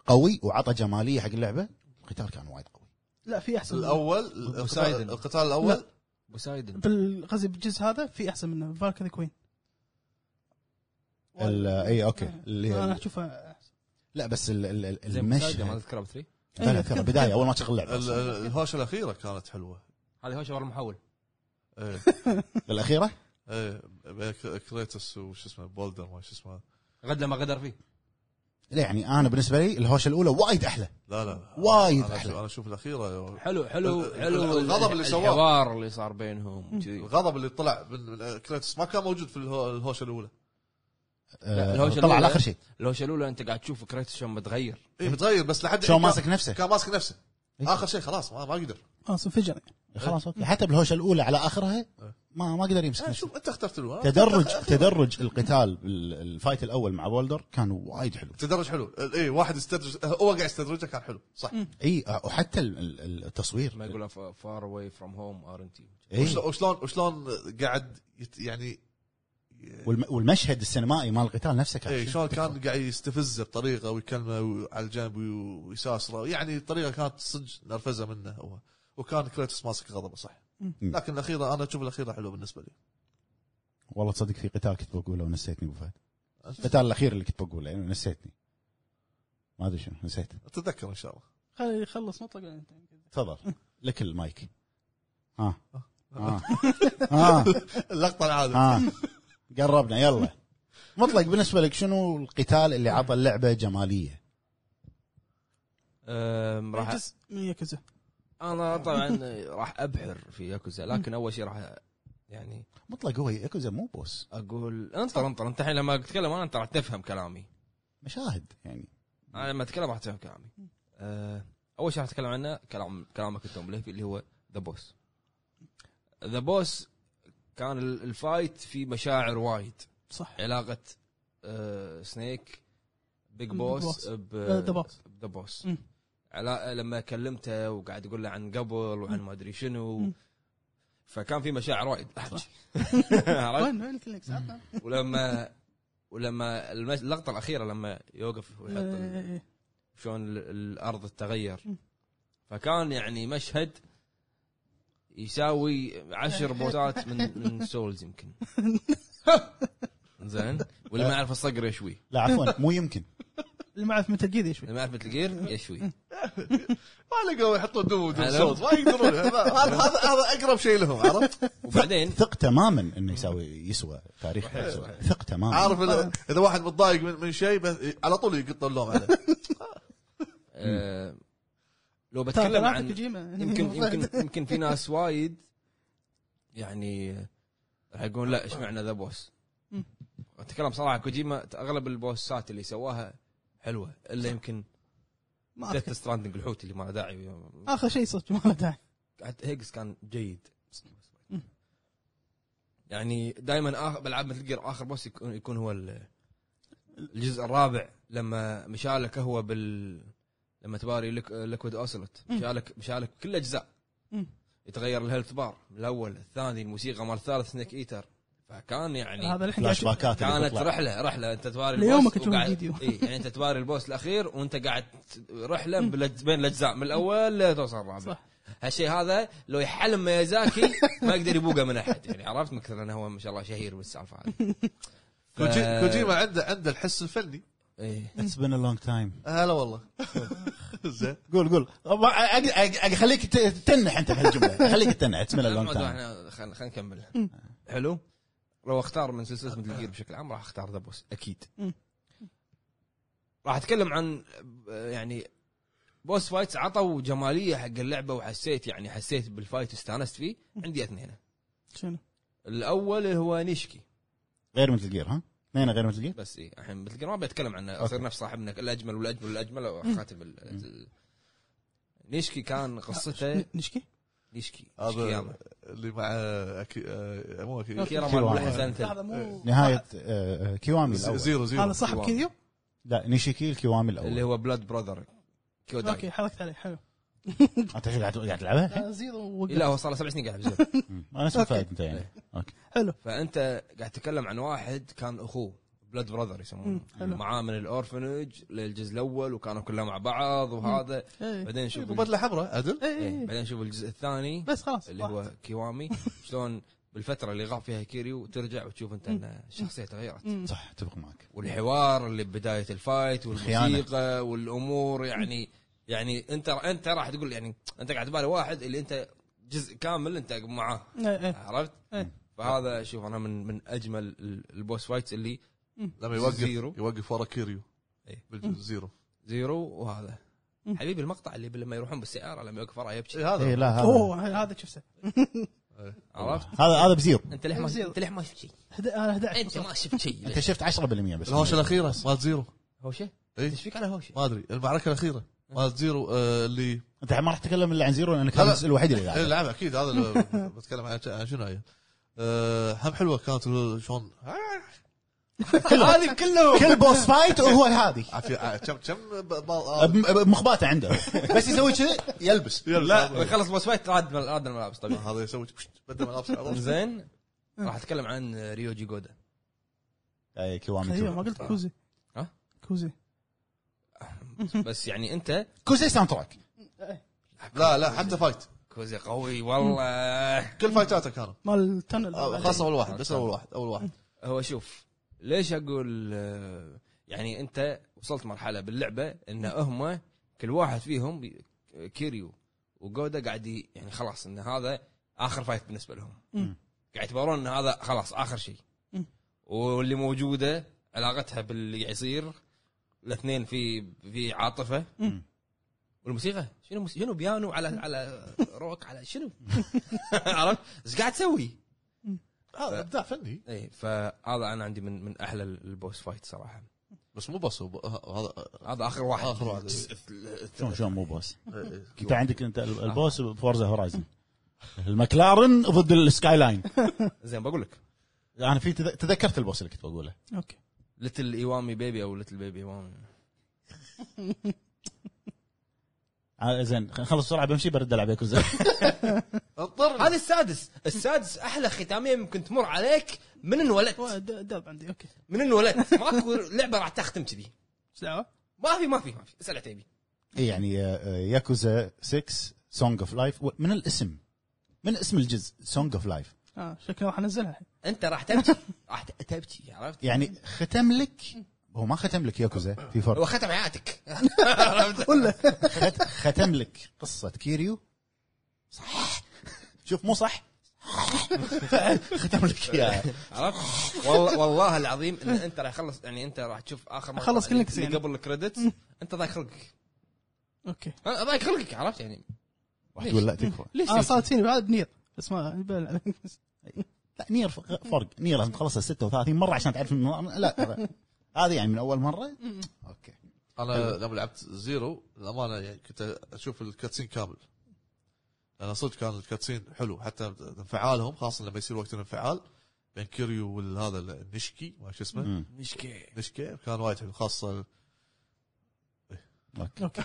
[SPEAKER 2] قوي وعطى جماليه حق اللعبه القتال كان وايد قوي
[SPEAKER 3] لا في احسن
[SPEAKER 4] الاول
[SPEAKER 1] وسايدن.
[SPEAKER 4] القتال القتال الاول
[SPEAKER 1] بوسايدن
[SPEAKER 3] بالغزي بالجزء هذا في احسن منه فالكري كوين
[SPEAKER 2] ال- اي اوكي
[SPEAKER 3] آه.
[SPEAKER 2] اللي
[SPEAKER 3] انا
[SPEAKER 2] هي
[SPEAKER 3] اشوفه احسن
[SPEAKER 2] لا بس ال ال ال-
[SPEAKER 1] زين بوسايدن ما
[SPEAKER 2] المشهد
[SPEAKER 1] تذكرها بثري
[SPEAKER 2] لا لا ترى بدايه اول ما تشغل اللعبه
[SPEAKER 4] ال-
[SPEAKER 2] أصلاً.
[SPEAKER 4] ال- الهوشه الاخيره كانت حلوه
[SPEAKER 1] هذه هوشه ورا المحول
[SPEAKER 4] ايه
[SPEAKER 2] الاخيره
[SPEAKER 4] ايه بين ك- كريتوس وش اسمه بولدر ما شو اسمه
[SPEAKER 1] غد لما غدر فيه
[SPEAKER 2] لا يعني انا بالنسبه لي الهوشه الاولى وايد احلى
[SPEAKER 4] لا لا لا.
[SPEAKER 2] وايد
[SPEAKER 4] أنا
[SPEAKER 2] أحلى.
[SPEAKER 4] أشوف- انا اشوف الاخيره
[SPEAKER 1] حلو حلو
[SPEAKER 4] ال-
[SPEAKER 1] حلو
[SPEAKER 4] ال- الغضب اللي سواه.
[SPEAKER 1] الحوار اللي صار بينهم وكذي.
[SPEAKER 4] الغضب اللي طلع من من كريتوس ما كان موجود في الهو- الهوشه الاولى
[SPEAKER 1] لا،
[SPEAKER 2] آه
[SPEAKER 1] الهوشة
[SPEAKER 2] طلع على
[SPEAKER 1] الأولى-
[SPEAKER 2] اخر شيء
[SPEAKER 1] لو شالوا انت قاعد تشوف كريتوس شلون متغير
[SPEAKER 4] ايه متغير بس لحد
[SPEAKER 2] شلون
[SPEAKER 4] كان-
[SPEAKER 2] إيه. ماسك نفسه إيه.
[SPEAKER 4] كان ماسك نفسه اخر شيء خلاص ما ما قدر
[SPEAKER 3] خلاص انفجر
[SPEAKER 2] خلاص اوكي حتى بالهوشه الاولى على اخرها ما ما قدر يمسك
[SPEAKER 4] آه،
[SPEAKER 2] نفسه
[SPEAKER 4] شوف انت اخترت الأولى.
[SPEAKER 2] تدرج تدرج القتال بالفايت الاول مع بولدر كان وايد حلو
[SPEAKER 4] تدرج حلو اي واحد استدرج هو قاعد يستدرجه كان حلو صح
[SPEAKER 2] اي وحتى ال- ال-
[SPEAKER 1] ما
[SPEAKER 2] التصوير
[SPEAKER 1] يقول فار اواي فروم هوم ار انت
[SPEAKER 2] إي.
[SPEAKER 4] وشلون- وشلون وشلون قاعد يت- يعني
[SPEAKER 2] والم- والمشهد السينمائي مال القتال نفسه كان
[SPEAKER 4] اي
[SPEAKER 2] شيء.
[SPEAKER 4] إيه، شلون كان قاعد يستفزه بطريقه ويكلمه على الجنب وي- ويساسره يعني طريقه كانت صدق نرفزه منه هو وكان كريتوس ماسك غضبه صح
[SPEAKER 3] مم.
[SPEAKER 4] لكن الاخيره انا اشوف الاخيره حلوه بالنسبه لي
[SPEAKER 2] والله تصدق في قتال كنت بقوله ونسيتني ابو فهد القتال الاخير اللي كنت بقوله يعني نسيتني ما ادري شنو نسيت
[SPEAKER 4] اتذكر ان شاء الله
[SPEAKER 3] خلي يخلص مطلق بعدين نتكلم.
[SPEAKER 2] تفضل لك المايك ها ها ها
[SPEAKER 4] اللقطه العاده
[SPEAKER 2] ها قربنا يلا مطلق بالنسبه لك شنو القتال اللي عطى اللعبه جماليه؟
[SPEAKER 1] راح
[SPEAKER 3] جزء إيه، من ياكوزا
[SPEAKER 1] انا طبعا راح ابحر في ياكوزا لكن اول شيء راح يعني
[SPEAKER 2] مطلق هو ياكوزا مو بوس
[SPEAKER 1] اقول انطر انطر انت الحين لما اتكلم انا انت راح تفهم كلامي
[SPEAKER 2] مشاهد يعني
[SPEAKER 1] انا لما اتكلم راح تفهم كلامي أه اول شيء راح اتكلم عنه كلام كلامك انت أم لهفي اللي هو ذا بوس ذا بوس كان ال- الفايت في مشاعر وايد
[SPEAKER 3] صح
[SPEAKER 1] علاقه أه سنيك بيج
[SPEAKER 3] بيج
[SPEAKER 1] بوس
[SPEAKER 3] بوس.
[SPEAKER 1] ب
[SPEAKER 3] آه، The Boss.
[SPEAKER 1] ذا بوس
[SPEAKER 3] مم.
[SPEAKER 1] علا لما كلمته وقاعد يقول له عن قبل وعن
[SPEAKER 3] مم.
[SPEAKER 1] ما ادري شنو
[SPEAKER 3] مم.
[SPEAKER 1] فكان في مشاعر وايد
[SPEAKER 3] صح.
[SPEAKER 1] عرفت؟
[SPEAKER 3] وين وين كلينكس
[SPEAKER 1] ولما ولما المس- اللقطه الاخيره لما يوقف ويحط
[SPEAKER 3] آه،
[SPEAKER 1] ال-
[SPEAKER 3] إيه،
[SPEAKER 1] شلون ال- الارض تتغير
[SPEAKER 3] م.
[SPEAKER 1] فكان يعني مشهد يساوي عشر بوزات من من سولز يمكن زين واللي ما يعرف الصقر يشوي
[SPEAKER 2] لا عفوا مو يمكن
[SPEAKER 3] اللي ما يعرف متل جير
[SPEAKER 1] اللي
[SPEAKER 3] شوي
[SPEAKER 1] ما يعرف الجير يشوي
[SPEAKER 4] ما لقوا يحطون دمو بدون
[SPEAKER 1] هلا.
[SPEAKER 4] صوت ما يقدرون هذا هذا هذا اقرب شيء لهم عرفت؟
[SPEAKER 1] وبعدين
[SPEAKER 2] ثق تماما انه يساوي يسوى تاريخ يسوى. ثق تماما
[SPEAKER 4] عارف إذا- اذا واحد متضايق من, من شيء بس على طول يقط اللوم عليه
[SPEAKER 1] آه، لو
[SPEAKER 3] ترى
[SPEAKER 1] بتكلم
[SPEAKER 3] راح
[SPEAKER 1] عن
[SPEAKER 3] كوجيما
[SPEAKER 1] يمكن يمكن يمكن في ناس وايد يعني راح يقولون لا ايش معنى ذا بوس؟
[SPEAKER 3] مم.
[SPEAKER 1] اتكلم صراحه كوجيما اغلب البوسات اللي سواها حلوه الا يمكن
[SPEAKER 3] ما
[SPEAKER 1] ديث
[SPEAKER 3] أذكر.
[SPEAKER 1] ستراندنج الحوت اللي ما له داعي
[SPEAKER 3] اخر شيء صدق ما له داعي
[SPEAKER 1] حتى هيجز كان جيد
[SPEAKER 3] مم.
[SPEAKER 1] يعني دائما آخر بلعب مثل جير اخر بوس يكون, يكون هو ال- الجزء الرابع لما مشالك هو بال لما تباري لك ليكويد اوسلوت
[SPEAKER 3] مم.
[SPEAKER 1] مشالك مشالك كل اجزاء
[SPEAKER 3] مم.
[SPEAKER 1] يتغير الهيلث بار الاول الثاني الموسيقى مال الثالث سنيك ايتر فكان يعني
[SPEAKER 3] هذا الحين
[SPEAKER 2] فلاش
[SPEAKER 3] قاعد-
[SPEAKER 2] باكات اللي
[SPEAKER 1] كانت
[SPEAKER 2] تطلع.
[SPEAKER 1] رحله رحله انت تواري
[SPEAKER 3] ليومك
[SPEAKER 1] البوس
[SPEAKER 3] تشوف
[SPEAKER 1] وقاعد-
[SPEAKER 3] الفيديو.
[SPEAKER 1] إيه يعني انت تواري البوس الاخير وانت قاعد رحله بلج- بين الاجزاء من الاول لتوصل الرابع
[SPEAKER 3] صح.
[SPEAKER 1] هالشيء هذا لو يحلم ميازاكي ما يقدر يبوقه من احد يعني عرفت من كثر انه هو ما شاء الله شهير بالسالفه هذه ف-
[SPEAKER 4] كوجي- كوجيما عنده عنده الحس الفني
[SPEAKER 1] إيه.
[SPEAKER 2] It's been a long time
[SPEAKER 4] هلا والله زين
[SPEAKER 2] قول قول أبا- أق- أق- أق- خليك ت- تنح انت بهالجمله خليك تنح It's been a long
[SPEAKER 1] الموضوع
[SPEAKER 2] time
[SPEAKER 1] احنا خلينا خلينا نكمل حلو لو اختار من سلسله
[SPEAKER 2] آه.
[SPEAKER 1] مثل جير بشكل عام راح اختار ذا بوس اكيد
[SPEAKER 3] مم.
[SPEAKER 1] راح اتكلم عن آه، يعني بوس فايتس عطوا جماليه حق اللعبه وحسيت يعني حسيت بالفايت واستانست فيه عندي اثنين
[SPEAKER 3] شنو
[SPEAKER 1] الاول اللي هو نيشكي
[SPEAKER 2] غير مثل جير ها؟ اثنين غير مثل جير؟
[SPEAKER 1] بس اي الحين مثل ما بتكلم عنه اصير نفس صاحبنا الاجمل والاجمل والاجمل وخاتم ال- ال- نيشكي كان قصته
[SPEAKER 3] ن- نشكي
[SPEAKER 1] نيشكي
[SPEAKER 4] هذا
[SPEAKER 1] نيشكياما.
[SPEAKER 4] اللي مع أكي... آه، مو أكي...
[SPEAKER 1] كيرا
[SPEAKER 2] كيرا.
[SPEAKER 1] مال حسن تل.
[SPEAKER 3] هذا مو
[SPEAKER 2] نهايه آه، آه، كيوامي
[SPEAKER 4] ز-
[SPEAKER 2] الاول
[SPEAKER 4] زيرو زيرو
[SPEAKER 3] هذا صاحب كيديو
[SPEAKER 2] لا نيشيكي الكيوامي
[SPEAKER 1] اللي
[SPEAKER 2] الاول
[SPEAKER 1] هو بلاد براذر كيوداي
[SPEAKER 3] اوكي حركت عليه حلو
[SPEAKER 2] انت قاعد قاعد تلعبها
[SPEAKER 1] إيه.
[SPEAKER 2] الحين؟
[SPEAKER 3] آه، زيرو وقف.
[SPEAKER 1] لا هو صار له سبع سنين قاعد بزيرو
[SPEAKER 2] انا اسمع فهد انت يعني اوكي
[SPEAKER 3] حلو
[SPEAKER 1] فانت قاعد تتكلم عن واحد كان اخوه بلاد براذر يسمونه
[SPEAKER 3] مم، حلو.
[SPEAKER 1] معاه من الاورفنج للجزء الاول وكانوا كلهم مع بعض وهذا
[SPEAKER 3] إيه.
[SPEAKER 1] بعدين نشوف الج-
[SPEAKER 4] بدله حمراء عدل
[SPEAKER 3] إيه،
[SPEAKER 1] إيه،
[SPEAKER 3] إيه.
[SPEAKER 1] بعدين نشوف الجزء الثاني
[SPEAKER 3] بس خلاص
[SPEAKER 1] اللي هو كيوامي شلون بالفتره اللي غاب فيها كيريو ترجع وتشوف انت ان الشخصيه تغيرت
[SPEAKER 3] مم.
[SPEAKER 2] صح اتفق معك
[SPEAKER 1] والحوار اللي ببدايه الفايت والموسيقى والامور يعني يعني انت انت راح تقول يعني انت قاعد تبالي واحد اللي انت جزء كامل انت معاه
[SPEAKER 3] إيه، إيه.
[SPEAKER 1] عرفت؟
[SPEAKER 3] إيه.
[SPEAKER 1] فهذا شوف انا من من اجمل ال- البوس فايتس اللي
[SPEAKER 4] لما يوقف
[SPEAKER 1] زيرو.
[SPEAKER 4] يوقف ورا كيريو
[SPEAKER 1] إيه.
[SPEAKER 4] بالجزء زيرو
[SPEAKER 1] زيرو وهذا
[SPEAKER 3] مم.
[SPEAKER 1] حبيبي المقطع اللي لما يروحون بالسياره لما يوقف وراها يبكي
[SPEAKER 4] إيه، هذا
[SPEAKER 2] اي لا هذا
[SPEAKER 3] اوه هذا شفته
[SPEAKER 1] عرفت؟
[SPEAKER 2] هذا هذا بزيرو
[SPEAKER 1] انت ليه ما
[SPEAKER 3] زيرو.
[SPEAKER 1] انت ليه ما شفت شيء؟
[SPEAKER 3] هد- انا 11
[SPEAKER 1] انت ما
[SPEAKER 3] بالضبط.
[SPEAKER 1] شفت شيء
[SPEAKER 2] انت شفت 10% بس
[SPEAKER 4] الهوشه الاخيره مالت زيرو
[SPEAKER 1] هوشه؟
[SPEAKER 4] إيه.
[SPEAKER 1] ايش فيك على هوشه؟
[SPEAKER 4] ما ادري المعركه الاخيره مالت زيرو آه، اللي
[SPEAKER 2] انت ما راح تتكلم الا عن زيرو لانك هذا
[SPEAKER 4] لا.
[SPEAKER 2] الجزء الوحيد اللي
[SPEAKER 4] إيه،
[SPEAKER 2] لعبه
[SPEAKER 4] العب اكيد هذا اللي بتكلم عن عن شنو هي آه، هم حلوه كانت شلون
[SPEAKER 1] هذه كلهم
[SPEAKER 2] كل بوس فايت وهو هذه
[SPEAKER 4] عافية- آه، كم كم ب- ب- آه،
[SPEAKER 2] ب- بمخباته عنده بس يسوي كذي يلبس
[SPEAKER 1] لا يخلص بوس فايت راد مل- راد الملابس طبيعي
[SPEAKER 4] هذا يسوي شت- بدل ملابس عرفت؟
[SPEAKER 1] زين راح اتكلم عن ريوجي جودا
[SPEAKER 2] اي كيوامي
[SPEAKER 3] ايوه
[SPEAKER 2] تو
[SPEAKER 3] ما قلت
[SPEAKER 1] آه.
[SPEAKER 3] كوزي
[SPEAKER 1] ها؟
[SPEAKER 3] كوزي
[SPEAKER 1] بس يعني انت
[SPEAKER 2] كوزي ساوند تراك
[SPEAKER 4] لا لا حتى فايت
[SPEAKER 1] كوزي قوي والله
[SPEAKER 4] كل فايتاته كانوا
[SPEAKER 3] مال التنل
[SPEAKER 4] آه، خاصه اول واحد بس اول واحد اول واحد
[SPEAKER 1] هو شوف ليش اقول آه، يعني انت وصلت مرحله باللعبه ان هم كل واحد فيهم بي- كيريو وجودا قاعد ي- يعني خلاص ان هذا اخر فايت بالنسبه لهم
[SPEAKER 3] مم.
[SPEAKER 1] قاعد يعتبرون ان هذا خلاص اخر شيء
[SPEAKER 3] مم.
[SPEAKER 1] واللي موجوده علاقتها باللي قاعد يصير الاثنين في في عاطفه
[SPEAKER 3] مم.
[SPEAKER 1] والموسيقى شنو موسيقى؟ شنو بيانو على على روك على شنو عرفت ايش قاعد تسوي؟
[SPEAKER 4] هذا ابداع فني
[SPEAKER 1] اي إيه، فهذا انا عندي من من احلى البوس فايت صراحه
[SPEAKER 4] بس مو بس هو ب- هذا
[SPEAKER 1] هذا اخر واحد
[SPEAKER 4] آخر واحد.
[SPEAKER 1] الجزء الث-
[SPEAKER 2] شلون شلون مو بوس
[SPEAKER 4] إيه.
[SPEAKER 2] انت عندك انت ال- البوس بفورزا هورايزن المكلارن ضد السكاي لاين
[SPEAKER 1] زين بقول لك
[SPEAKER 2] انا في تذ- تذكرت البوس اللي كنت بقوله
[SPEAKER 3] اوكي
[SPEAKER 1] ليتل ايوامي بيبي او ليتل بيبي ايوامي
[SPEAKER 2] آه، زين خلينا نخلص بسرعه بمشي برد العب ياكوزا
[SPEAKER 4] اضطر
[SPEAKER 1] هذا السادس السادس احلى ختاميه ممكن تمر عليك من
[SPEAKER 3] هو
[SPEAKER 1] انولدت
[SPEAKER 3] د- درب عندي اوكي
[SPEAKER 1] من انولدت ماكو لعبه راح تختم كذي
[SPEAKER 3] ايش دعوه؟
[SPEAKER 1] ما في ما في ما في اسال عتيبي
[SPEAKER 2] إيه يعني آه، آه، ياكوزا 6 سونج اوف لايف من الاسم من اسم الجزء سونج اوف لايف
[SPEAKER 3] اه شكلي راح انزلها الحين
[SPEAKER 1] انت راح تبكي راح ت- تبكي عرفت
[SPEAKER 2] يعني ختم لك هو ما ختم لك ياكوزا في فرق
[SPEAKER 1] هو ختم حياتك
[SPEAKER 2] خت- ختم لك قصه كيريو صح شوف مو صح ختم لك اياها
[SPEAKER 1] عرفت والله والله العظيم ان انت راح يخلص يعني انت راح تشوف اخر مره
[SPEAKER 3] أخلص كل
[SPEAKER 1] اللي-
[SPEAKER 3] نكس
[SPEAKER 1] اللي
[SPEAKER 3] يعني.
[SPEAKER 1] قبل الكريدت انت ضايق خلقك
[SPEAKER 3] اوكي
[SPEAKER 1] أنا ضايق خلقك عرفت يعني
[SPEAKER 2] راح تقول لا تكفى
[SPEAKER 1] ليش
[SPEAKER 3] اه صارت فيني بعد بنير بس ما بلعب.
[SPEAKER 2] لا نير فرق فرق. نير لازم تخلصها 36 مره عشان تعرف إنه- لا هذه يعني من اول مره اوكي
[SPEAKER 4] انا لما لعبت زيرو الامانه يعني كنت اشوف الكاتسين كامل لان صدق كان الكاتسين حلو حتى انفعالهم خاصه لما يصير وقت الانفعال بين كيريو والهذا النشكي ما شو اسمه
[SPEAKER 2] مم.
[SPEAKER 1] مشكلة
[SPEAKER 4] نشكي كان وايد حلو خاصه
[SPEAKER 3] اوكي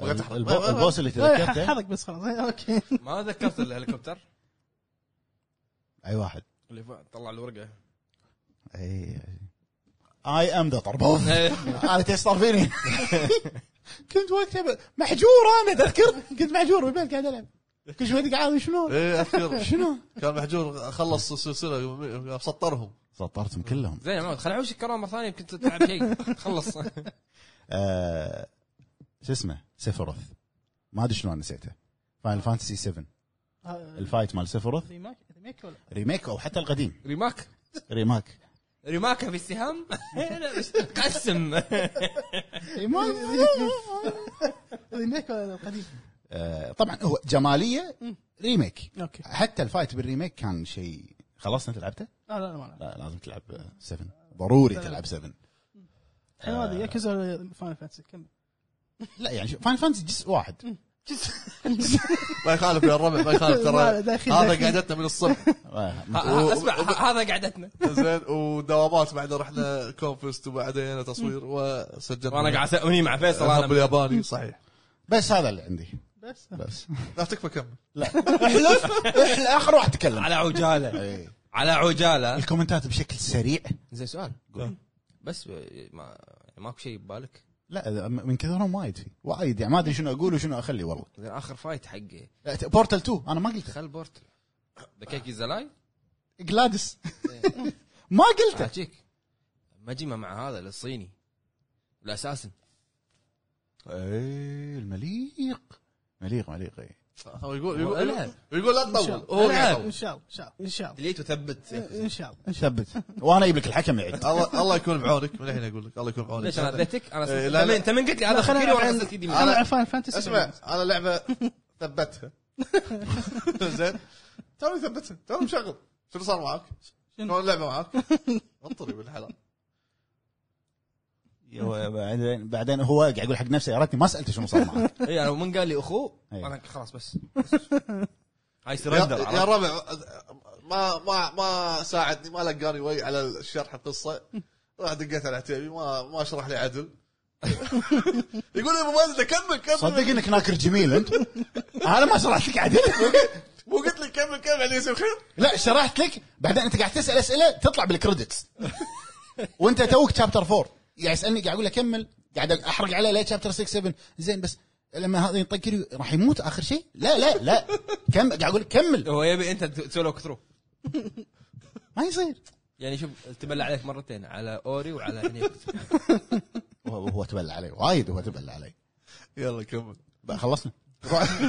[SPEAKER 4] وقعت أحرق.
[SPEAKER 2] البو- البوس اللي
[SPEAKER 3] آه،
[SPEAKER 2] تذكرته
[SPEAKER 3] حرق بس خلاص آه، اوكي
[SPEAKER 1] ما ذكرت الهليكوبتر
[SPEAKER 2] اي واحد
[SPEAKER 1] اللي فوق، طلع الورقه
[SPEAKER 2] اي ام ذا طربوف انا إيش صار فيني كنت وقتها ب- محجور انا تذكر كنت محجور بالبيت قاعد العب كل شوي قاعد شنو
[SPEAKER 4] ايه اذكر
[SPEAKER 2] شنو
[SPEAKER 4] كان محجور خلص السلسله سطرهم
[SPEAKER 2] سطرتهم كلهم
[SPEAKER 1] زين يا عماد خليني اعوش الكرامه مره ثانيه يمكن تلعب شيء خلص
[SPEAKER 2] آه، شو اسمه سيفروث ما ادري شلون نسيته فاينل فانتسي 7
[SPEAKER 3] آه،
[SPEAKER 2] الفايت مال سيفروث
[SPEAKER 3] ريميك ريميك ولا
[SPEAKER 2] ريميك او حتى القديم
[SPEAKER 1] ريماك
[SPEAKER 2] ريماك
[SPEAKER 1] ريماكه في السهام لا، مش- قسم
[SPEAKER 2] ريماك
[SPEAKER 3] ريميك ولا القديم
[SPEAKER 2] آه، طبعا هو جماليه ريميك
[SPEAKER 3] اوكي
[SPEAKER 2] حتى الفايت بالريميك كان شيء خلاص انت لعبته؟
[SPEAKER 3] لا لا لا ما ألعب.
[SPEAKER 2] لا لازم تلعب 7 ضروري تلعب 7
[SPEAKER 3] الحين هذه ياكوزا ولا فاينل فانتسي كمل
[SPEAKER 2] لا يعني شوف فاين فانتسي جزء واحد
[SPEAKER 4] ما يخالف يا الربع ما يخالف
[SPEAKER 3] لا،
[SPEAKER 4] ترى
[SPEAKER 3] داخل- داخل.
[SPEAKER 4] هذا قعدتنا من الصبح
[SPEAKER 2] آه،
[SPEAKER 1] ه-
[SPEAKER 2] ما-
[SPEAKER 1] ه- اسمع ه- هذا قعدتنا
[SPEAKER 4] زين ودوامات بعدين رحنا كونفست وبعدين تصوير وسجلنا
[SPEAKER 1] وانا قاعد اسوي مع فيصل
[SPEAKER 4] الهب
[SPEAKER 1] انا
[SPEAKER 4] الياباني صحيح
[SPEAKER 2] بس هذا اللي عندي
[SPEAKER 3] بس
[SPEAKER 2] بس
[SPEAKER 4] لا تكفى كمل
[SPEAKER 2] لا احلف احلف اخر واحد تكلم
[SPEAKER 1] على عجاله
[SPEAKER 2] إيه.
[SPEAKER 1] على عجاله
[SPEAKER 2] الكومنتات بشكل سريع
[SPEAKER 1] زين سؤال
[SPEAKER 4] قول.
[SPEAKER 1] بس آه، ما ماكو شيء ببالك
[SPEAKER 2] لا من كثرهم وايد في وايد يعني ما ادري شنو اقول وشنو اخلي والله آه،
[SPEAKER 1] زين اخر فايت حق
[SPEAKER 2] لا، بورتال 2 انا ما قلته
[SPEAKER 1] خل بورت بكيكي زلاي
[SPEAKER 2] جلادس ما قلته
[SPEAKER 1] احكيك مجمع مع هذا الصيني الاساسن
[SPEAKER 2] اي إيه، المليق مليق مليق إيه. اي
[SPEAKER 4] هو
[SPEAKER 1] هو
[SPEAKER 4] يقول يقول
[SPEAKER 1] ألعب.
[SPEAKER 4] يقول لا
[SPEAKER 3] ان شاء
[SPEAKER 4] تطول هو قاعد
[SPEAKER 3] الله
[SPEAKER 4] يطول.
[SPEAKER 3] ان شاء الله ان شاء الله ان شاء الله
[SPEAKER 1] ديليت وثبت
[SPEAKER 3] ان شاء الله
[SPEAKER 2] ثبت وانا اجيب لك الحكم يعيد
[SPEAKER 4] الله الله يكون بعونك من الحين اقول لك الله يكون بعونك
[SPEAKER 1] ليش انا اديتك انا
[SPEAKER 4] إيه،
[SPEAKER 1] انت
[SPEAKER 4] لا،
[SPEAKER 1] من
[SPEAKER 4] لا.
[SPEAKER 1] انت من قلت لي هذا
[SPEAKER 3] آه، خلينا
[SPEAKER 1] خليني وانا
[SPEAKER 3] نلعب-
[SPEAKER 1] غسلت يدي
[SPEAKER 3] انا
[SPEAKER 1] منه.
[SPEAKER 3] العب فاينل فانتسي
[SPEAKER 4] اسمع انا لعبه ثبتها زين توني ثبتها توني مشغل شنو صار معك؟ شنو اللعبه معك؟ انطري بالحلال
[SPEAKER 2] هو بعدين بعدين هو قاعد يقول حق نفسه يا ريتني ما سالته شنو صار معك
[SPEAKER 1] اي انا إيه، يعني من قال لي اخوه
[SPEAKER 2] إيه.
[SPEAKER 1] انا خلاص بس هاي
[SPEAKER 4] أيوه. يا
[SPEAKER 1] سرندر
[SPEAKER 4] يا ربع ما ما ما ساعدني ما لقاني وي على شرح القصه راح دقيت على عتيبي ما ما شرح لي عدل يقول يا ابو مازن كمل
[SPEAKER 2] صدق
[SPEAKER 4] كمل
[SPEAKER 2] انك ناكر جميل انت انا ما شرحت لك عدل
[SPEAKER 4] مو قلت لك كمل كمل على يوسف خير
[SPEAKER 2] لا شرحت لك بعدين انت قاعد تسال اسئله تطلع بالكريدتس وانت توك شابتر 4 قاعد يسالني قاعد اقول له كمل قاعد احرق عليه ليه شابتر 6 7 زين بس لما هذا ينطق كيريو راح يموت اخر شيء لا لا لا كم قاعد اقول لك كمل
[SPEAKER 1] هو يبي انت تسولو كثرو
[SPEAKER 2] ما يصير
[SPEAKER 1] يعني شوف تبلى عليك مرتين على اوري وعلى هنيك
[SPEAKER 2] هو هو تبلى علي وايد هو تبلى علي
[SPEAKER 4] يلا كمل
[SPEAKER 2] بقى خلصنا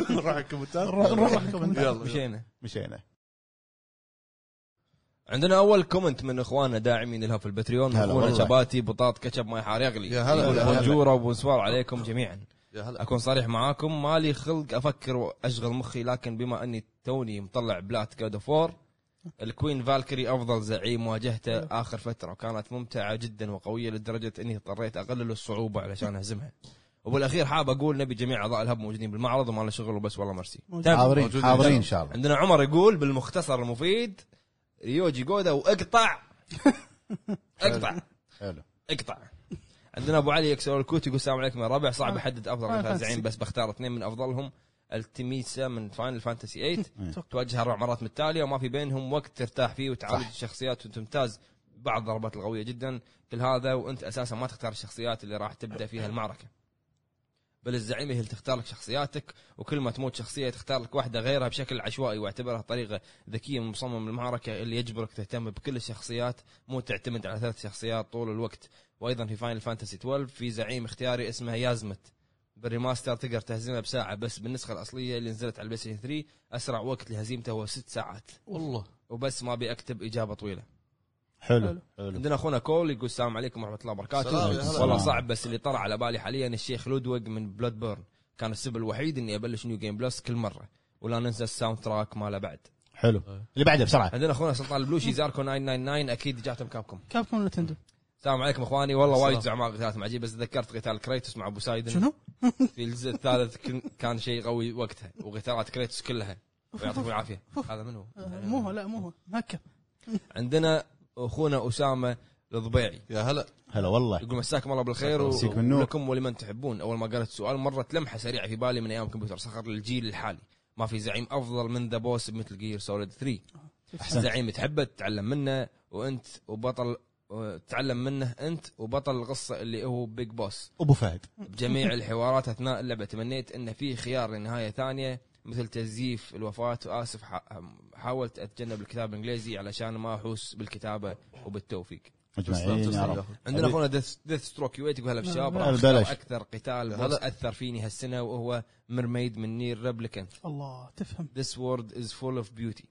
[SPEAKER 4] نروح الكومنتات
[SPEAKER 2] نروح
[SPEAKER 4] يلا
[SPEAKER 1] مشينا
[SPEAKER 2] مشينا
[SPEAKER 1] عندنا اول كومنت من اخواننا داعمين لها في البتريون
[SPEAKER 2] هلا
[SPEAKER 1] اخونا
[SPEAKER 2] والله.
[SPEAKER 1] شباتي بطاط كاتشب ماي حار يغلي
[SPEAKER 4] يا هلا،
[SPEAKER 1] يقول
[SPEAKER 4] يا هلا.
[SPEAKER 1] بونجور ابو سوار عليكم جميعا
[SPEAKER 4] يا هلا
[SPEAKER 1] اكون صريح معاكم مالي خلق افكر واشغل مخي لكن بما اني توني مطلع بلات جاد اوف وور الكوين فالكري افضل زعيم واجهته اخر فتره وكانت ممتعه جدا وقويه لدرجه اني اضطريت اقلل الصعوبه علشان اهزمها وبالاخير حاب اقول نبي جميع اعضاء الهب موجودين بالمعرض وما له شغل وبس والله مرسي
[SPEAKER 3] موجود.
[SPEAKER 1] تم.
[SPEAKER 5] حاضرين
[SPEAKER 4] موجودين.
[SPEAKER 5] حاضرين ان شاء الله
[SPEAKER 1] عندنا عمر يقول بالمختصر المفيد يوجي جودا واقطع اقطع
[SPEAKER 5] حلو
[SPEAKER 1] اقطع عندنا ابو علي يكسر الكوت يقول السلام عليكم يا ربع صعب احدد افضل
[SPEAKER 3] آه،
[SPEAKER 1] غير
[SPEAKER 3] فانتسي.
[SPEAKER 1] زعيم بس بختار اثنين من افضلهم التميسا من فاينل فانتسي 8
[SPEAKER 3] أتوقع.
[SPEAKER 1] تواجهها اربع مرات متتاليه وما في بينهم وقت ترتاح فيه وتعالج الشخصيات وتمتاز بعض الضربات القويه جدا كل هذا وانت اساسا ما تختار الشخصيات اللي راح تبدا فيها المعركه بل الزعيمه هي اللي تختار لك شخصياتك وكل ما تموت شخصيه تختار لك واحده غيرها بشكل عشوائي واعتبرها طريقه ذكيه من مصمم المعركه اللي يجبرك تهتم بكل الشخصيات مو تعتمد على ثلاث شخصيات طول الوقت وايضا في فاينل فانتسي 12 في زعيم اختياري اسمه يازمت بالريماستر تقدر تهزمها بساعه بس بالنسخه الاصليه اللي نزلت على البلاي ستيشن 3 اسرع وقت لهزيمته هو ست ساعات
[SPEAKER 4] والله
[SPEAKER 1] وبس ما بيكتب اجابه طويله
[SPEAKER 2] حلو حلو
[SPEAKER 1] عندنا اخونا كول يقول السلام عليكم ورحمه الله وبركاته
[SPEAKER 4] السلام، يا هلا.
[SPEAKER 1] والله صعب بس اللي طرى على بالي حاليا الشيخ لودويج من بلاد بيرن كان السبب الوحيد اني ابلش نيو جيم بلس كل مره ولا ننسى الساوند تراك ماله بعد
[SPEAKER 2] حلو اللي بعده بسرعه
[SPEAKER 1] عندنا اخونا سلطان البلوشي زاركو 999 اكيد جاتهم كابكم
[SPEAKER 3] كاب كوم نتندو
[SPEAKER 1] السلام عليكم اخواني والله
[SPEAKER 4] السلام.
[SPEAKER 1] وايد زعماء قتالات مع عجيب بس تذكرت قتال كريتوس مع ابو سايدن
[SPEAKER 3] شنو؟
[SPEAKER 1] في الجزء الثالث كن- كان شيء قوي وقتها وقتالات كريتوس كلها ويعطيكم العافيه هذا منو؟
[SPEAKER 3] آه، مو هو لا مو هو مهكب
[SPEAKER 1] عندنا اخونا اسامه الضبيعي
[SPEAKER 4] يا هلا
[SPEAKER 2] هلا والله
[SPEAKER 1] يقول مساكم الله بالخير و-
[SPEAKER 2] مسيك بالنور.
[SPEAKER 1] ولكم ولمن تحبون اول ما قالت السؤال مرت لمحه سريعه في بالي من ايام كمبيوتر صخر للجيل الحالي ما في زعيم افضل من ذا بوس بمثل جير سوليد 3
[SPEAKER 2] أحسنت.
[SPEAKER 1] زعيم تحبه تتعلم منه وانت وبطل و- تتعلم منه انت وبطل القصه اللي هو بيج بوس
[SPEAKER 2] ابو فهد
[SPEAKER 1] بجميع الحوارات اثناء اللعبه تمنيت انه في خيار لنهايه ثانيه مثل تزييف الوفاه واسف ح- حاولت اتجنب الكتاب الانجليزي علشان ما احوس بالكتابه وبالتوفيق
[SPEAKER 2] مجمعين إيه يا رب
[SPEAKER 1] عندنا
[SPEAKER 2] حبيبي.
[SPEAKER 1] اخونا ديث, ديث ستروك يويت يقول هلا بالشباب
[SPEAKER 2] هلا
[SPEAKER 1] راح أختار
[SPEAKER 2] بلاش.
[SPEAKER 1] اكثر قتال
[SPEAKER 4] هلا.
[SPEAKER 1] بوس اثر فيني هالسنه وهو مرميد من نير ريبليكانت
[SPEAKER 3] الله تفهم
[SPEAKER 1] This world is full of beauty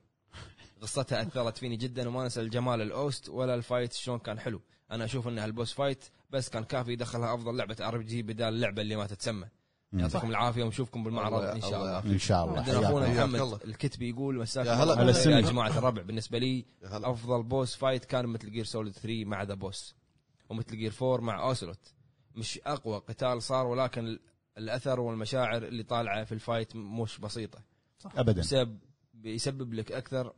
[SPEAKER 1] قصتها اثرت فيني جدا وما انسى الجمال الاوست ولا الفايت شلون كان حلو انا اشوف ان هالبوس فايت بس كان كافي يدخلها افضل لعبه ار جي بدال اللعبه اللي ما تتسمى
[SPEAKER 2] مم.
[SPEAKER 1] يعطيكم العافيه ونشوفكم بالمعرض
[SPEAKER 4] الله-
[SPEAKER 1] ان شاء
[SPEAKER 4] الله
[SPEAKER 1] الله
[SPEAKER 4] يعافيك.
[SPEAKER 2] ان شاء الله
[SPEAKER 1] عندنا اخونا
[SPEAKER 2] حياكم.
[SPEAKER 4] يا
[SPEAKER 1] محمد
[SPEAKER 4] الله.
[SPEAKER 1] الكتبي يقول مساك
[SPEAKER 4] يا هلا.
[SPEAKER 1] الله
[SPEAKER 2] هلا
[SPEAKER 1] بالخير يا
[SPEAKER 2] سمي.
[SPEAKER 1] جماعه الربع بالنسبه لي
[SPEAKER 4] يا هلا.
[SPEAKER 1] افضل بوس فايت كان مثل جير سوليد 3 مع ذا بوس ومثل جير 4 مع اوسلوت مش اقوى قتال صار ولكن ال- الاثر والمشاعر اللي طالعه في الفايت م- مش بسيطه
[SPEAKER 2] ابدا
[SPEAKER 1] بسبب بيسبب لك اكثر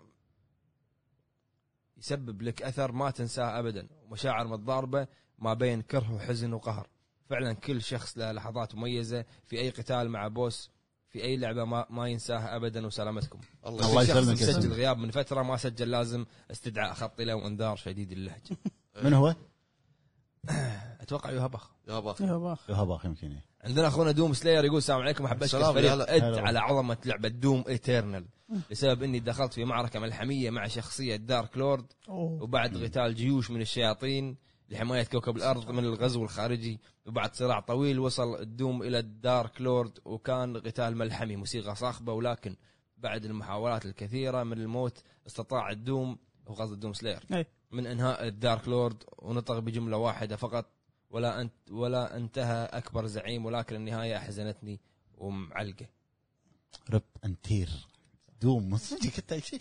[SPEAKER 1] يسبب لك اثر ما تنساه ابدا ومشاعر متضاربه ما بين كره وحزن وقهر فعلا كل شخص له لحظات مميزه في اي قتال مع بوس في اي لعبه ما, ما ينساها ابدا وسلامتكم
[SPEAKER 2] الله
[SPEAKER 4] الله
[SPEAKER 1] في شخص
[SPEAKER 2] يسلمك يا
[SPEAKER 1] مسجل
[SPEAKER 2] سيدي.
[SPEAKER 1] غياب من فتره ما سجل لازم استدعاء خطي له وانذار شديد اللهجه
[SPEAKER 2] من هو؟
[SPEAKER 1] اتوقع يوهب أخ.
[SPEAKER 4] يا باخ
[SPEAKER 3] يا باخ
[SPEAKER 2] هبا يمكن إيه.
[SPEAKER 1] عندنا اخونا دوم سلاير يقول السلام عليكم حبيت
[SPEAKER 4] السلام،
[SPEAKER 1] فريق
[SPEAKER 4] يا هلا.
[SPEAKER 1] اد
[SPEAKER 2] هلا.
[SPEAKER 1] على عظمه لعبه دوم ايترنال بسبب اني دخلت في معركه ملحميه مع شخصيه دارك لورد
[SPEAKER 3] أوه.
[SPEAKER 1] وبعد قتال جيوش من الشياطين لحماية كوكب الأرض من الغزو الخارجي وبعد صراع طويل وصل الدوم إلى الدارك لورد وكان قتال ملحمي موسيقى صاخبة ولكن بعد المحاولات الكثيرة من الموت استطاع الدوم وقصد الدوم سلاير
[SPEAKER 3] أي.
[SPEAKER 1] من إنهاء الدارك لورد ونطق بجملة واحدة فقط ولا أنت ولا انتهى أكبر زعيم ولكن النهاية أحزنتني ومعلقة
[SPEAKER 2] رب انتير دوم مسجك انت شيء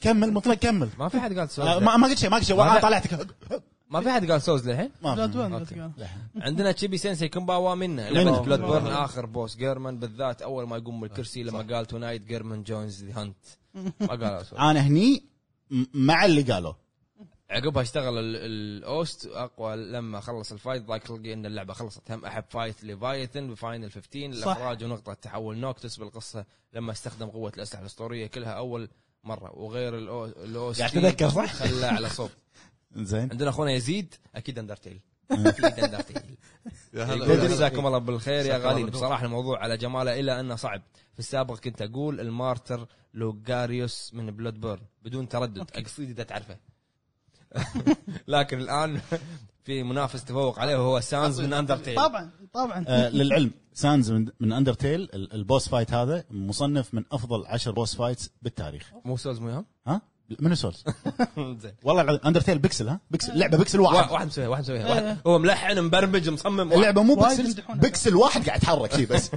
[SPEAKER 2] كمل مطلق كمل
[SPEAKER 1] ما في حد قال سوز
[SPEAKER 2] آه، ما ما قلت شيء ما قلت شيء انا
[SPEAKER 1] هذا-
[SPEAKER 2] طلعتك
[SPEAKER 1] ما في حد قال سوز للحين
[SPEAKER 3] لا
[SPEAKER 2] ما
[SPEAKER 3] دوان لا
[SPEAKER 1] أوكي.
[SPEAKER 3] تقال.
[SPEAKER 1] عندنا تشيبي سensei كمباوا منا
[SPEAKER 2] منا.
[SPEAKER 1] لعبه بلاد بورن اخر بوس جيرمان بالذات اول ما يقوم من الكرسي لما قال تونايت جيرمان جونز ذا هانت ما قال أسود.
[SPEAKER 2] انا هني م- مع اللي قالوا
[SPEAKER 1] عقبها اشتغل ال- الاوست اقوى لما خلص الفايت ضايق تلقي ان اللعبه خلصت هم احب فايت ليفايثن بفاينل 15
[SPEAKER 3] صح.
[SPEAKER 1] الاخراج ونقطه تحول نوكتس بالقصه لما استخدم قوه الاسلحه الاسطوريه كلها اول مره وغير الأو- الاوست
[SPEAKER 2] قاعد تذكر صح؟
[SPEAKER 1] خلاه على صوت
[SPEAKER 2] زين
[SPEAKER 1] عندنا اخونا يزيد اكيد اندرتيل اكيد اندرتيل
[SPEAKER 4] يا
[SPEAKER 1] يقول
[SPEAKER 4] هلا
[SPEAKER 1] جزاكم الله بالخير يا
[SPEAKER 4] جزاك
[SPEAKER 1] غالين
[SPEAKER 4] الله
[SPEAKER 1] بصراحه الموضوع على جماله الا انه صعب في السابق كنت اقول المارتر لوغاريوس من بلود بورن بدون تردد اقصد اذا تعرفه لكن الان في منافس تفوق عليه وهو سانز من اندرتيل
[SPEAKER 3] طبعا طبعا
[SPEAKER 2] آه، للعلم سانز من, من اندرتيل ال- البوس فايت هذا مصنف من افضل عشر بوس فايتس بالتاريخ
[SPEAKER 1] مو سولز مو يهم؟
[SPEAKER 2] ها منو سولز
[SPEAKER 1] زين
[SPEAKER 2] والله العظيم اندرتيل بيكسل ها بيكسل لعبه بيكسل
[SPEAKER 1] وا-
[SPEAKER 2] واحد
[SPEAKER 1] واحد مسويها واحد مسويها
[SPEAKER 4] إيه.
[SPEAKER 1] واحد هو ملحن مبرمج مصمم واحد.
[SPEAKER 2] اللعبه مو
[SPEAKER 3] وايد
[SPEAKER 2] بيكسل
[SPEAKER 3] يمدحونها.
[SPEAKER 2] بيكسل واحد قاعد يتحرك شي بس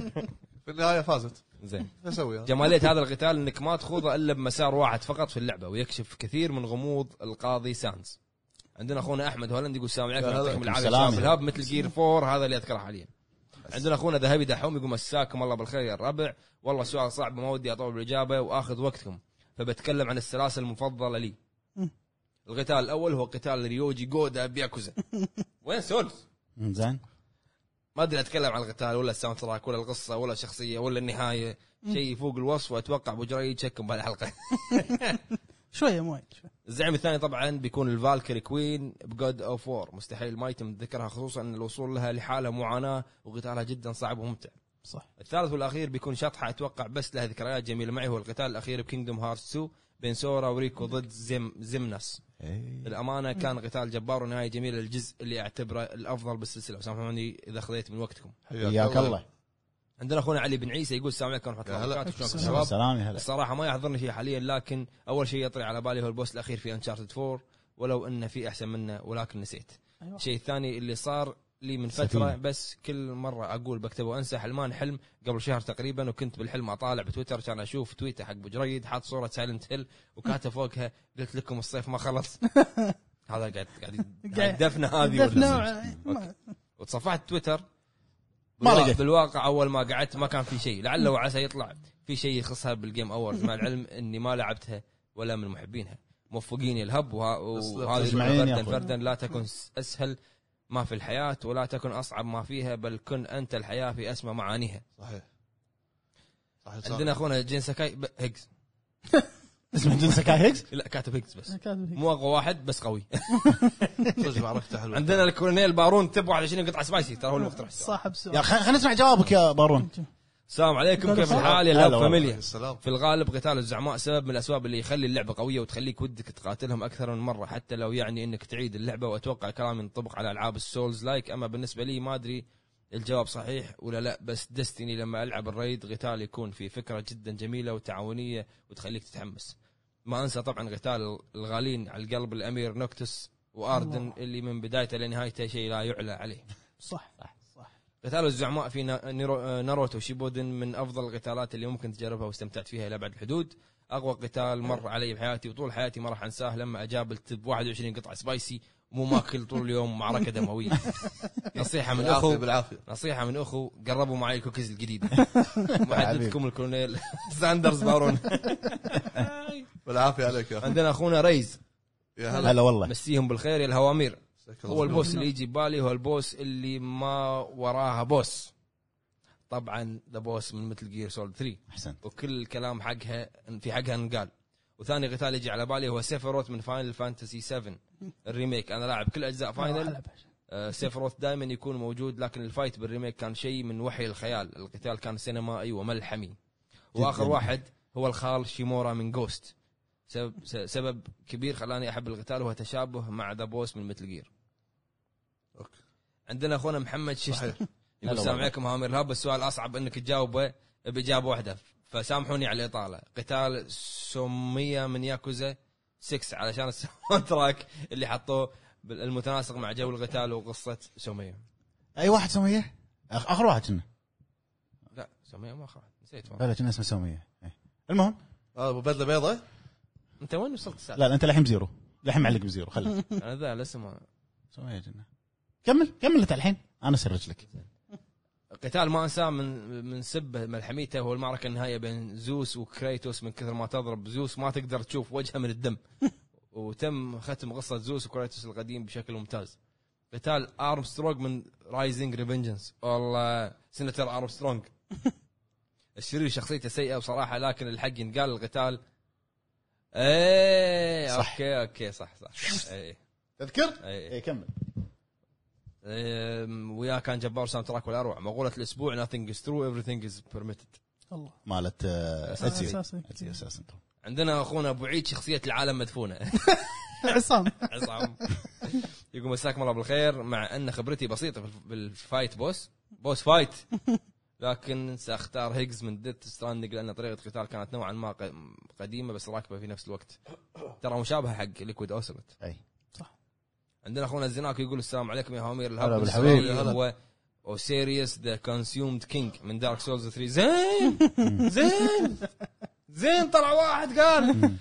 [SPEAKER 4] في النهايه فازت
[SPEAKER 1] زين
[SPEAKER 4] شو اسوي أنا؟
[SPEAKER 1] جماليه هذا القتال انك ما تخوضه الا بمسار واحد فقط في اللعبه ويكشف كثير من غموض القاضي سانز عندنا اخونا احمد هولند يقول السلام عليكم
[SPEAKER 4] لا، هذا-
[SPEAKER 1] يعطيكم العافيه
[SPEAKER 2] سلام.
[SPEAKER 1] شباب الهاب مثل جير 4 هذا اللي اذكره حاليا عندنا اخونا ذهبي دحوم يقول مساكم الله بالخير يا الربع والله سؤال صعب وما ودي اطول بالاجابه واخذ وقتكم فبتكلم عن السلاسل المفضله لي
[SPEAKER 3] مم.
[SPEAKER 1] القتال الاول هو قتال ريوجي جودا بياكوزا وين سولز
[SPEAKER 2] زين
[SPEAKER 1] ما ادري اتكلم عن القتال ولا الساوند تراك ولا القصه ولا الشخصيه ولا النهايه شيء فوق الوصف واتوقع ابو جري يتشكم بهالحلقه
[SPEAKER 3] شويه مو وايد شوية.
[SPEAKER 1] الزعيم الثاني طبعا بيكون الفالكري كوين بجود اوف وور مستحيل ما يتم ذكرها خصوصا ان الوصول لها لحاله معاناه وقتالها جدا صعب وممتع
[SPEAKER 3] صح
[SPEAKER 1] الثالث والاخير بيكون شطحه اتوقع بس لها ذكريات جميله معي هو القتال الاخير بكينجدوم هارتس 2 بين سورا وريكو ضد زم زمناس للامانه كان قتال جبار ونهايه جميله للجزء اللي اعتبره الافضل بالسلسله وسامحوني اذا خذيت من وقتكم
[SPEAKER 2] حياك الله
[SPEAKER 1] عندنا اخونا علي بن عيسى يقول السلام عليكم ورحمه الله
[SPEAKER 4] يا هلا.
[SPEAKER 1] وبركاته شلونكم
[SPEAKER 3] السلام.
[SPEAKER 1] شباب
[SPEAKER 2] سلام يا هلا
[SPEAKER 1] الصراحه ما يحضرني شيء حاليا لكن اول شيء يطري على بالي هو البوس الاخير في انشارتد 4 ولو انه في احسن منه ولكن نسيت
[SPEAKER 3] ايوه
[SPEAKER 1] الشيء الثاني اللي صار لي من فتره
[SPEAKER 2] سفينة.
[SPEAKER 1] بس كل مره اقول بكتبه وانسى حلمان حلم قبل شهر تقريبا وكنت بالحلم اطالع بتويتر كان اشوف تويتر حق ابو جريد حاط صوره سايلنت هيل وكاتب فوقها قلت لكم الصيف ما خلص هذا قاعد قاعد الدفنه هذه
[SPEAKER 3] هدف
[SPEAKER 1] ولا
[SPEAKER 3] نوع ما-
[SPEAKER 1] وتصفحت تويتر
[SPEAKER 2] ما
[SPEAKER 1] بالوا-
[SPEAKER 2] لقيت.
[SPEAKER 1] بالواقع اول ما قعدت ما كان في شيء لعله وعسى يطلع في شيء يخصها بالجيم اورز مع العلم اني ما لعبتها ولا من محبينها موفقين يا الهب وه- وهذه
[SPEAKER 2] أجمعين يا
[SPEAKER 1] فردا
[SPEAKER 2] أخوي.
[SPEAKER 1] فردا لا تكن س- اسهل ما في الحياه ولا تكن اصعب ما فيها بل كن انت الحياه في اسمى معانيها
[SPEAKER 4] صحيح صحيح صح.
[SPEAKER 1] عندنا اخونا جين ساكاي ب- هيجز
[SPEAKER 2] اسمه جنسك هيكس
[SPEAKER 1] لا كاتب هيجز بس
[SPEAKER 3] كاتب هيك.
[SPEAKER 1] مو اقوى واحد بس قوي
[SPEAKER 4] صدق معركته حلوه
[SPEAKER 1] عندنا الكولونيل بارون تب 21 قطعه سبايسي ترى هو المقترح
[SPEAKER 3] صاحب
[SPEAKER 2] يا
[SPEAKER 3] سؤال
[SPEAKER 2] خل- خلينا نسمع جوابك يا بارون
[SPEAKER 1] السلام عليكم كيف الحال يا
[SPEAKER 2] هلا
[SPEAKER 1] الهب
[SPEAKER 2] والله.
[SPEAKER 1] فاميليا
[SPEAKER 4] السلام
[SPEAKER 1] في الغالب قتال الزعماء سبب من الاسباب اللي يخلي اللعبه قويه وتخليك ودك تقاتلهم اكثر من مره حتى لو يعني انك تعيد اللعبه واتوقع كلامي ينطبق على العاب السولز لايك اما بالنسبه لي ما ادري الجواب صحيح ولا لا بس دستني لما العب الريد قتال يكون في فكره جدا جميله وتعاونيه وتخليك تتحمس ما انسى طبعا قتال الغالين على القلب الامير نوكتس واردن
[SPEAKER 3] الله.
[SPEAKER 1] اللي من بدايته لنهايته شيء لا يعلى عليه
[SPEAKER 3] صح صح
[SPEAKER 1] قتال الزعماء في نا- نيرو- آه، ناروتو شيبودن من افضل القتالات اللي ممكن تجربها واستمتعت فيها الى ابعد الحدود اقوى قتال مر علي بحياتي وطول حياتي ما راح انساه لما اجاب التب 21 قطعه سبايسي مو ماكل طول اليوم معركه دمويه نصيحه من
[SPEAKER 4] بالعافيه
[SPEAKER 1] اخو
[SPEAKER 4] بالعافيه
[SPEAKER 1] نصيحه من اخو قربوا معي الكوكيز الجديده محدثكم الكولونيل ساندرز بارون
[SPEAKER 4] بالعافيه عليك يا اخي
[SPEAKER 1] عندنا اخونا ريز
[SPEAKER 4] يا هلا
[SPEAKER 2] هلا والله
[SPEAKER 1] مسيهم بالخير يا الهوامير
[SPEAKER 4] مساك الله
[SPEAKER 1] هو
[SPEAKER 4] بالخير.
[SPEAKER 1] البوس اللي يجي ببالي هو البوس اللي ما وراها بوس طبعا ذا بوس من مثل جير سولد 3
[SPEAKER 2] احسنت
[SPEAKER 1] وكل الكلام حقها في حقها انقال وثاني قتال يجي على بالي هو سيفروت من فاينل فانتسي 7 الريميك انا لاعب كل اجزاء فاينل
[SPEAKER 3] ألعب عشان.
[SPEAKER 1] آه، سيفروت دائما يكون موجود لكن الفايت بالريميك كان شيء من وحي الخيال القتال كان سينمائي وملحمي واخر
[SPEAKER 2] جداً.
[SPEAKER 1] واحد هو الخال شيمورا من جوست سبب, س- سبب كبير خلاني احب القتال هو تشابه مع ذا بوس من متل جير
[SPEAKER 4] أوكي.
[SPEAKER 1] عندنا اخونا محمد ششتر
[SPEAKER 4] صحيح.
[SPEAKER 2] هلا
[SPEAKER 1] يقول السلام
[SPEAKER 2] والله.
[SPEAKER 1] عليكم هامير الهب السؤال اصعب انك تجاوبه باجابه واحده فسامحوني على الاطاله قتال سميه من ياكوزا 6 علشان الساوند تراك اللي حطوه بال- المتناسق مع جو القتال وقصه سميه
[SPEAKER 2] اي واحد سميه؟ آخ- اخر واحد كنا
[SPEAKER 1] لا سميه ما خلاص نسيت والله.
[SPEAKER 2] بلا كنا اسمه سميه إيه. المهم
[SPEAKER 4] آه، أبو بدله بيضة
[SPEAKER 1] انت وين وصلت السالفه؟
[SPEAKER 2] لا لا انت الحين بزيرو الحين معلق بزيرو خله
[SPEAKER 1] انا ذا لسه ما
[SPEAKER 2] سميه كنا كمل كمل انت الحين انا سرج لك
[SPEAKER 1] قتال ما انساه من من سبه ملحميته هو المعركه النهائيه بين زوس وكريتوس من كثر ما تضرب زوس ما تقدر تشوف وجهه من الدم وتم ختم قصه زوس وكريتوس القديم بشكل ممتاز قتال ارمسترونج من رايزنج ريفنجنس والله سنتر ارمسترونج الشرير شخصيته سيئه بصراحه لكن الحق ينقال القتال ايه
[SPEAKER 2] صح.
[SPEAKER 1] اوكي اوكي صح صح ايه
[SPEAKER 2] تذكر؟
[SPEAKER 1] ايه
[SPEAKER 2] اي إيه، كمل
[SPEAKER 1] أم، وياه كان جبار ساوند تراك والاروع مقوله الاسبوع nothing is true everything is permitted
[SPEAKER 3] الله
[SPEAKER 2] مالت آه، اتسيو
[SPEAKER 3] أساسي.
[SPEAKER 2] اتسيو اساسا
[SPEAKER 1] عندنا اخونا ابو عيد شخصيه العالم مدفونه
[SPEAKER 3] عصام
[SPEAKER 1] عصام يقول مساكم الله بالخير مع ان خبرتي بسيطه بالف- بالفايت بوس بوس فايت لكن ساختار هيجز من ديث ستراندنج لان طريقه القتال كانت نوعا ما ق- قديمه بس راكبه في نفس الوقت ترى مشابهه حق ليكويد اوسمت
[SPEAKER 2] اي
[SPEAKER 1] عندنا اخونا الزناك يقول السلام عليكم يا هامير الهب
[SPEAKER 2] هلا
[SPEAKER 1] السلام
[SPEAKER 2] بالحبيب.
[SPEAKER 1] هو او سيريس ذا كونسيومد كينج من دارك سولز 3 زين زين زين طلع واحد قال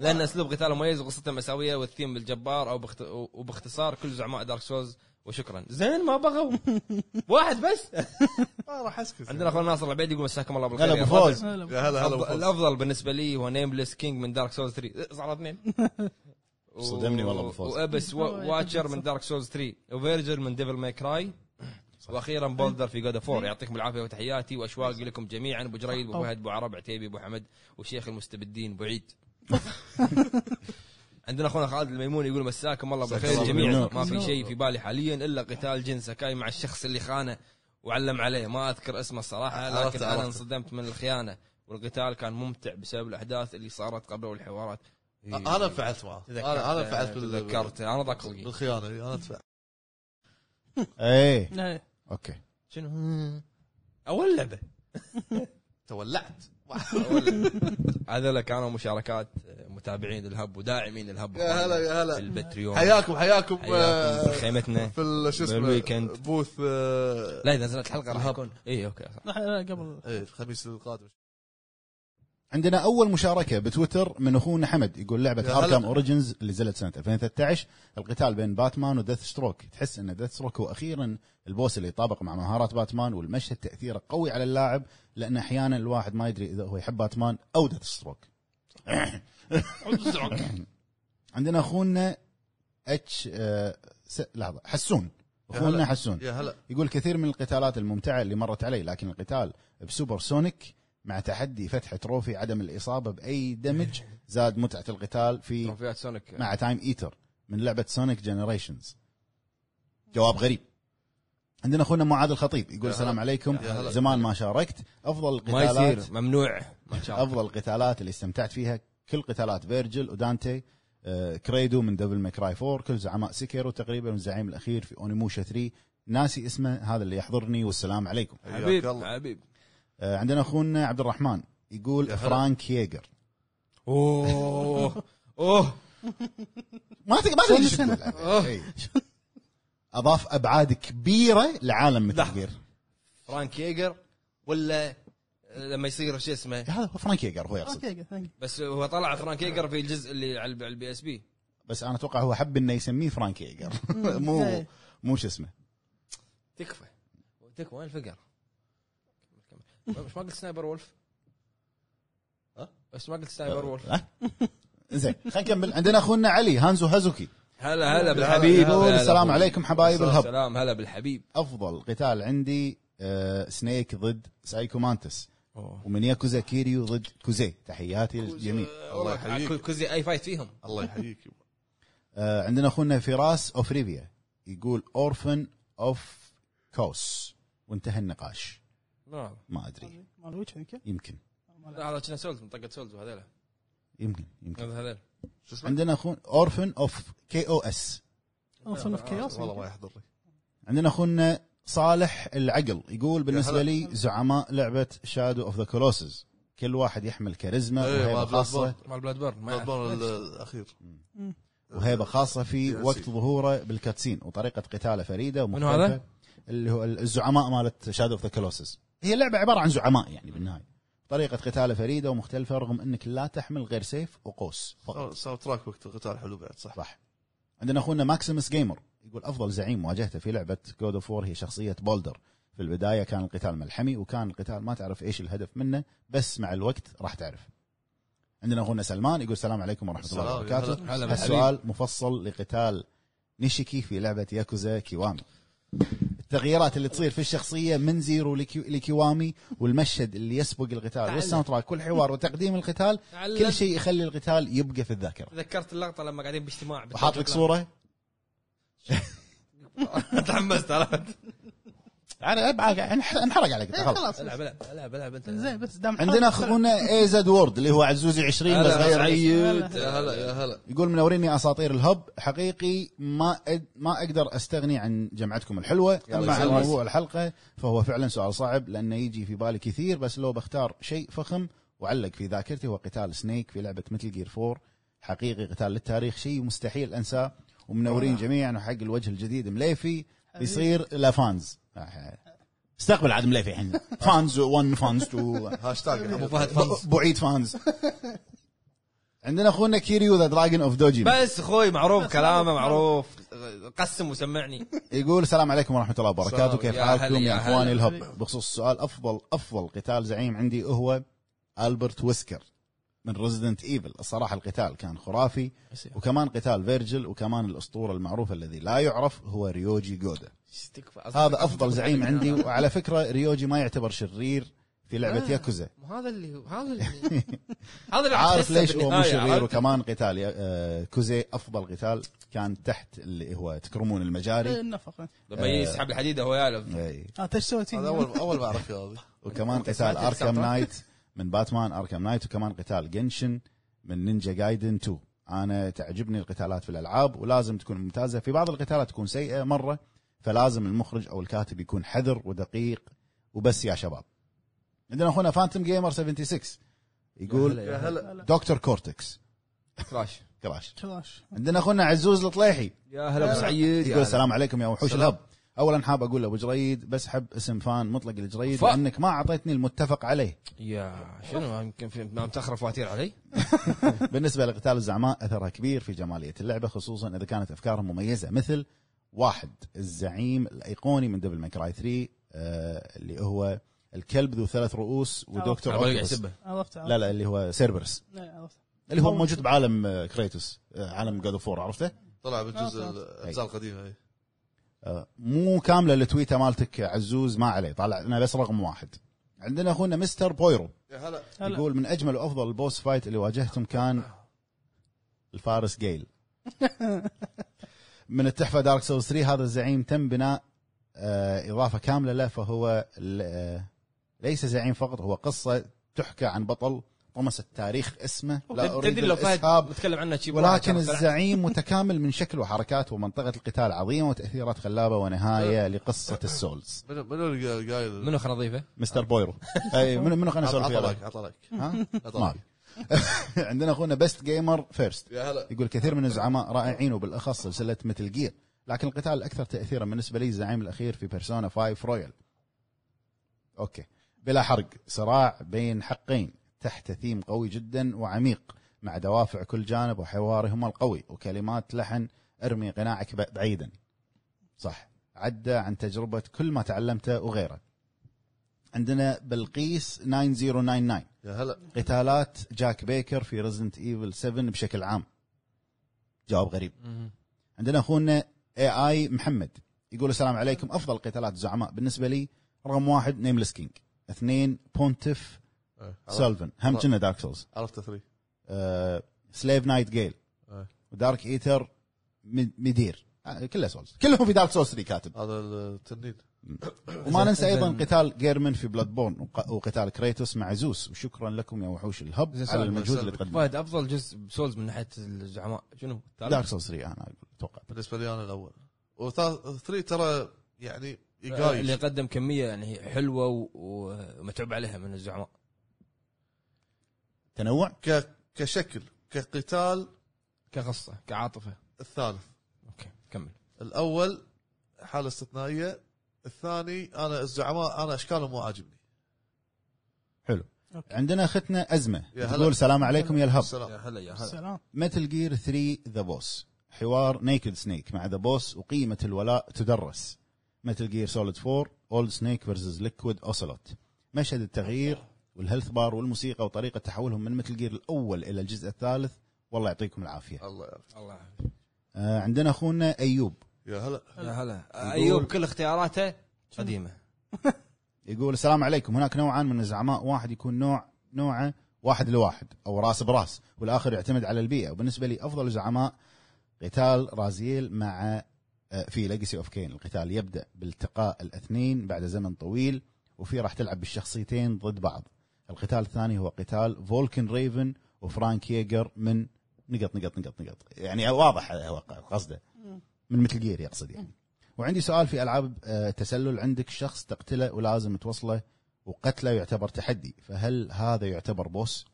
[SPEAKER 1] لان اسلوب قتاله مميز وقصته مأساويه والثيم الجبار او باخت... وباختصار كل زعماء دارك سولز وشكرا زين ما بغوا واحد بس
[SPEAKER 4] ما آه، راح اسكت
[SPEAKER 1] عندنا اخونا ناصر العبيد يقول مساكم الله بالخير
[SPEAKER 2] هلا
[SPEAKER 1] يا
[SPEAKER 2] أبو
[SPEAKER 1] الربع.
[SPEAKER 2] فوز.
[SPEAKER 4] يا هلا هلا
[SPEAKER 1] الأفضل-
[SPEAKER 4] وفوز.
[SPEAKER 1] الافضل بالنسبه لي هو نيمليس كينج من دارك سولز 3 صارت إيه، اثنين و-
[SPEAKER 2] صدمني والله أبو فوز.
[SPEAKER 1] وابس و- واتشر من دارك سولز 3 وفيرجن من ديفل ماي كراي واخيرا بولدر في جود فور يعطيكم العافيه وتحياتي واشواقي لكم جميعا ابو جريد ابو فهد ابو عرب عتيبي ابو حمد وشيخ المستبدين ابو عيد عندنا اخونا خالد الميمون يقول مساكم الله بالخير
[SPEAKER 2] الله
[SPEAKER 1] جميعا
[SPEAKER 2] بالنور.
[SPEAKER 1] ما في شيء في بالي حاليا الا قتال جن سكاي مع الشخص اللي خانه وعلم عليه ما اذكر اسمه الصراحه
[SPEAKER 4] عرفت-
[SPEAKER 1] لكن انا
[SPEAKER 4] عرفت.
[SPEAKER 1] انصدمت من الخيانه والقتال كان ممتع بسبب الاحداث اللي صارت قبله والحوارات
[SPEAKER 4] انا انفعلت معه
[SPEAKER 1] تذكرت-
[SPEAKER 4] انا انا انفعلت بال-
[SPEAKER 1] تذكرت انا ضاق خلقي
[SPEAKER 4] بالخيانه إي، انا انفعلت
[SPEAKER 2] ايه
[SPEAKER 3] إيه.
[SPEAKER 2] اوكي
[SPEAKER 1] شنو اول لعبه
[SPEAKER 4] تولعت
[SPEAKER 1] هذول كانوا مشاركات آه، متابعين الهب وداعمين الهب
[SPEAKER 4] يا هلا يا هلا.
[SPEAKER 1] البتريون
[SPEAKER 4] حياكم حياكم آه،
[SPEAKER 1] حياكم في خيمتنا
[SPEAKER 4] في ال- شو اسمه
[SPEAKER 1] بالويكند.
[SPEAKER 4] بوث آه،
[SPEAKER 1] لا اذا نزلت الحلقه راح
[SPEAKER 4] الهب.
[SPEAKER 1] يكون اي اوكي صح.
[SPEAKER 3] لا، لا، قبل
[SPEAKER 4] إيه، الخميس القادم
[SPEAKER 2] عندنا اول مشاركه بتويتر من اخونا حمد يقول
[SPEAKER 4] يا
[SPEAKER 2] لعبه
[SPEAKER 4] هلا.
[SPEAKER 2] اركام اوريجنز اللي نزلت سنه 2013 القتال بين باتمان وديث ستروك تحس ان ديث ستروك هو اخيرا البوس اللي يطابق مع مهارات باتمان والمشهد تاثيره قوي على اللاعب لان احيانا الواحد ما يدري اذا هو يحب باتمان او ديث ستروك عندنا اخونا اتش آه، س- لحظه حسون
[SPEAKER 4] يا
[SPEAKER 2] اخونا
[SPEAKER 4] هلا.
[SPEAKER 2] حسون
[SPEAKER 4] يا هلا
[SPEAKER 2] يقول كثير من القتالات الممتعة اللي مرت علي لكن القتال بسوبر سونيك مع تحدي فتح تروفي عدم الإصابة بأي دمج زاد متعة القتال في
[SPEAKER 1] تروفيات سونيك
[SPEAKER 2] مع تايم إيتر من لعبة سونيك جنريشنز جواب غريب عندنا اخونا معاذ الخطيب يقول
[SPEAKER 4] يا هلا.
[SPEAKER 2] السلام عليكم
[SPEAKER 4] يا هلا.
[SPEAKER 2] زمان ما شاركت افضل
[SPEAKER 1] ما
[SPEAKER 2] القتالات
[SPEAKER 1] يصير ممنوع ما شاء الله
[SPEAKER 2] افضل القتالات اللي استمتعت فيها كل قتالات فيرجل ودانتي آه، كريدو من دبل ماكراي 4 كل زعماء سكيرو تقريبا والزعيم الاخير في اونيموشا 3 ناسي اسمه هذا اللي يحضرني والسلام عليكم
[SPEAKER 4] حياك
[SPEAKER 1] حبيب
[SPEAKER 4] الله.
[SPEAKER 1] حبيب
[SPEAKER 2] آه، عندنا اخونا عبد الرحمن
[SPEAKER 4] يا
[SPEAKER 2] يقول
[SPEAKER 4] هلا.
[SPEAKER 2] فرانك ييجر
[SPEAKER 1] اوه اوه
[SPEAKER 2] ما تق- ما تدري شو يعني تقول عليه. إي. اضاف ابعاد كبيره لعالم مثل جير
[SPEAKER 1] فرانك ييجر ولا لما يصير شو اسمه
[SPEAKER 2] هذا هو فرانك ييجر هو يقصد
[SPEAKER 3] اوكي ثانك
[SPEAKER 1] بس هو طلع فرانك ييجر في الجزء اللي على الب- على البي اس بي
[SPEAKER 2] بس انا اتوقع هو حب انه يسميه فرانك ييجر مو
[SPEAKER 3] إيه.
[SPEAKER 2] مو شو اسمه
[SPEAKER 1] تكفى تكفى وين الفقر؟ مش ما قلت سنايبر وولف؟ ها؟ بس ما قلت سنايبر وولف
[SPEAKER 2] ها؟ زين خلينا نكمل عندنا اخونا علي هانزو هازوكي
[SPEAKER 1] هلا هلا بالحبيب
[SPEAKER 2] حبيب
[SPEAKER 1] هلا
[SPEAKER 2] السلام
[SPEAKER 1] هلا.
[SPEAKER 2] عليكم حبايب الهب
[SPEAKER 1] سلام هلا بالحبيب
[SPEAKER 2] افضل قتال عندي آه، سنيك ضد سايكو مانتس
[SPEAKER 1] أوه.
[SPEAKER 2] ومن ياكوزا كيريو ضد كوزي تحياتي للجميع
[SPEAKER 4] الله يحييك.
[SPEAKER 1] كل- كوزي اي فايت فيهم
[SPEAKER 4] الله يحييك
[SPEAKER 2] آه، عندنا اخونا فراس اوف ريفيا يقول اورفن اوف كوس وانتهى النقاش
[SPEAKER 1] ما هذا؟
[SPEAKER 2] ما ادري
[SPEAKER 3] مال ويتش يمكن
[SPEAKER 2] يمكن
[SPEAKER 1] لا هذا كنا سولز منطقه سولز وهذيلا
[SPEAKER 2] يمكن يمكن
[SPEAKER 1] هذا هذيلا
[SPEAKER 4] شو اسمه
[SPEAKER 2] عندنا اخونا اورفن اوف كي او اس
[SPEAKER 3] او صنف كيوس
[SPEAKER 4] والله ما
[SPEAKER 3] يمكن.
[SPEAKER 4] يحضرني
[SPEAKER 2] عندنا اخونا صالح العقل يقول بالنسبه
[SPEAKER 4] هلا.
[SPEAKER 2] لي زعماء لعبه شادو اوف ذا كولوسز كل واحد يحمل كاريزما
[SPEAKER 4] إيه،
[SPEAKER 2] وهيبه
[SPEAKER 4] مال
[SPEAKER 2] خاصه
[SPEAKER 1] مال بلاد بورن ما يعرف.
[SPEAKER 4] الدور الاخير
[SPEAKER 3] مم.
[SPEAKER 2] وهيبه خاصه في
[SPEAKER 4] ياسين.
[SPEAKER 2] وقت ظهوره بالكاتسين وطريقه قتاله فريده ومختلفه
[SPEAKER 1] هذا؟
[SPEAKER 2] اللي هو الزعماء مالت شادو اوف ذا كولوسز هي لعبه عباره عن زعماء يعني بالنهايه طريقه قتاله فريده ومختلفه رغم انك لا تحمل غير سيف وقوس فقط
[SPEAKER 4] ساوند تراك وقت القتال حلو بعد صح
[SPEAKER 2] صح عندنا اخونا ماكسيمس جيمر يقول افضل زعيم واجهته في لعبه جود اوف وور هي شخصيه بولدر في البدايه كان القتال ملحمي وكان القتال ما تعرف ايش الهدف منه بس مع الوقت راح تعرف عندنا اخونا سلمان يقول السلام عليكم ورحمه الله
[SPEAKER 4] السلام،
[SPEAKER 2] وبركاته
[SPEAKER 4] يا
[SPEAKER 1] هلا بالحبيب
[SPEAKER 2] السؤال مفصل لقتال نيشيكي في لعبه ياكوزا كيوامي التغييرات اللي تصير في الشخصيه من زيرو لكي- لكيوامي والمشهد اللي يسبق القتال والساوند تراك والحوار وتقديم القتال كل شيء يخلي القتال يبقى في الذاكره
[SPEAKER 1] تذكرت اللقطه لما قاعدين باجتماع
[SPEAKER 2] وحاط لك صوره
[SPEAKER 1] تحمست عرفت
[SPEAKER 2] انا أبعد- انحرق عليك
[SPEAKER 3] إيه،
[SPEAKER 2] خلاص
[SPEAKER 3] خلاص
[SPEAKER 1] العب العب العب العب انت
[SPEAKER 3] زين بس دام
[SPEAKER 2] عندنا
[SPEAKER 3] حاط-
[SPEAKER 2] اخونا ايزاد وورد اللي هو عزوزي 20 بس
[SPEAKER 1] هلا
[SPEAKER 2] غير
[SPEAKER 1] سعيد
[SPEAKER 3] هلا.
[SPEAKER 4] يا هلا يا هلا
[SPEAKER 2] يقول منوريني اساطير الهب حقيقي ما أد... ما اقدر استغني عن جمعتكم الحلوه اما عن
[SPEAKER 4] يسلمك.
[SPEAKER 2] موضوع الحلقه فهو فعلا سؤال صعب لانه يجي في بالي كثير بس لو بختار شيء فخم وعلق في ذاكرتي هو قتال سنيك في لعبه مثل جير 4 حقيقي قتال للتاريخ شيء مستحيل انساه ومنورين جميعا وحق الوجه الجديد مليفي يصير لا فانز آه. استقبل عدم ليفي الحين فانز 1 فانز 2
[SPEAKER 4] هاشتاج
[SPEAKER 1] ابو فهد فانز
[SPEAKER 2] بعيد فانز عندنا اخونا كيريو ذا دراجون اوف دوجي
[SPEAKER 1] بس اخوي معروف كلامه معروف قسم وسمعني
[SPEAKER 2] يقول السلام عليكم ورحمه الله وبركاته
[SPEAKER 4] السلام.
[SPEAKER 2] كيف
[SPEAKER 1] يا
[SPEAKER 2] حالكم
[SPEAKER 1] هلا، يا
[SPEAKER 2] يا
[SPEAKER 1] هلا.
[SPEAKER 2] اخواني الهب بخصوص السؤال افضل افضل قتال زعيم عندي هو البرت ويسكر من ريزيدنت ايفل الصراحه القتال كان خرافي وكمان قتال فيرجل وكمان الاسطوره المعروفه الذي لا يعرف هو ريوجي جودا هذا افضل زعيم عندي وعلى فكره ريوجي ما يعتبر شرير في لعبه
[SPEAKER 1] آه.
[SPEAKER 2] ياكوزا
[SPEAKER 1] مو هذا اللي هذا اللي هذا اللي
[SPEAKER 2] عارف
[SPEAKER 1] أحسه
[SPEAKER 2] ليش هو مو
[SPEAKER 1] بالنهاية،
[SPEAKER 2] شرير
[SPEAKER 1] عرفت؟
[SPEAKER 2] وكمان قتال يا- آه، كوزي افضل قتال كان تحت اللي هو تكرمون
[SPEAKER 3] إيه،
[SPEAKER 2] المجاري
[SPEAKER 3] النفقه
[SPEAKER 1] لما يسحب الحديده هو يالف
[SPEAKER 2] أي.
[SPEAKER 3] آه، انت ايش سويت؟
[SPEAKER 4] هذا اول اول ما اعرف هذا
[SPEAKER 2] وكمان قتال
[SPEAKER 1] سمعت
[SPEAKER 2] اركام
[SPEAKER 1] الساوند تراك؟
[SPEAKER 2] نايت من باتمان اركام نايت وكمان قتال جنشن من نينجا جايدن 2 انا تعجبني القتالات في الالعاب ولازم تكون ممتازه في بعض القتالات تكون سيئه مره فلازم المخرج او الكاتب يكون حذر ودقيق وبس يا شباب عندنا اخونا فانتوم جيمر 76 يقول
[SPEAKER 1] يا هلا
[SPEAKER 2] دكتور كورتكس
[SPEAKER 1] كراش
[SPEAKER 2] كراش
[SPEAKER 3] كلاش
[SPEAKER 2] عندنا اخونا عزوز الطليحي
[SPEAKER 1] يا هلا ابو سعيد
[SPEAKER 2] يقول السلام عليكم يا وحوش
[SPEAKER 1] سلام.
[SPEAKER 2] الهب اولا حاب اقول لابو جريد بس حب اسم فان مطلق لجريد
[SPEAKER 1] ف-
[SPEAKER 2] لانك ما اعطيتني المتفق عليه
[SPEAKER 1] يا شنو ما يمكن في- ما متاخره فواتير علي؟
[SPEAKER 2] طيب، بالنسبه لقتال الزعماء اثرها كبير في جماليه اللعبه خصوصا اذا كانت افكارهم مميزه مثل واحد الزعيم الايقوني من دبل ماكراي 3 آه اللي هو الكلب ذو ثلاث رؤوس ودكتور
[SPEAKER 1] على بالي قاعد
[SPEAKER 2] أوكتوبس.
[SPEAKER 1] يسبه.
[SPEAKER 3] عرفت
[SPEAKER 2] لا لا اللي هو سيربرس
[SPEAKER 3] لا عرفت
[SPEAKER 2] اللي هو موجود بعالم آه، كريتوس آه، عالم جاد اوف عرفته؟
[SPEAKER 4] طلع
[SPEAKER 3] لا،
[SPEAKER 4] بالجزء
[SPEAKER 3] لا.
[SPEAKER 4] الاجزاء القديمه هي.
[SPEAKER 2] آه، مو كامله التويته مالتك يا عزوز ما عليه طالع لنا بس رقم واحد عندنا اخونا مستر بويرو
[SPEAKER 4] يا هلا
[SPEAKER 3] هلا.
[SPEAKER 2] يقول من اجمل وافضل البوس فايت اللي واجهتهم كان الفارس جيل من التحفه دارك سولز 3 هذا الزعيم تم بناء آه، اضافه كامله له فهو ال- آه، ليس زعيم فقط هو قصه تحكى عن بطل طمس التاريخ اسمه لا اريد
[SPEAKER 1] تدري لو فهد
[SPEAKER 2] الاسهاب
[SPEAKER 1] نتكلم عنه شي بواحد
[SPEAKER 2] ولكن
[SPEAKER 1] كان طلع-
[SPEAKER 2] الزعيم متكامل من شكل وحركات ومنطقه القتال عظيمه وتاثيرات خلابه
[SPEAKER 1] آه.
[SPEAKER 2] ونهايه لقصه السولز
[SPEAKER 4] منو منو اللي قايل
[SPEAKER 1] منو خنظيفه؟
[SPEAKER 2] مستر بويرو اي منو منو خلينا نسولف
[SPEAKER 4] عطى
[SPEAKER 2] فيها بعد.
[SPEAKER 4] لك عطى لك
[SPEAKER 2] ها
[SPEAKER 4] عطى
[SPEAKER 2] ما
[SPEAKER 4] لك.
[SPEAKER 2] عندنا اخونا بيست جيمر فيرست
[SPEAKER 4] يا هلا
[SPEAKER 2] يقول كثير من الزعماء رائعين وبالاخص سلسله متل جير لكن القتال الاكثر تاثيرا بالنسبه لي الزعيم الاخير في بيرسونا 5 رويال اوكي بلا حرق صراع بين حقين تحت ثيم قوي جدا وعميق مع دوافع كل جانب وحوارهما القوي وكلمات لحن ارمي قناعك ب- بعيدا صح عدى عن تجربه كل ما تعلمته وغيره عندنا بلقيس 9099
[SPEAKER 4] يا هلا
[SPEAKER 2] قتالات جاك بيكر في ريزنت ايفل 7 بشكل عام جواب غريب عندنا اخونا اي اي محمد يقول السلام عليكم افضل قتالات الزعماء بالنسبه لي رقم واحد نيملس كينج اثنين بونتف
[SPEAKER 4] إيه، عرفت-
[SPEAKER 2] سولفن هم
[SPEAKER 4] طبعا.
[SPEAKER 2] كنا دارك سولز
[SPEAKER 4] عرفت ثري
[SPEAKER 2] آه سليف نايت جيل
[SPEAKER 4] إيه.
[SPEAKER 2] ودارك ايتر ميد- ميدير آه كلها سولز كلهم في دارك سولز 3 كاتب
[SPEAKER 4] هذا التنين
[SPEAKER 2] وما ننسى
[SPEAKER 1] إذن-
[SPEAKER 2] ايضا قتال جيرمن في بلاد بورن وق- وقتال كريتوس مع زوس وشكرا لكم يا وحوش الهب
[SPEAKER 1] إذن
[SPEAKER 2] على
[SPEAKER 1] سلام.
[SPEAKER 2] المجهود اللي تقدمه
[SPEAKER 1] فهد افضل جزء بسولز من ناحيه الزعماء شنو؟
[SPEAKER 2] دارك سولز 3 انا أقول- اتوقع
[SPEAKER 4] بالنسبه لي انا الاول وثري ترى يعني
[SPEAKER 1] آه، اللي
[SPEAKER 4] يقايش
[SPEAKER 1] قدم كميه يعني حلوه و- ومتعوب عليها من الزعماء
[SPEAKER 2] تنوع
[SPEAKER 4] ك- كشكل كقتال
[SPEAKER 1] كقصه كعاطفه
[SPEAKER 4] الثالث
[SPEAKER 1] اوكي كمل
[SPEAKER 4] الاول حاله استثنائيه الثاني انا الزعماء انا اشكالهم مو عاجبني
[SPEAKER 2] حلو
[SPEAKER 3] أوكي.
[SPEAKER 2] عندنا اختنا ازمه
[SPEAKER 4] يا هلا.
[SPEAKER 2] تقول السلام عليكم يا الهب
[SPEAKER 4] السلام
[SPEAKER 1] هلا يا
[SPEAKER 3] سلام
[SPEAKER 2] متل جير 3 ذا بوس حوار نيكد سنيك مع ذا بوس وقيمه الولاء تدرس متل جير سوليد 4 اولد سنيك فيرسز ليكويد اوسلوت مشهد التغيير والهيلث بار والموسيقى وطريقه تحولهم من متل جير الاول الى الجزء الثالث والله يعطيكم العافيه
[SPEAKER 4] الله يعافيك
[SPEAKER 1] الله يعافيك.
[SPEAKER 2] آه عندنا اخونا ايوب
[SPEAKER 4] يا هلا
[SPEAKER 1] يا هلا ايوب كل اختياراته قديمه
[SPEAKER 2] يقول السلام عليكم هناك نوعان من الزعماء واحد يكون نوع نوعه واحد لواحد او راس براس والاخر يعتمد على البيئه وبالنسبه لي افضل الزعماء قتال رازيل مع آه، في ليجسي اوف كين القتال يبدا بالتقاء الاثنين بعد زمن طويل وفي راح تلعب بالشخصيتين ضد بعض القتال الثاني هو قتال فولكن ريفن وفرانك ييجر من نقط نقط نقط نقط يعني واضح هو قصده من مثل جير يقصد يعني وعندي سؤال في العاب آه، تسلل عندك شخص تقتله ولازم توصله وقتله يعتبر تحدي فهل هذا يعتبر بوس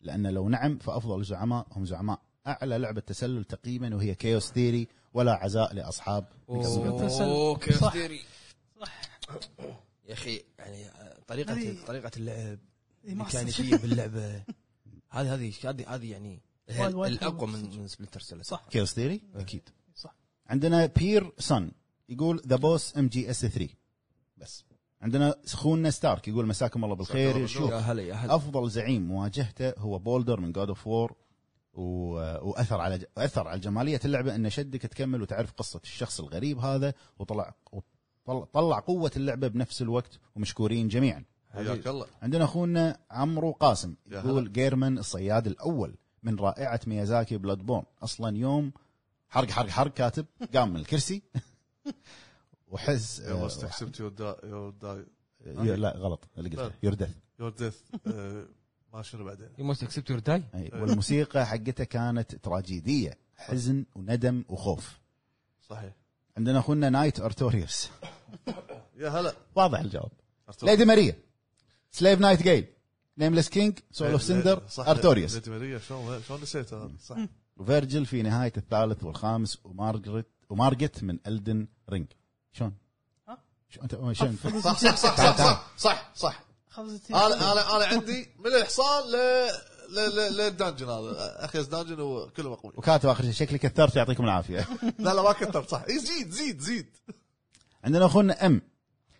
[SPEAKER 2] لان لو نعم فافضل الزعماء هم زعماء اعلى لعبه تسلل تقييما وهي كيوس ثيري ولا عزاء لاصحاب
[SPEAKER 1] اوه كيف
[SPEAKER 3] صح.
[SPEAKER 1] ديري يا اخي يعني طريقه
[SPEAKER 3] هذه-
[SPEAKER 1] طريقه اللعب
[SPEAKER 3] إي، ما
[SPEAKER 1] ميكانيكيه
[SPEAKER 3] أحسن.
[SPEAKER 1] باللعبه هذه هذه هذه هذه يعني هي
[SPEAKER 3] وايد- وايد
[SPEAKER 1] الاقوى
[SPEAKER 3] حلوة.
[SPEAKER 1] من من سبلتر سيل
[SPEAKER 3] صح
[SPEAKER 2] كيوس ثيري اكيد
[SPEAKER 3] صح
[SPEAKER 2] عندنا بير سن يقول ذا بوس ام جي اس 3 بس عندنا اخونا ستارك يقول مساكم الله بالخير
[SPEAKER 4] مساكم الله
[SPEAKER 2] شوف
[SPEAKER 1] يا هلا يا هلا
[SPEAKER 2] افضل زعيم واجهته هو بولدر من جود اوف وور واثر على واثر على جماليه اللعبه انه شدك تكمل وتعرف قصه الشخص الغريب هذا وطلع وطلع- طلع قوه اللعبه بنفس الوقت ومشكورين جميعا
[SPEAKER 4] حياك الله
[SPEAKER 2] عندنا اخونا عمرو قاسم
[SPEAKER 4] يا
[SPEAKER 2] يقول جيرمان الصياد الاول من رائعه ميازاكي بلاد بورن اصلا يوم حرق حرق حرق كاتب قام من الكرسي وحس
[SPEAKER 4] يا ماست اكسبت يور داي
[SPEAKER 2] آه، لا غلط اللي
[SPEAKER 4] طيب.
[SPEAKER 2] قلته يردث
[SPEAKER 4] يور ديث آه، ما شنو بعدين
[SPEAKER 1] يو موست اكسبت يور داي
[SPEAKER 2] أي، طيب.
[SPEAKER 4] طيب.
[SPEAKER 2] والموسيقى حقتها كانت تراجيديه حزن وندم وخوف
[SPEAKER 4] صحيح
[SPEAKER 2] عندنا اخونا نايت ارتوريوس
[SPEAKER 4] يا هلا
[SPEAKER 2] واضح الجواب
[SPEAKER 4] أرتوريوس.
[SPEAKER 2] ليدي ماريا سليف نايت جيل نيمليس كينج سول اوف
[SPEAKER 4] لا-
[SPEAKER 2] سندر
[SPEAKER 4] صح،
[SPEAKER 2] ارتوريوس
[SPEAKER 4] ليدي ماريا شلون شلون نسيتها هذا؟ صح
[SPEAKER 2] وفيرجل في نهايه الثالث والخامس ومارجريت ومارجت من الدن رينج شلون؟
[SPEAKER 3] ها؟
[SPEAKER 2] شو انت شلون
[SPEAKER 3] أفضل
[SPEAKER 4] صح صح صح صح صح صح صح
[SPEAKER 3] خبزتي
[SPEAKER 2] آه،
[SPEAKER 4] انا انا انا عندي من الحصان ل ل- ل- للدنجن هذا اخيس دنجن وكله مقوي
[SPEAKER 2] وكاتب اخر شيء شكلي كثرت يعطيكم العافيه
[SPEAKER 4] لا لا ما كثرت صح إي، زيد زيد زيد
[SPEAKER 2] عندنا اخونا ام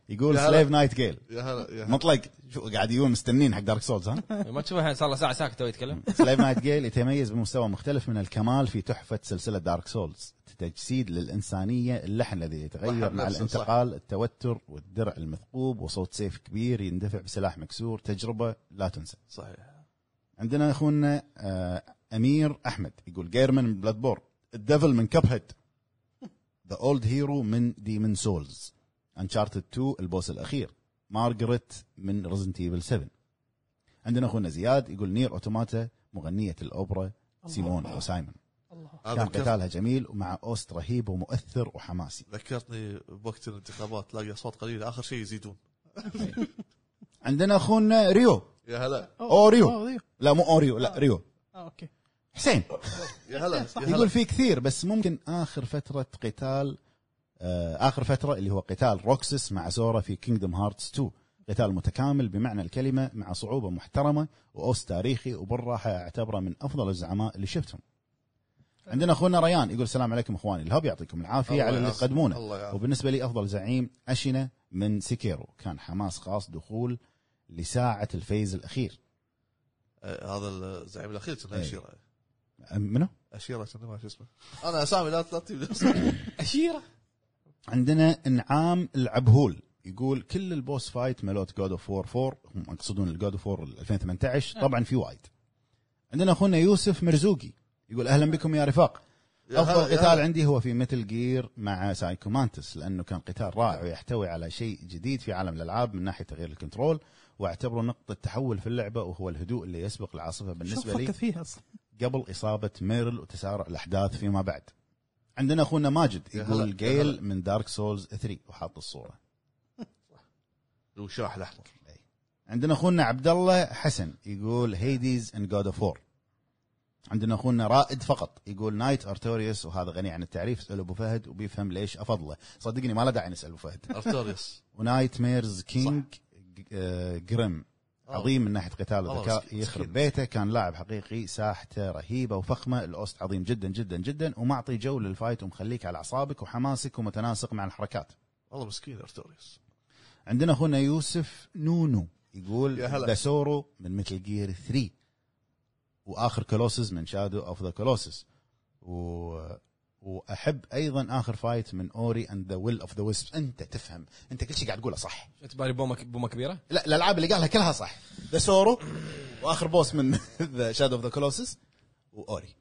[SPEAKER 2] يقول
[SPEAKER 4] يا هلا.
[SPEAKER 2] سليف نايت جيل
[SPEAKER 4] يا هلا يا هلا
[SPEAKER 2] مطلق شو قاعد يجون مستنين حق دارك سولز ها
[SPEAKER 1] ما تشوفه الحين صار له ساعه ساكت تو يتكلم
[SPEAKER 2] سليف نايت جيل يتميز بمستوى مختلف من الكمال في تحفه سلسله دارك سولز تجسيد للانسانيه اللحن الذي يتغير
[SPEAKER 4] صح،
[SPEAKER 2] مع
[SPEAKER 4] نفسه، صح.
[SPEAKER 2] الانتقال التوتر والدرع المثقوب وصوت سيف كبير يندفع بسلاح مكسور تجربه لا تنسى
[SPEAKER 4] صحيح
[SPEAKER 2] عندنا اخونا آه، امير احمد يقول جيرمان من بلاد بور الديفل من كاب هيد ذا اولد هيرو من ديمن سولز انشارتد 2 البوس الاخير مارغريت من ريزنت ايفل 7 عندنا اخونا زياد يقول نير اوتوماتا مغنيه الاوبرا سيمون او سايمون
[SPEAKER 3] الله
[SPEAKER 4] هذا
[SPEAKER 2] كان
[SPEAKER 4] كان-
[SPEAKER 2] قتالها جميل ومع اوست رهيب ومؤثر وحماسي
[SPEAKER 4] ذكرتني بوقت الانتخابات تلاقي اصوات قليله اخر شيء يزيدون
[SPEAKER 2] عندنا اخونا ريو
[SPEAKER 4] يا هلا
[SPEAKER 2] أوريو.
[SPEAKER 3] أوه، ريو
[SPEAKER 2] لا مو اوريو لا ريو
[SPEAKER 3] اه اوكي
[SPEAKER 2] حسين
[SPEAKER 4] يا هلا يا هلا
[SPEAKER 2] يقول في كثير بس ممكن اخر فتره قتال آه، اخر فتره اللي هو قتال روكسس مع سورا في كينجدم هارتس 2 قتال متكامل بمعنى الكلمه مع صعوبه محترمه واوس تاريخي وبالراحه اعتبره من افضل الزعماء اللي شفتهم عندنا اخونا ريان يقول السلام عليكم اخواني الهب يعطيكم العافيه
[SPEAKER 4] الله
[SPEAKER 2] على اللي
[SPEAKER 4] يعافيك.
[SPEAKER 2] تقدمونه
[SPEAKER 4] الله يعافيك.
[SPEAKER 2] وبالنسبه لي افضل زعيم اشنه من سيكيرو كان حماس خاص دخول لساعه الفيز الاخير
[SPEAKER 4] آه، هذا الزعيم الاخير كنا
[SPEAKER 2] إيه.
[SPEAKER 4] اشيره
[SPEAKER 2] أم- منو
[SPEAKER 4] اشيره كنا ما شو اسمه انا اسامي لا لا تجيب لي
[SPEAKER 1] اشيره
[SPEAKER 2] عندنا انعام العبهول يقول كل البوس فايت ملوت جود اوف وور 4 هم يقصدون الجود اوف وور
[SPEAKER 4] نعم.
[SPEAKER 2] 2018 طبعا في وايد عندنا اخونا يوسف مرزوقي يقول اهلا بكم يا رفاق
[SPEAKER 4] يا هلا،
[SPEAKER 2] افضل
[SPEAKER 4] يا
[SPEAKER 2] قتال
[SPEAKER 4] هلا.
[SPEAKER 2] عندي هو في متل جير مع سايكو مانتس لانه كان قتال رائع ويحتوي على شيء جديد في عالم الالعاب من ناحيه تغيير الكنترول واعتبره نقطه تحول في اللعبه وهو الهدوء اللي يسبق العاصفه بالنسبه
[SPEAKER 3] شوف
[SPEAKER 2] لي
[SPEAKER 3] فكت فيها اصلا
[SPEAKER 2] قبل إصابة ميرل وتسارع الأحداث فيما بعد عندنا أخونا ماجد
[SPEAKER 4] يا هلا،
[SPEAKER 2] يقول
[SPEAKER 4] يا
[SPEAKER 2] جيل
[SPEAKER 4] هلا.
[SPEAKER 2] من دارك سولز 3 وحاط الصورة
[SPEAKER 4] الوشاح الاحمر
[SPEAKER 2] عندنا أخونا عبد الله حسن يقول هيديز اند جود اوف وور عندنا أخونا رائد فقط يقول نايت ارتوريوس وهذا غني عن التعريف اسأل أبو فهد وبيفهم ليش أفضله صدقني ما له داعي نسأل أبو فهد
[SPEAKER 4] ارتوريوس
[SPEAKER 2] ونايت ميرز كينج آه، جريم عظيم من ناحيه قتال
[SPEAKER 4] والله
[SPEAKER 2] وذكاء
[SPEAKER 4] مسكين-
[SPEAKER 2] يخرب
[SPEAKER 4] مسكين.
[SPEAKER 2] بيته كان لاعب حقيقي ساحته رهيبه وفخمه الاوست عظيم جدا جدا جدا ومعطي جو للفايت ومخليك على اعصابك وحماسك ومتناسق مع الحركات
[SPEAKER 4] والله مسكين ارتوريوس
[SPEAKER 2] عندنا اخونا يوسف نونو يقول
[SPEAKER 4] يا هلا.
[SPEAKER 2] داسورو من مثل جير 3 واخر كولوسز من شادو اوف ذا كولوسز و... واحب ايضا اخر فايت من اوري اند ذا ويل اوف ذا ويسب انت تفهم انت كل شيء قاعد تقوله صح
[SPEAKER 1] شفت بالي بومه بومه كبيره
[SPEAKER 2] لا الالعاب اللي قالها كلها صح ذا سورو واخر بوس من ذا شادو اوف ذا كولوسس واوري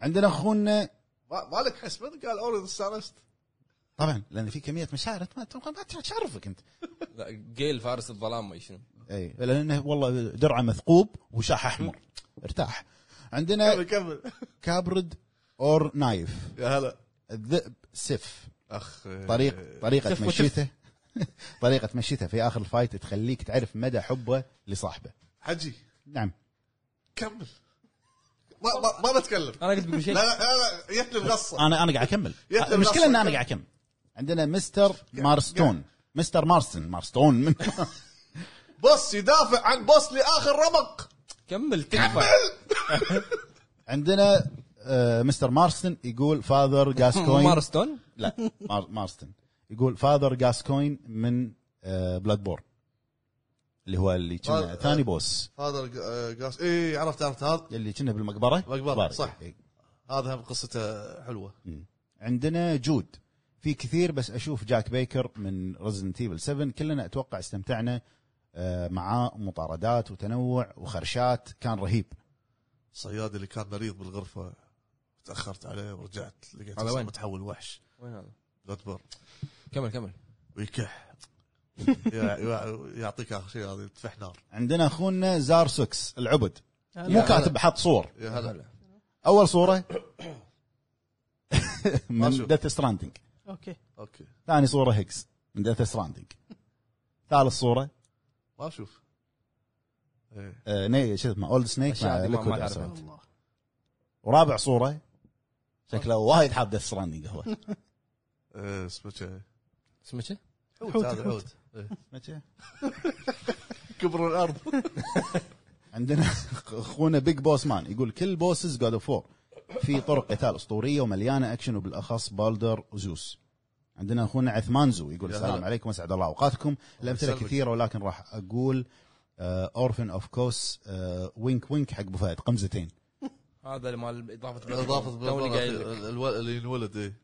[SPEAKER 2] عندنا اخونا
[SPEAKER 4] ما- مالك حس من قال اوريز استانست
[SPEAKER 2] طبعا لان في كميه مشاعر أنت ما تبغى- ما تعرفك انت
[SPEAKER 1] لا جيل فارس الظلام ما شنو
[SPEAKER 2] اي لانه والله درعه مثقوب وشاح احمر ارتاح عندنا
[SPEAKER 4] كمل كمل
[SPEAKER 2] كابرد اور نايف
[SPEAKER 4] يا هلا
[SPEAKER 2] الذئب سيف
[SPEAKER 4] اخ
[SPEAKER 2] طريق طريقه
[SPEAKER 1] إيه. سيف وسيف.
[SPEAKER 2] مشيته طريقه مشيته في اخر الفايت تخليك تعرف مدى حبه لصاحبه
[SPEAKER 4] حجي
[SPEAKER 2] نعم
[SPEAKER 4] كمل ما, ما, ما بتكلم
[SPEAKER 1] انا قلت بكل
[SPEAKER 4] لا
[SPEAKER 1] شيء
[SPEAKER 4] لا لا جت لي القصه
[SPEAKER 2] انا انا قاعد اكمل
[SPEAKER 4] يتلف
[SPEAKER 2] المشكله
[SPEAKER 4] نص
[SPEAKER 2] ان انا قاعد اكمل عندنا مستر مارستون مستر مارستون مارستون من
[SPEAKER 4] بص يدافع عن بص لاخر رمق
[SPEAKER 1] كمل تكفى
[SPEAKER 2] عندنا آه، مستر مارستون يقول فاذر جاسكوين
[SPEAKER 1] مارستون
[SPEAKER 2] لا مار مارستون يقول فاذر جاسكوين من بلاد بور اللي هو اللي كنا
[SPEAKER 4] آه،
[SPEAKER 2] ثاني بوس
[SPEAKER 4] هذا الق- آه، قاس اي عرفت عرفت هذا
[SPEAKER 2] اللي كنا بالمقبره
[SPEAKER 4] مقبرة،
[SPEAKER 2] مقبرة.
[SPEAKER 4] صح.
[SPEAKER 2] إي.
[SPEAKER 4] هذا هم قصته حلوه
[SPEAKER 2] عندنا جود في كثير بس اشوف جاك بيكر من ريزدنت ايفل 7 كلنا اتوقع استمتعنا آه، معاه مطاردات وتنوع وخرشات كان رهيب
[SPEAKER 4] الصياد اللي كان مريض بالغرفه تاخرت عليه ورجعت لقيت
[SPEAKER 1] على
[SPEAKER 4] نفسه
[SPEAKER 1] وين؟
[SPEAKER 4] متحول وحش
[SPEAKER 1] وين هذا؟
[SPEAKER 4] غدبر
[SPEAKER 1] كمل كمل
[SPEAKER 4] ويكح يا- يا- يعطيك اخر شيء هذا تفح نار
[SPEAKER 2] عندنا اخونا زار سوكس العبد مو
[SPEAKER 4] يا
[SPEAKER 2] كاتب حط صور
[SPEAKER 4] يا هلا
[SPEAKER 2] اول صوره
[SPEAKER 4] ما
[SPEAKER 2] من
[SPEAKER 4] أشوف.
[SPEAKER 2] ديث ستراندنج
[SPEAKER 3] اوكي
[SPEAKER 4] اوكي
[SPEAKER 2] ثاني صوره هيكس من ديث ستراندنج ثالث صوره
[SPEAKER 4] ما اشوف إيه.
[SPEAKER 2] آه، ني- شو اسمه اولد سنيك
[SPEAKER 1] أشياء
[SPEAKER 2] مع
[SPEAKER 1] هذه ما- ما
[SPEAKER 2] Liquid
[SPEAKER 1] أعرفها.
[SPEAKER 2] Assault.
[SPEAKER 3] الله
[SPEAKER 2] ورابع صوره شكله وايد حاب ديث ستراندنج هو
[SPEAKER 4] إيه، اسمه شي.
[SPEAKER 1] اسمه شو؟
[SPEAKER 4] حوت
[SPEAKER 3] حوت،
[SPEAKER 4] هذا
[SPEAKER 3] حوت.
[SPEAKER 4] حوت إيه. كبر الارض
[SPEAKER 2] عندنا اخونا بيج بوس مان يقول كل بوسز جود اوف 4 في طرق قتال اسطوريه ومليانه اكشن وبالاخص بالدر وزوس عندنا اخونا عثمان زو يقول
[SPEAKER 4] يا
[SPEAKER 2] السلام
[SPEAKER 4] هلا.
[SPEAKER 2] عليكم وسعد الله اوقاتكم الامثله
[SPEAKER 4] يسلمك.
[SPEAKER 2] كثيره ولكن راح آه، اقول اورفن اوف كوس وينك وينك آه، حق ابو فهد قمزتين
[SPEAKER 1] هذا اللي مال اضافه
[SPEAKER 4] اضافه
[SPEAKER 1] توني قايل لك.
[SPEAKER 4] اللي ينولد ايه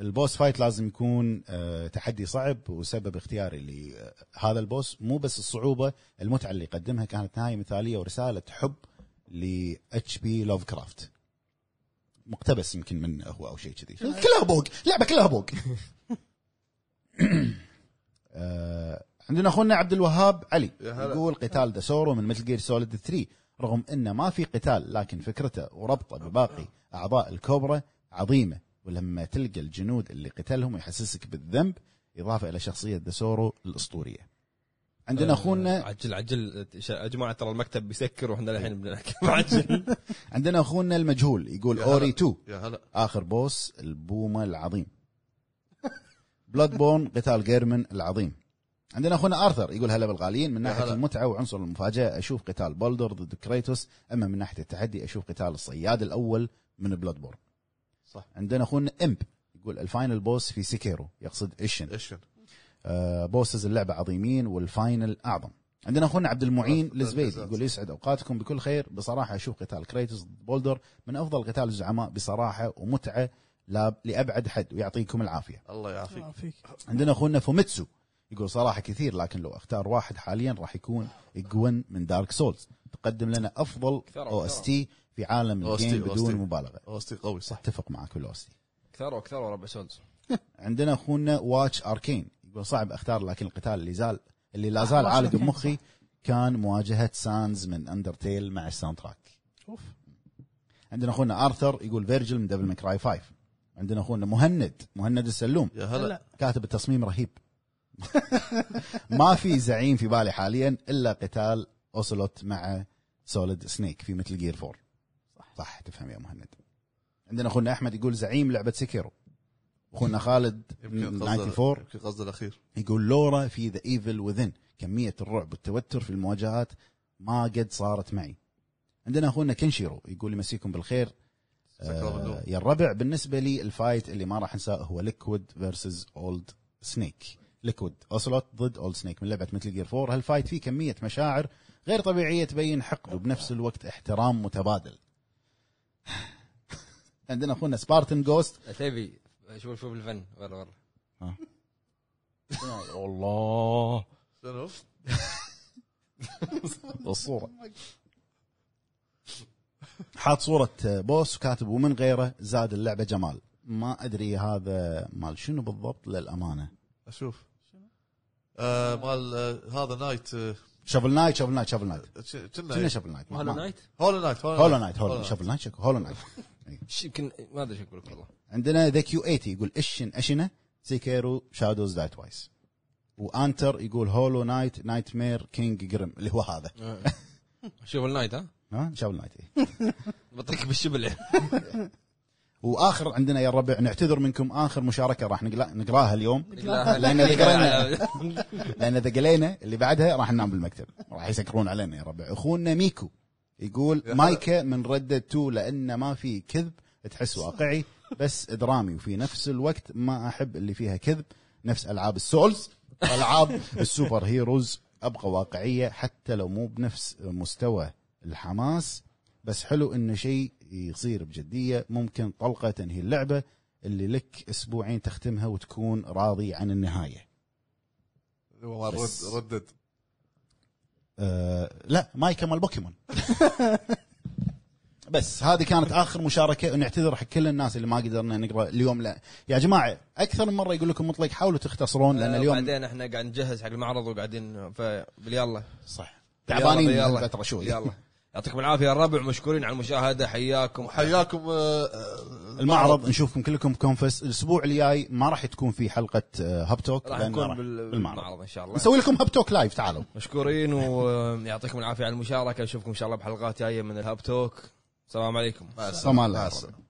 [SPEAKER 2] البوس فايت لازم يكون آه، تحدي صعب وسبب اختياري لهذا البوس مو بس الصعوبه المتعه اللي يقدمها كانت نهايه مثاليه ورساله حب ل اتش بي لوف كرافت مقتبس يمكن من هو او شيء كذي كلها بوق لعبه كلها بوق آه، عندنا اخونا عبد الوهاب علي
[SPEAKER 4] يا هلا.
[SPEAKER 2] يقول قتال دسورو من مثل جير سوليد 3 رغم انه ما في قتال لكن فكرته وربطه بباقي اعضاء الكوبرا عظيمه ولما تلقى الجنود اللي قتلهم يحسسك بالذنب اضافه الى شخصيه دسورو الاسطوريه
[SPEAKER 4] آه.
[SPEAKER 2] عندنا اخونا
[SPEAKER 1] آه، عجل عجل يا جماعه ترى المكتب بيسكر واحنا الحين بنركب عجل
[SPEAKER 2] عندنا اخونا المجهول يقول
[SPEAKER 4] يا هلا.
[SPEAKER 2] اوري 2
[SPEAKER 4] يا هلا
[SPEAKER 2] اخر بوس البومه العظيم بلاد بورن قتال جيرمن العظيم عندنا اخونا ارثر يقول هلا بالغاليين من ناحيه
[SPEAKER 4] هلا.
[SPEAKER 2] المتعه وعنصر المفاجاه اشوف قتال بولدر ضد كريتوس اما من ناحيه التحدي اشوف قتال الصياد الاول من بلاد بورن
[SPEAKER 4] صح.
[SPEAKER 2] عندنا اخونا امب يقول الفاينل بوس في سيكيرو يقصد ايشن
[SPEAKER 4] ايشن
[SPEAKER 2] آه، بوسز اللعبه عظيمين والفاينل اعظم عندنا اخونا عبد المعين
[SPEAKER 4] عفوا،
[SPEAKER 2] الزبيدي
[SPEAKER 4] بالذات.
[SPEAKER 2] يقول يسعد اوقاتكم بكل خير بصراحه اشوف قتال كريتوس ضد بولدر من افضل قتال الزعماء بصراحه ومتعه لا- لابعد حد ويعطيكم العافيه
[SPEAKER 4] الله
[SPEAKER 3] الله
[SPEAKER 4] يعافيك
[SPEAKER 3] يعافيك
[SPEAKER 2] عندنا اخونا فوميتسو يقول صراحه كثير لكن لو اختار واحد حاليا راح يكون جوين من دارك سولز تقدم لنا افضل
[SPEAKER 1] كثرة-
[SPEAKER 2] او اس تي في عالم
[SPEAKER 4] OST
[SPEAKER 2] الجيم بدون
[SPEAKER 4] OST.
[SPEAKER 2] مبالغه
[SPEAKER 4] اوستي قوي صح
[SPEAKER 2] اتفق معك في الاوستي
[SPEAKER 1] كثروا كثروا ربع سولز
[SPEAKER 2] عندنا اخونا واتش اركين يقول صعب اختار لكن القتال اللي زال اللي لا زال
[SPEAKER 3] آه، Watch
[SPEAKER 2] عالق
[SPEAKER 3] Arcane.
[SPEAKER 2] بمخي كان مواجهه سانز من اندرتيل مع الساوند تراك
[SPEAKER 3] اوف
[SPEAKER 2] عندنا اخونا ارثر يقول فيرجل من دبل مكراي 5 عندنا اخونا مهند مهند السلوم
[SPEAKER 4] يا هلا
[SPEAKER 3] هلا
[SPEAKER 2] كاتب التصميم رهيب ما في زعيم في بالي حاليا الا قتال اوسلوت مع سوليد سنيك في مثل جير 4 صح صح تفهم يا مهند عندنا اخونا احمد يقول زعيم لعبه سكيرو اخونا خالد
[SPEAKER 4] يمكن
[SPEAKER 2] من
[SPEAKER 4] قصده
[SPEAKER 2] 94
[SPEAKER 4] يمكن قصده الاخير
[SPEAKER 2] يقول لورا في ذا ايفل وذن كميه الرعب والتوتر في المواجهات ما قد صارت معي عندنا اخونا كنشيرو يقول يمسيكم بالخير
[SPEAKER 4] سكران النوم.
[SPEAKER 2] آه يا الربع بالنسبه لي الفايت اللي ما راح انساه هو ليكويد فيرسز اولد سنيك ليكويد اوسلوت ضد اولد سنيك من لعبه مثل جير 4 هالفايت فيه كميه مشاعر غير طبيعيه تبين حقد وبنفس الوقت احترام متبادل عندنا اخونا سبارتن جوست
[SPEAKER 1] عتيبي شوف شوف الفن والله والله
[SPEAKER 2] آه. الله
[SPEAKER 4] شنو؟
[SPEAKER 2] الصوره حاط صوره بوس وكاتب ومن غيره زاد اللعبه جمال ما ادري هذا مال شنو بالضبط للامانه
[SPEAKER 4] اشوف آه مال آه هذا نايت آه،
[SPEAKER 2] شافل نايت شافل نايت شافل نايت
[SPEAKER 4] ش-
[SPEAKER 2] كنا
[SPEAKER 4] كنا
[SPEAKER 2] شافل نايت ما-
[SPEAKER 1] هولو
[SPEAKER 2] ما-
[SPEAKER 1] نايت
[SPEAKER 4] هولو نايت
[SPEAKER 2] هولو نايت هولو شافل نايت شكو هولو نايت
[SPEAKER 1] ش- يمكن ما ادري شو اقول لك والله
[SPEAKER 2] عندنا ذا كيو 80 يقول اشن اشنه سيكيرو شادوز دايت وايز وانتر يقول هولو نايت نايت
[SPEAKER 1] آه.
[SPEAKER 2] مير كينج جريم اللي هو هذا
[SPEAKER 1] شوف النايت ها
[SPEAKER 2] ها شافل نايت إيه.
[SPEAKER 1] بطيك بالشبل
[SPEAKER 2] واخر عندنا يا الربع نعتذر منكم اخر مشاركه راح نقلا- نقراها اليوم
[SPEAKER 1] لا،
[SPEAKER 2] لأن
[SPEAKER 1] لا،
[SPEAKER 2] ذكرنا.
[SPEAKER 1] لا، لا.
[SPEAKER 2] لان اذا قلينا اللي بعدها راح ننام بالمكتب راح يسكرون علينا يا ربع اخونا ميكو يقول مايكا من ردة تو لان ما في كذب تحس واقعي بس درامي وفي نفس الوقت ما احب اللي فيها كذب نفس العاب السولز العاب السوبر هيروز ابقى واقعيه حتى لو مو بنفس مستوى الحماس بس حلو انه شيء يصير بجديه ممكن طلقه تنهي اللعبه اللي لك اسبوعين تختمها وتكون راضي عن النهايه
[SPEAKER 4] هو رد
[SPEAKER 2] بس.
[SPEAKER 4] ردد
[SPEAKER 2] آه، لا مايكا مال بوكيمون بس هذه كانت اخر مشاركه ونعتذر حق كل الناس اللي ما قدرنا نقرا اليوم لا يا جماعه اكثر من مره يقول لكم مطلق حاولوا تختصرون لان اليوم
[SPEAKER 1] آه، بعدين احنا قاعد نجهز حق المعرض وقاعدين فيلا
[SPEAKER 2] صح تعبانين
[SPEAKER 1] يلا،
[SPEAKER 2] من
[SPEAKER 1] يلا.
[SPEAKER 2] فتره شوي
[SPEAKER 1] يلا يعطيكم العافيه يا الربع مشكورين على المشاهده حياكم
[SPEAKER 4] حياكم آه، آه،
[SPEAKER 2] المعرض نشوفكم كلكم كونفس الاسبوع الجاي ما راح تكون في حلقه آه، هاب توك
[SPEAKER 1] راح
[SPEAKER 2] لأن
[SPEAKER 1] نكون
[SPEAKER 2] راح-
[SPEAKER 1] بال-
[SPEAKER 2] بالمعرض
[SPEAKER 1] بالمعرض ان شاء الله
[SPEAKER 2] نسوي لكم هاب توك لايف تعالوا
[SPEAKER 1] مشكورين ويعطيكم العافيه على المشاركه نشوفكم ان شاء الله بحلقات جايه من الهاب توك السلام عليكم
[SPEAKER 4] مع السلامة.
[SPEAKER 2] سلام عليكم.
[SPEAKER 4] مع السلامة.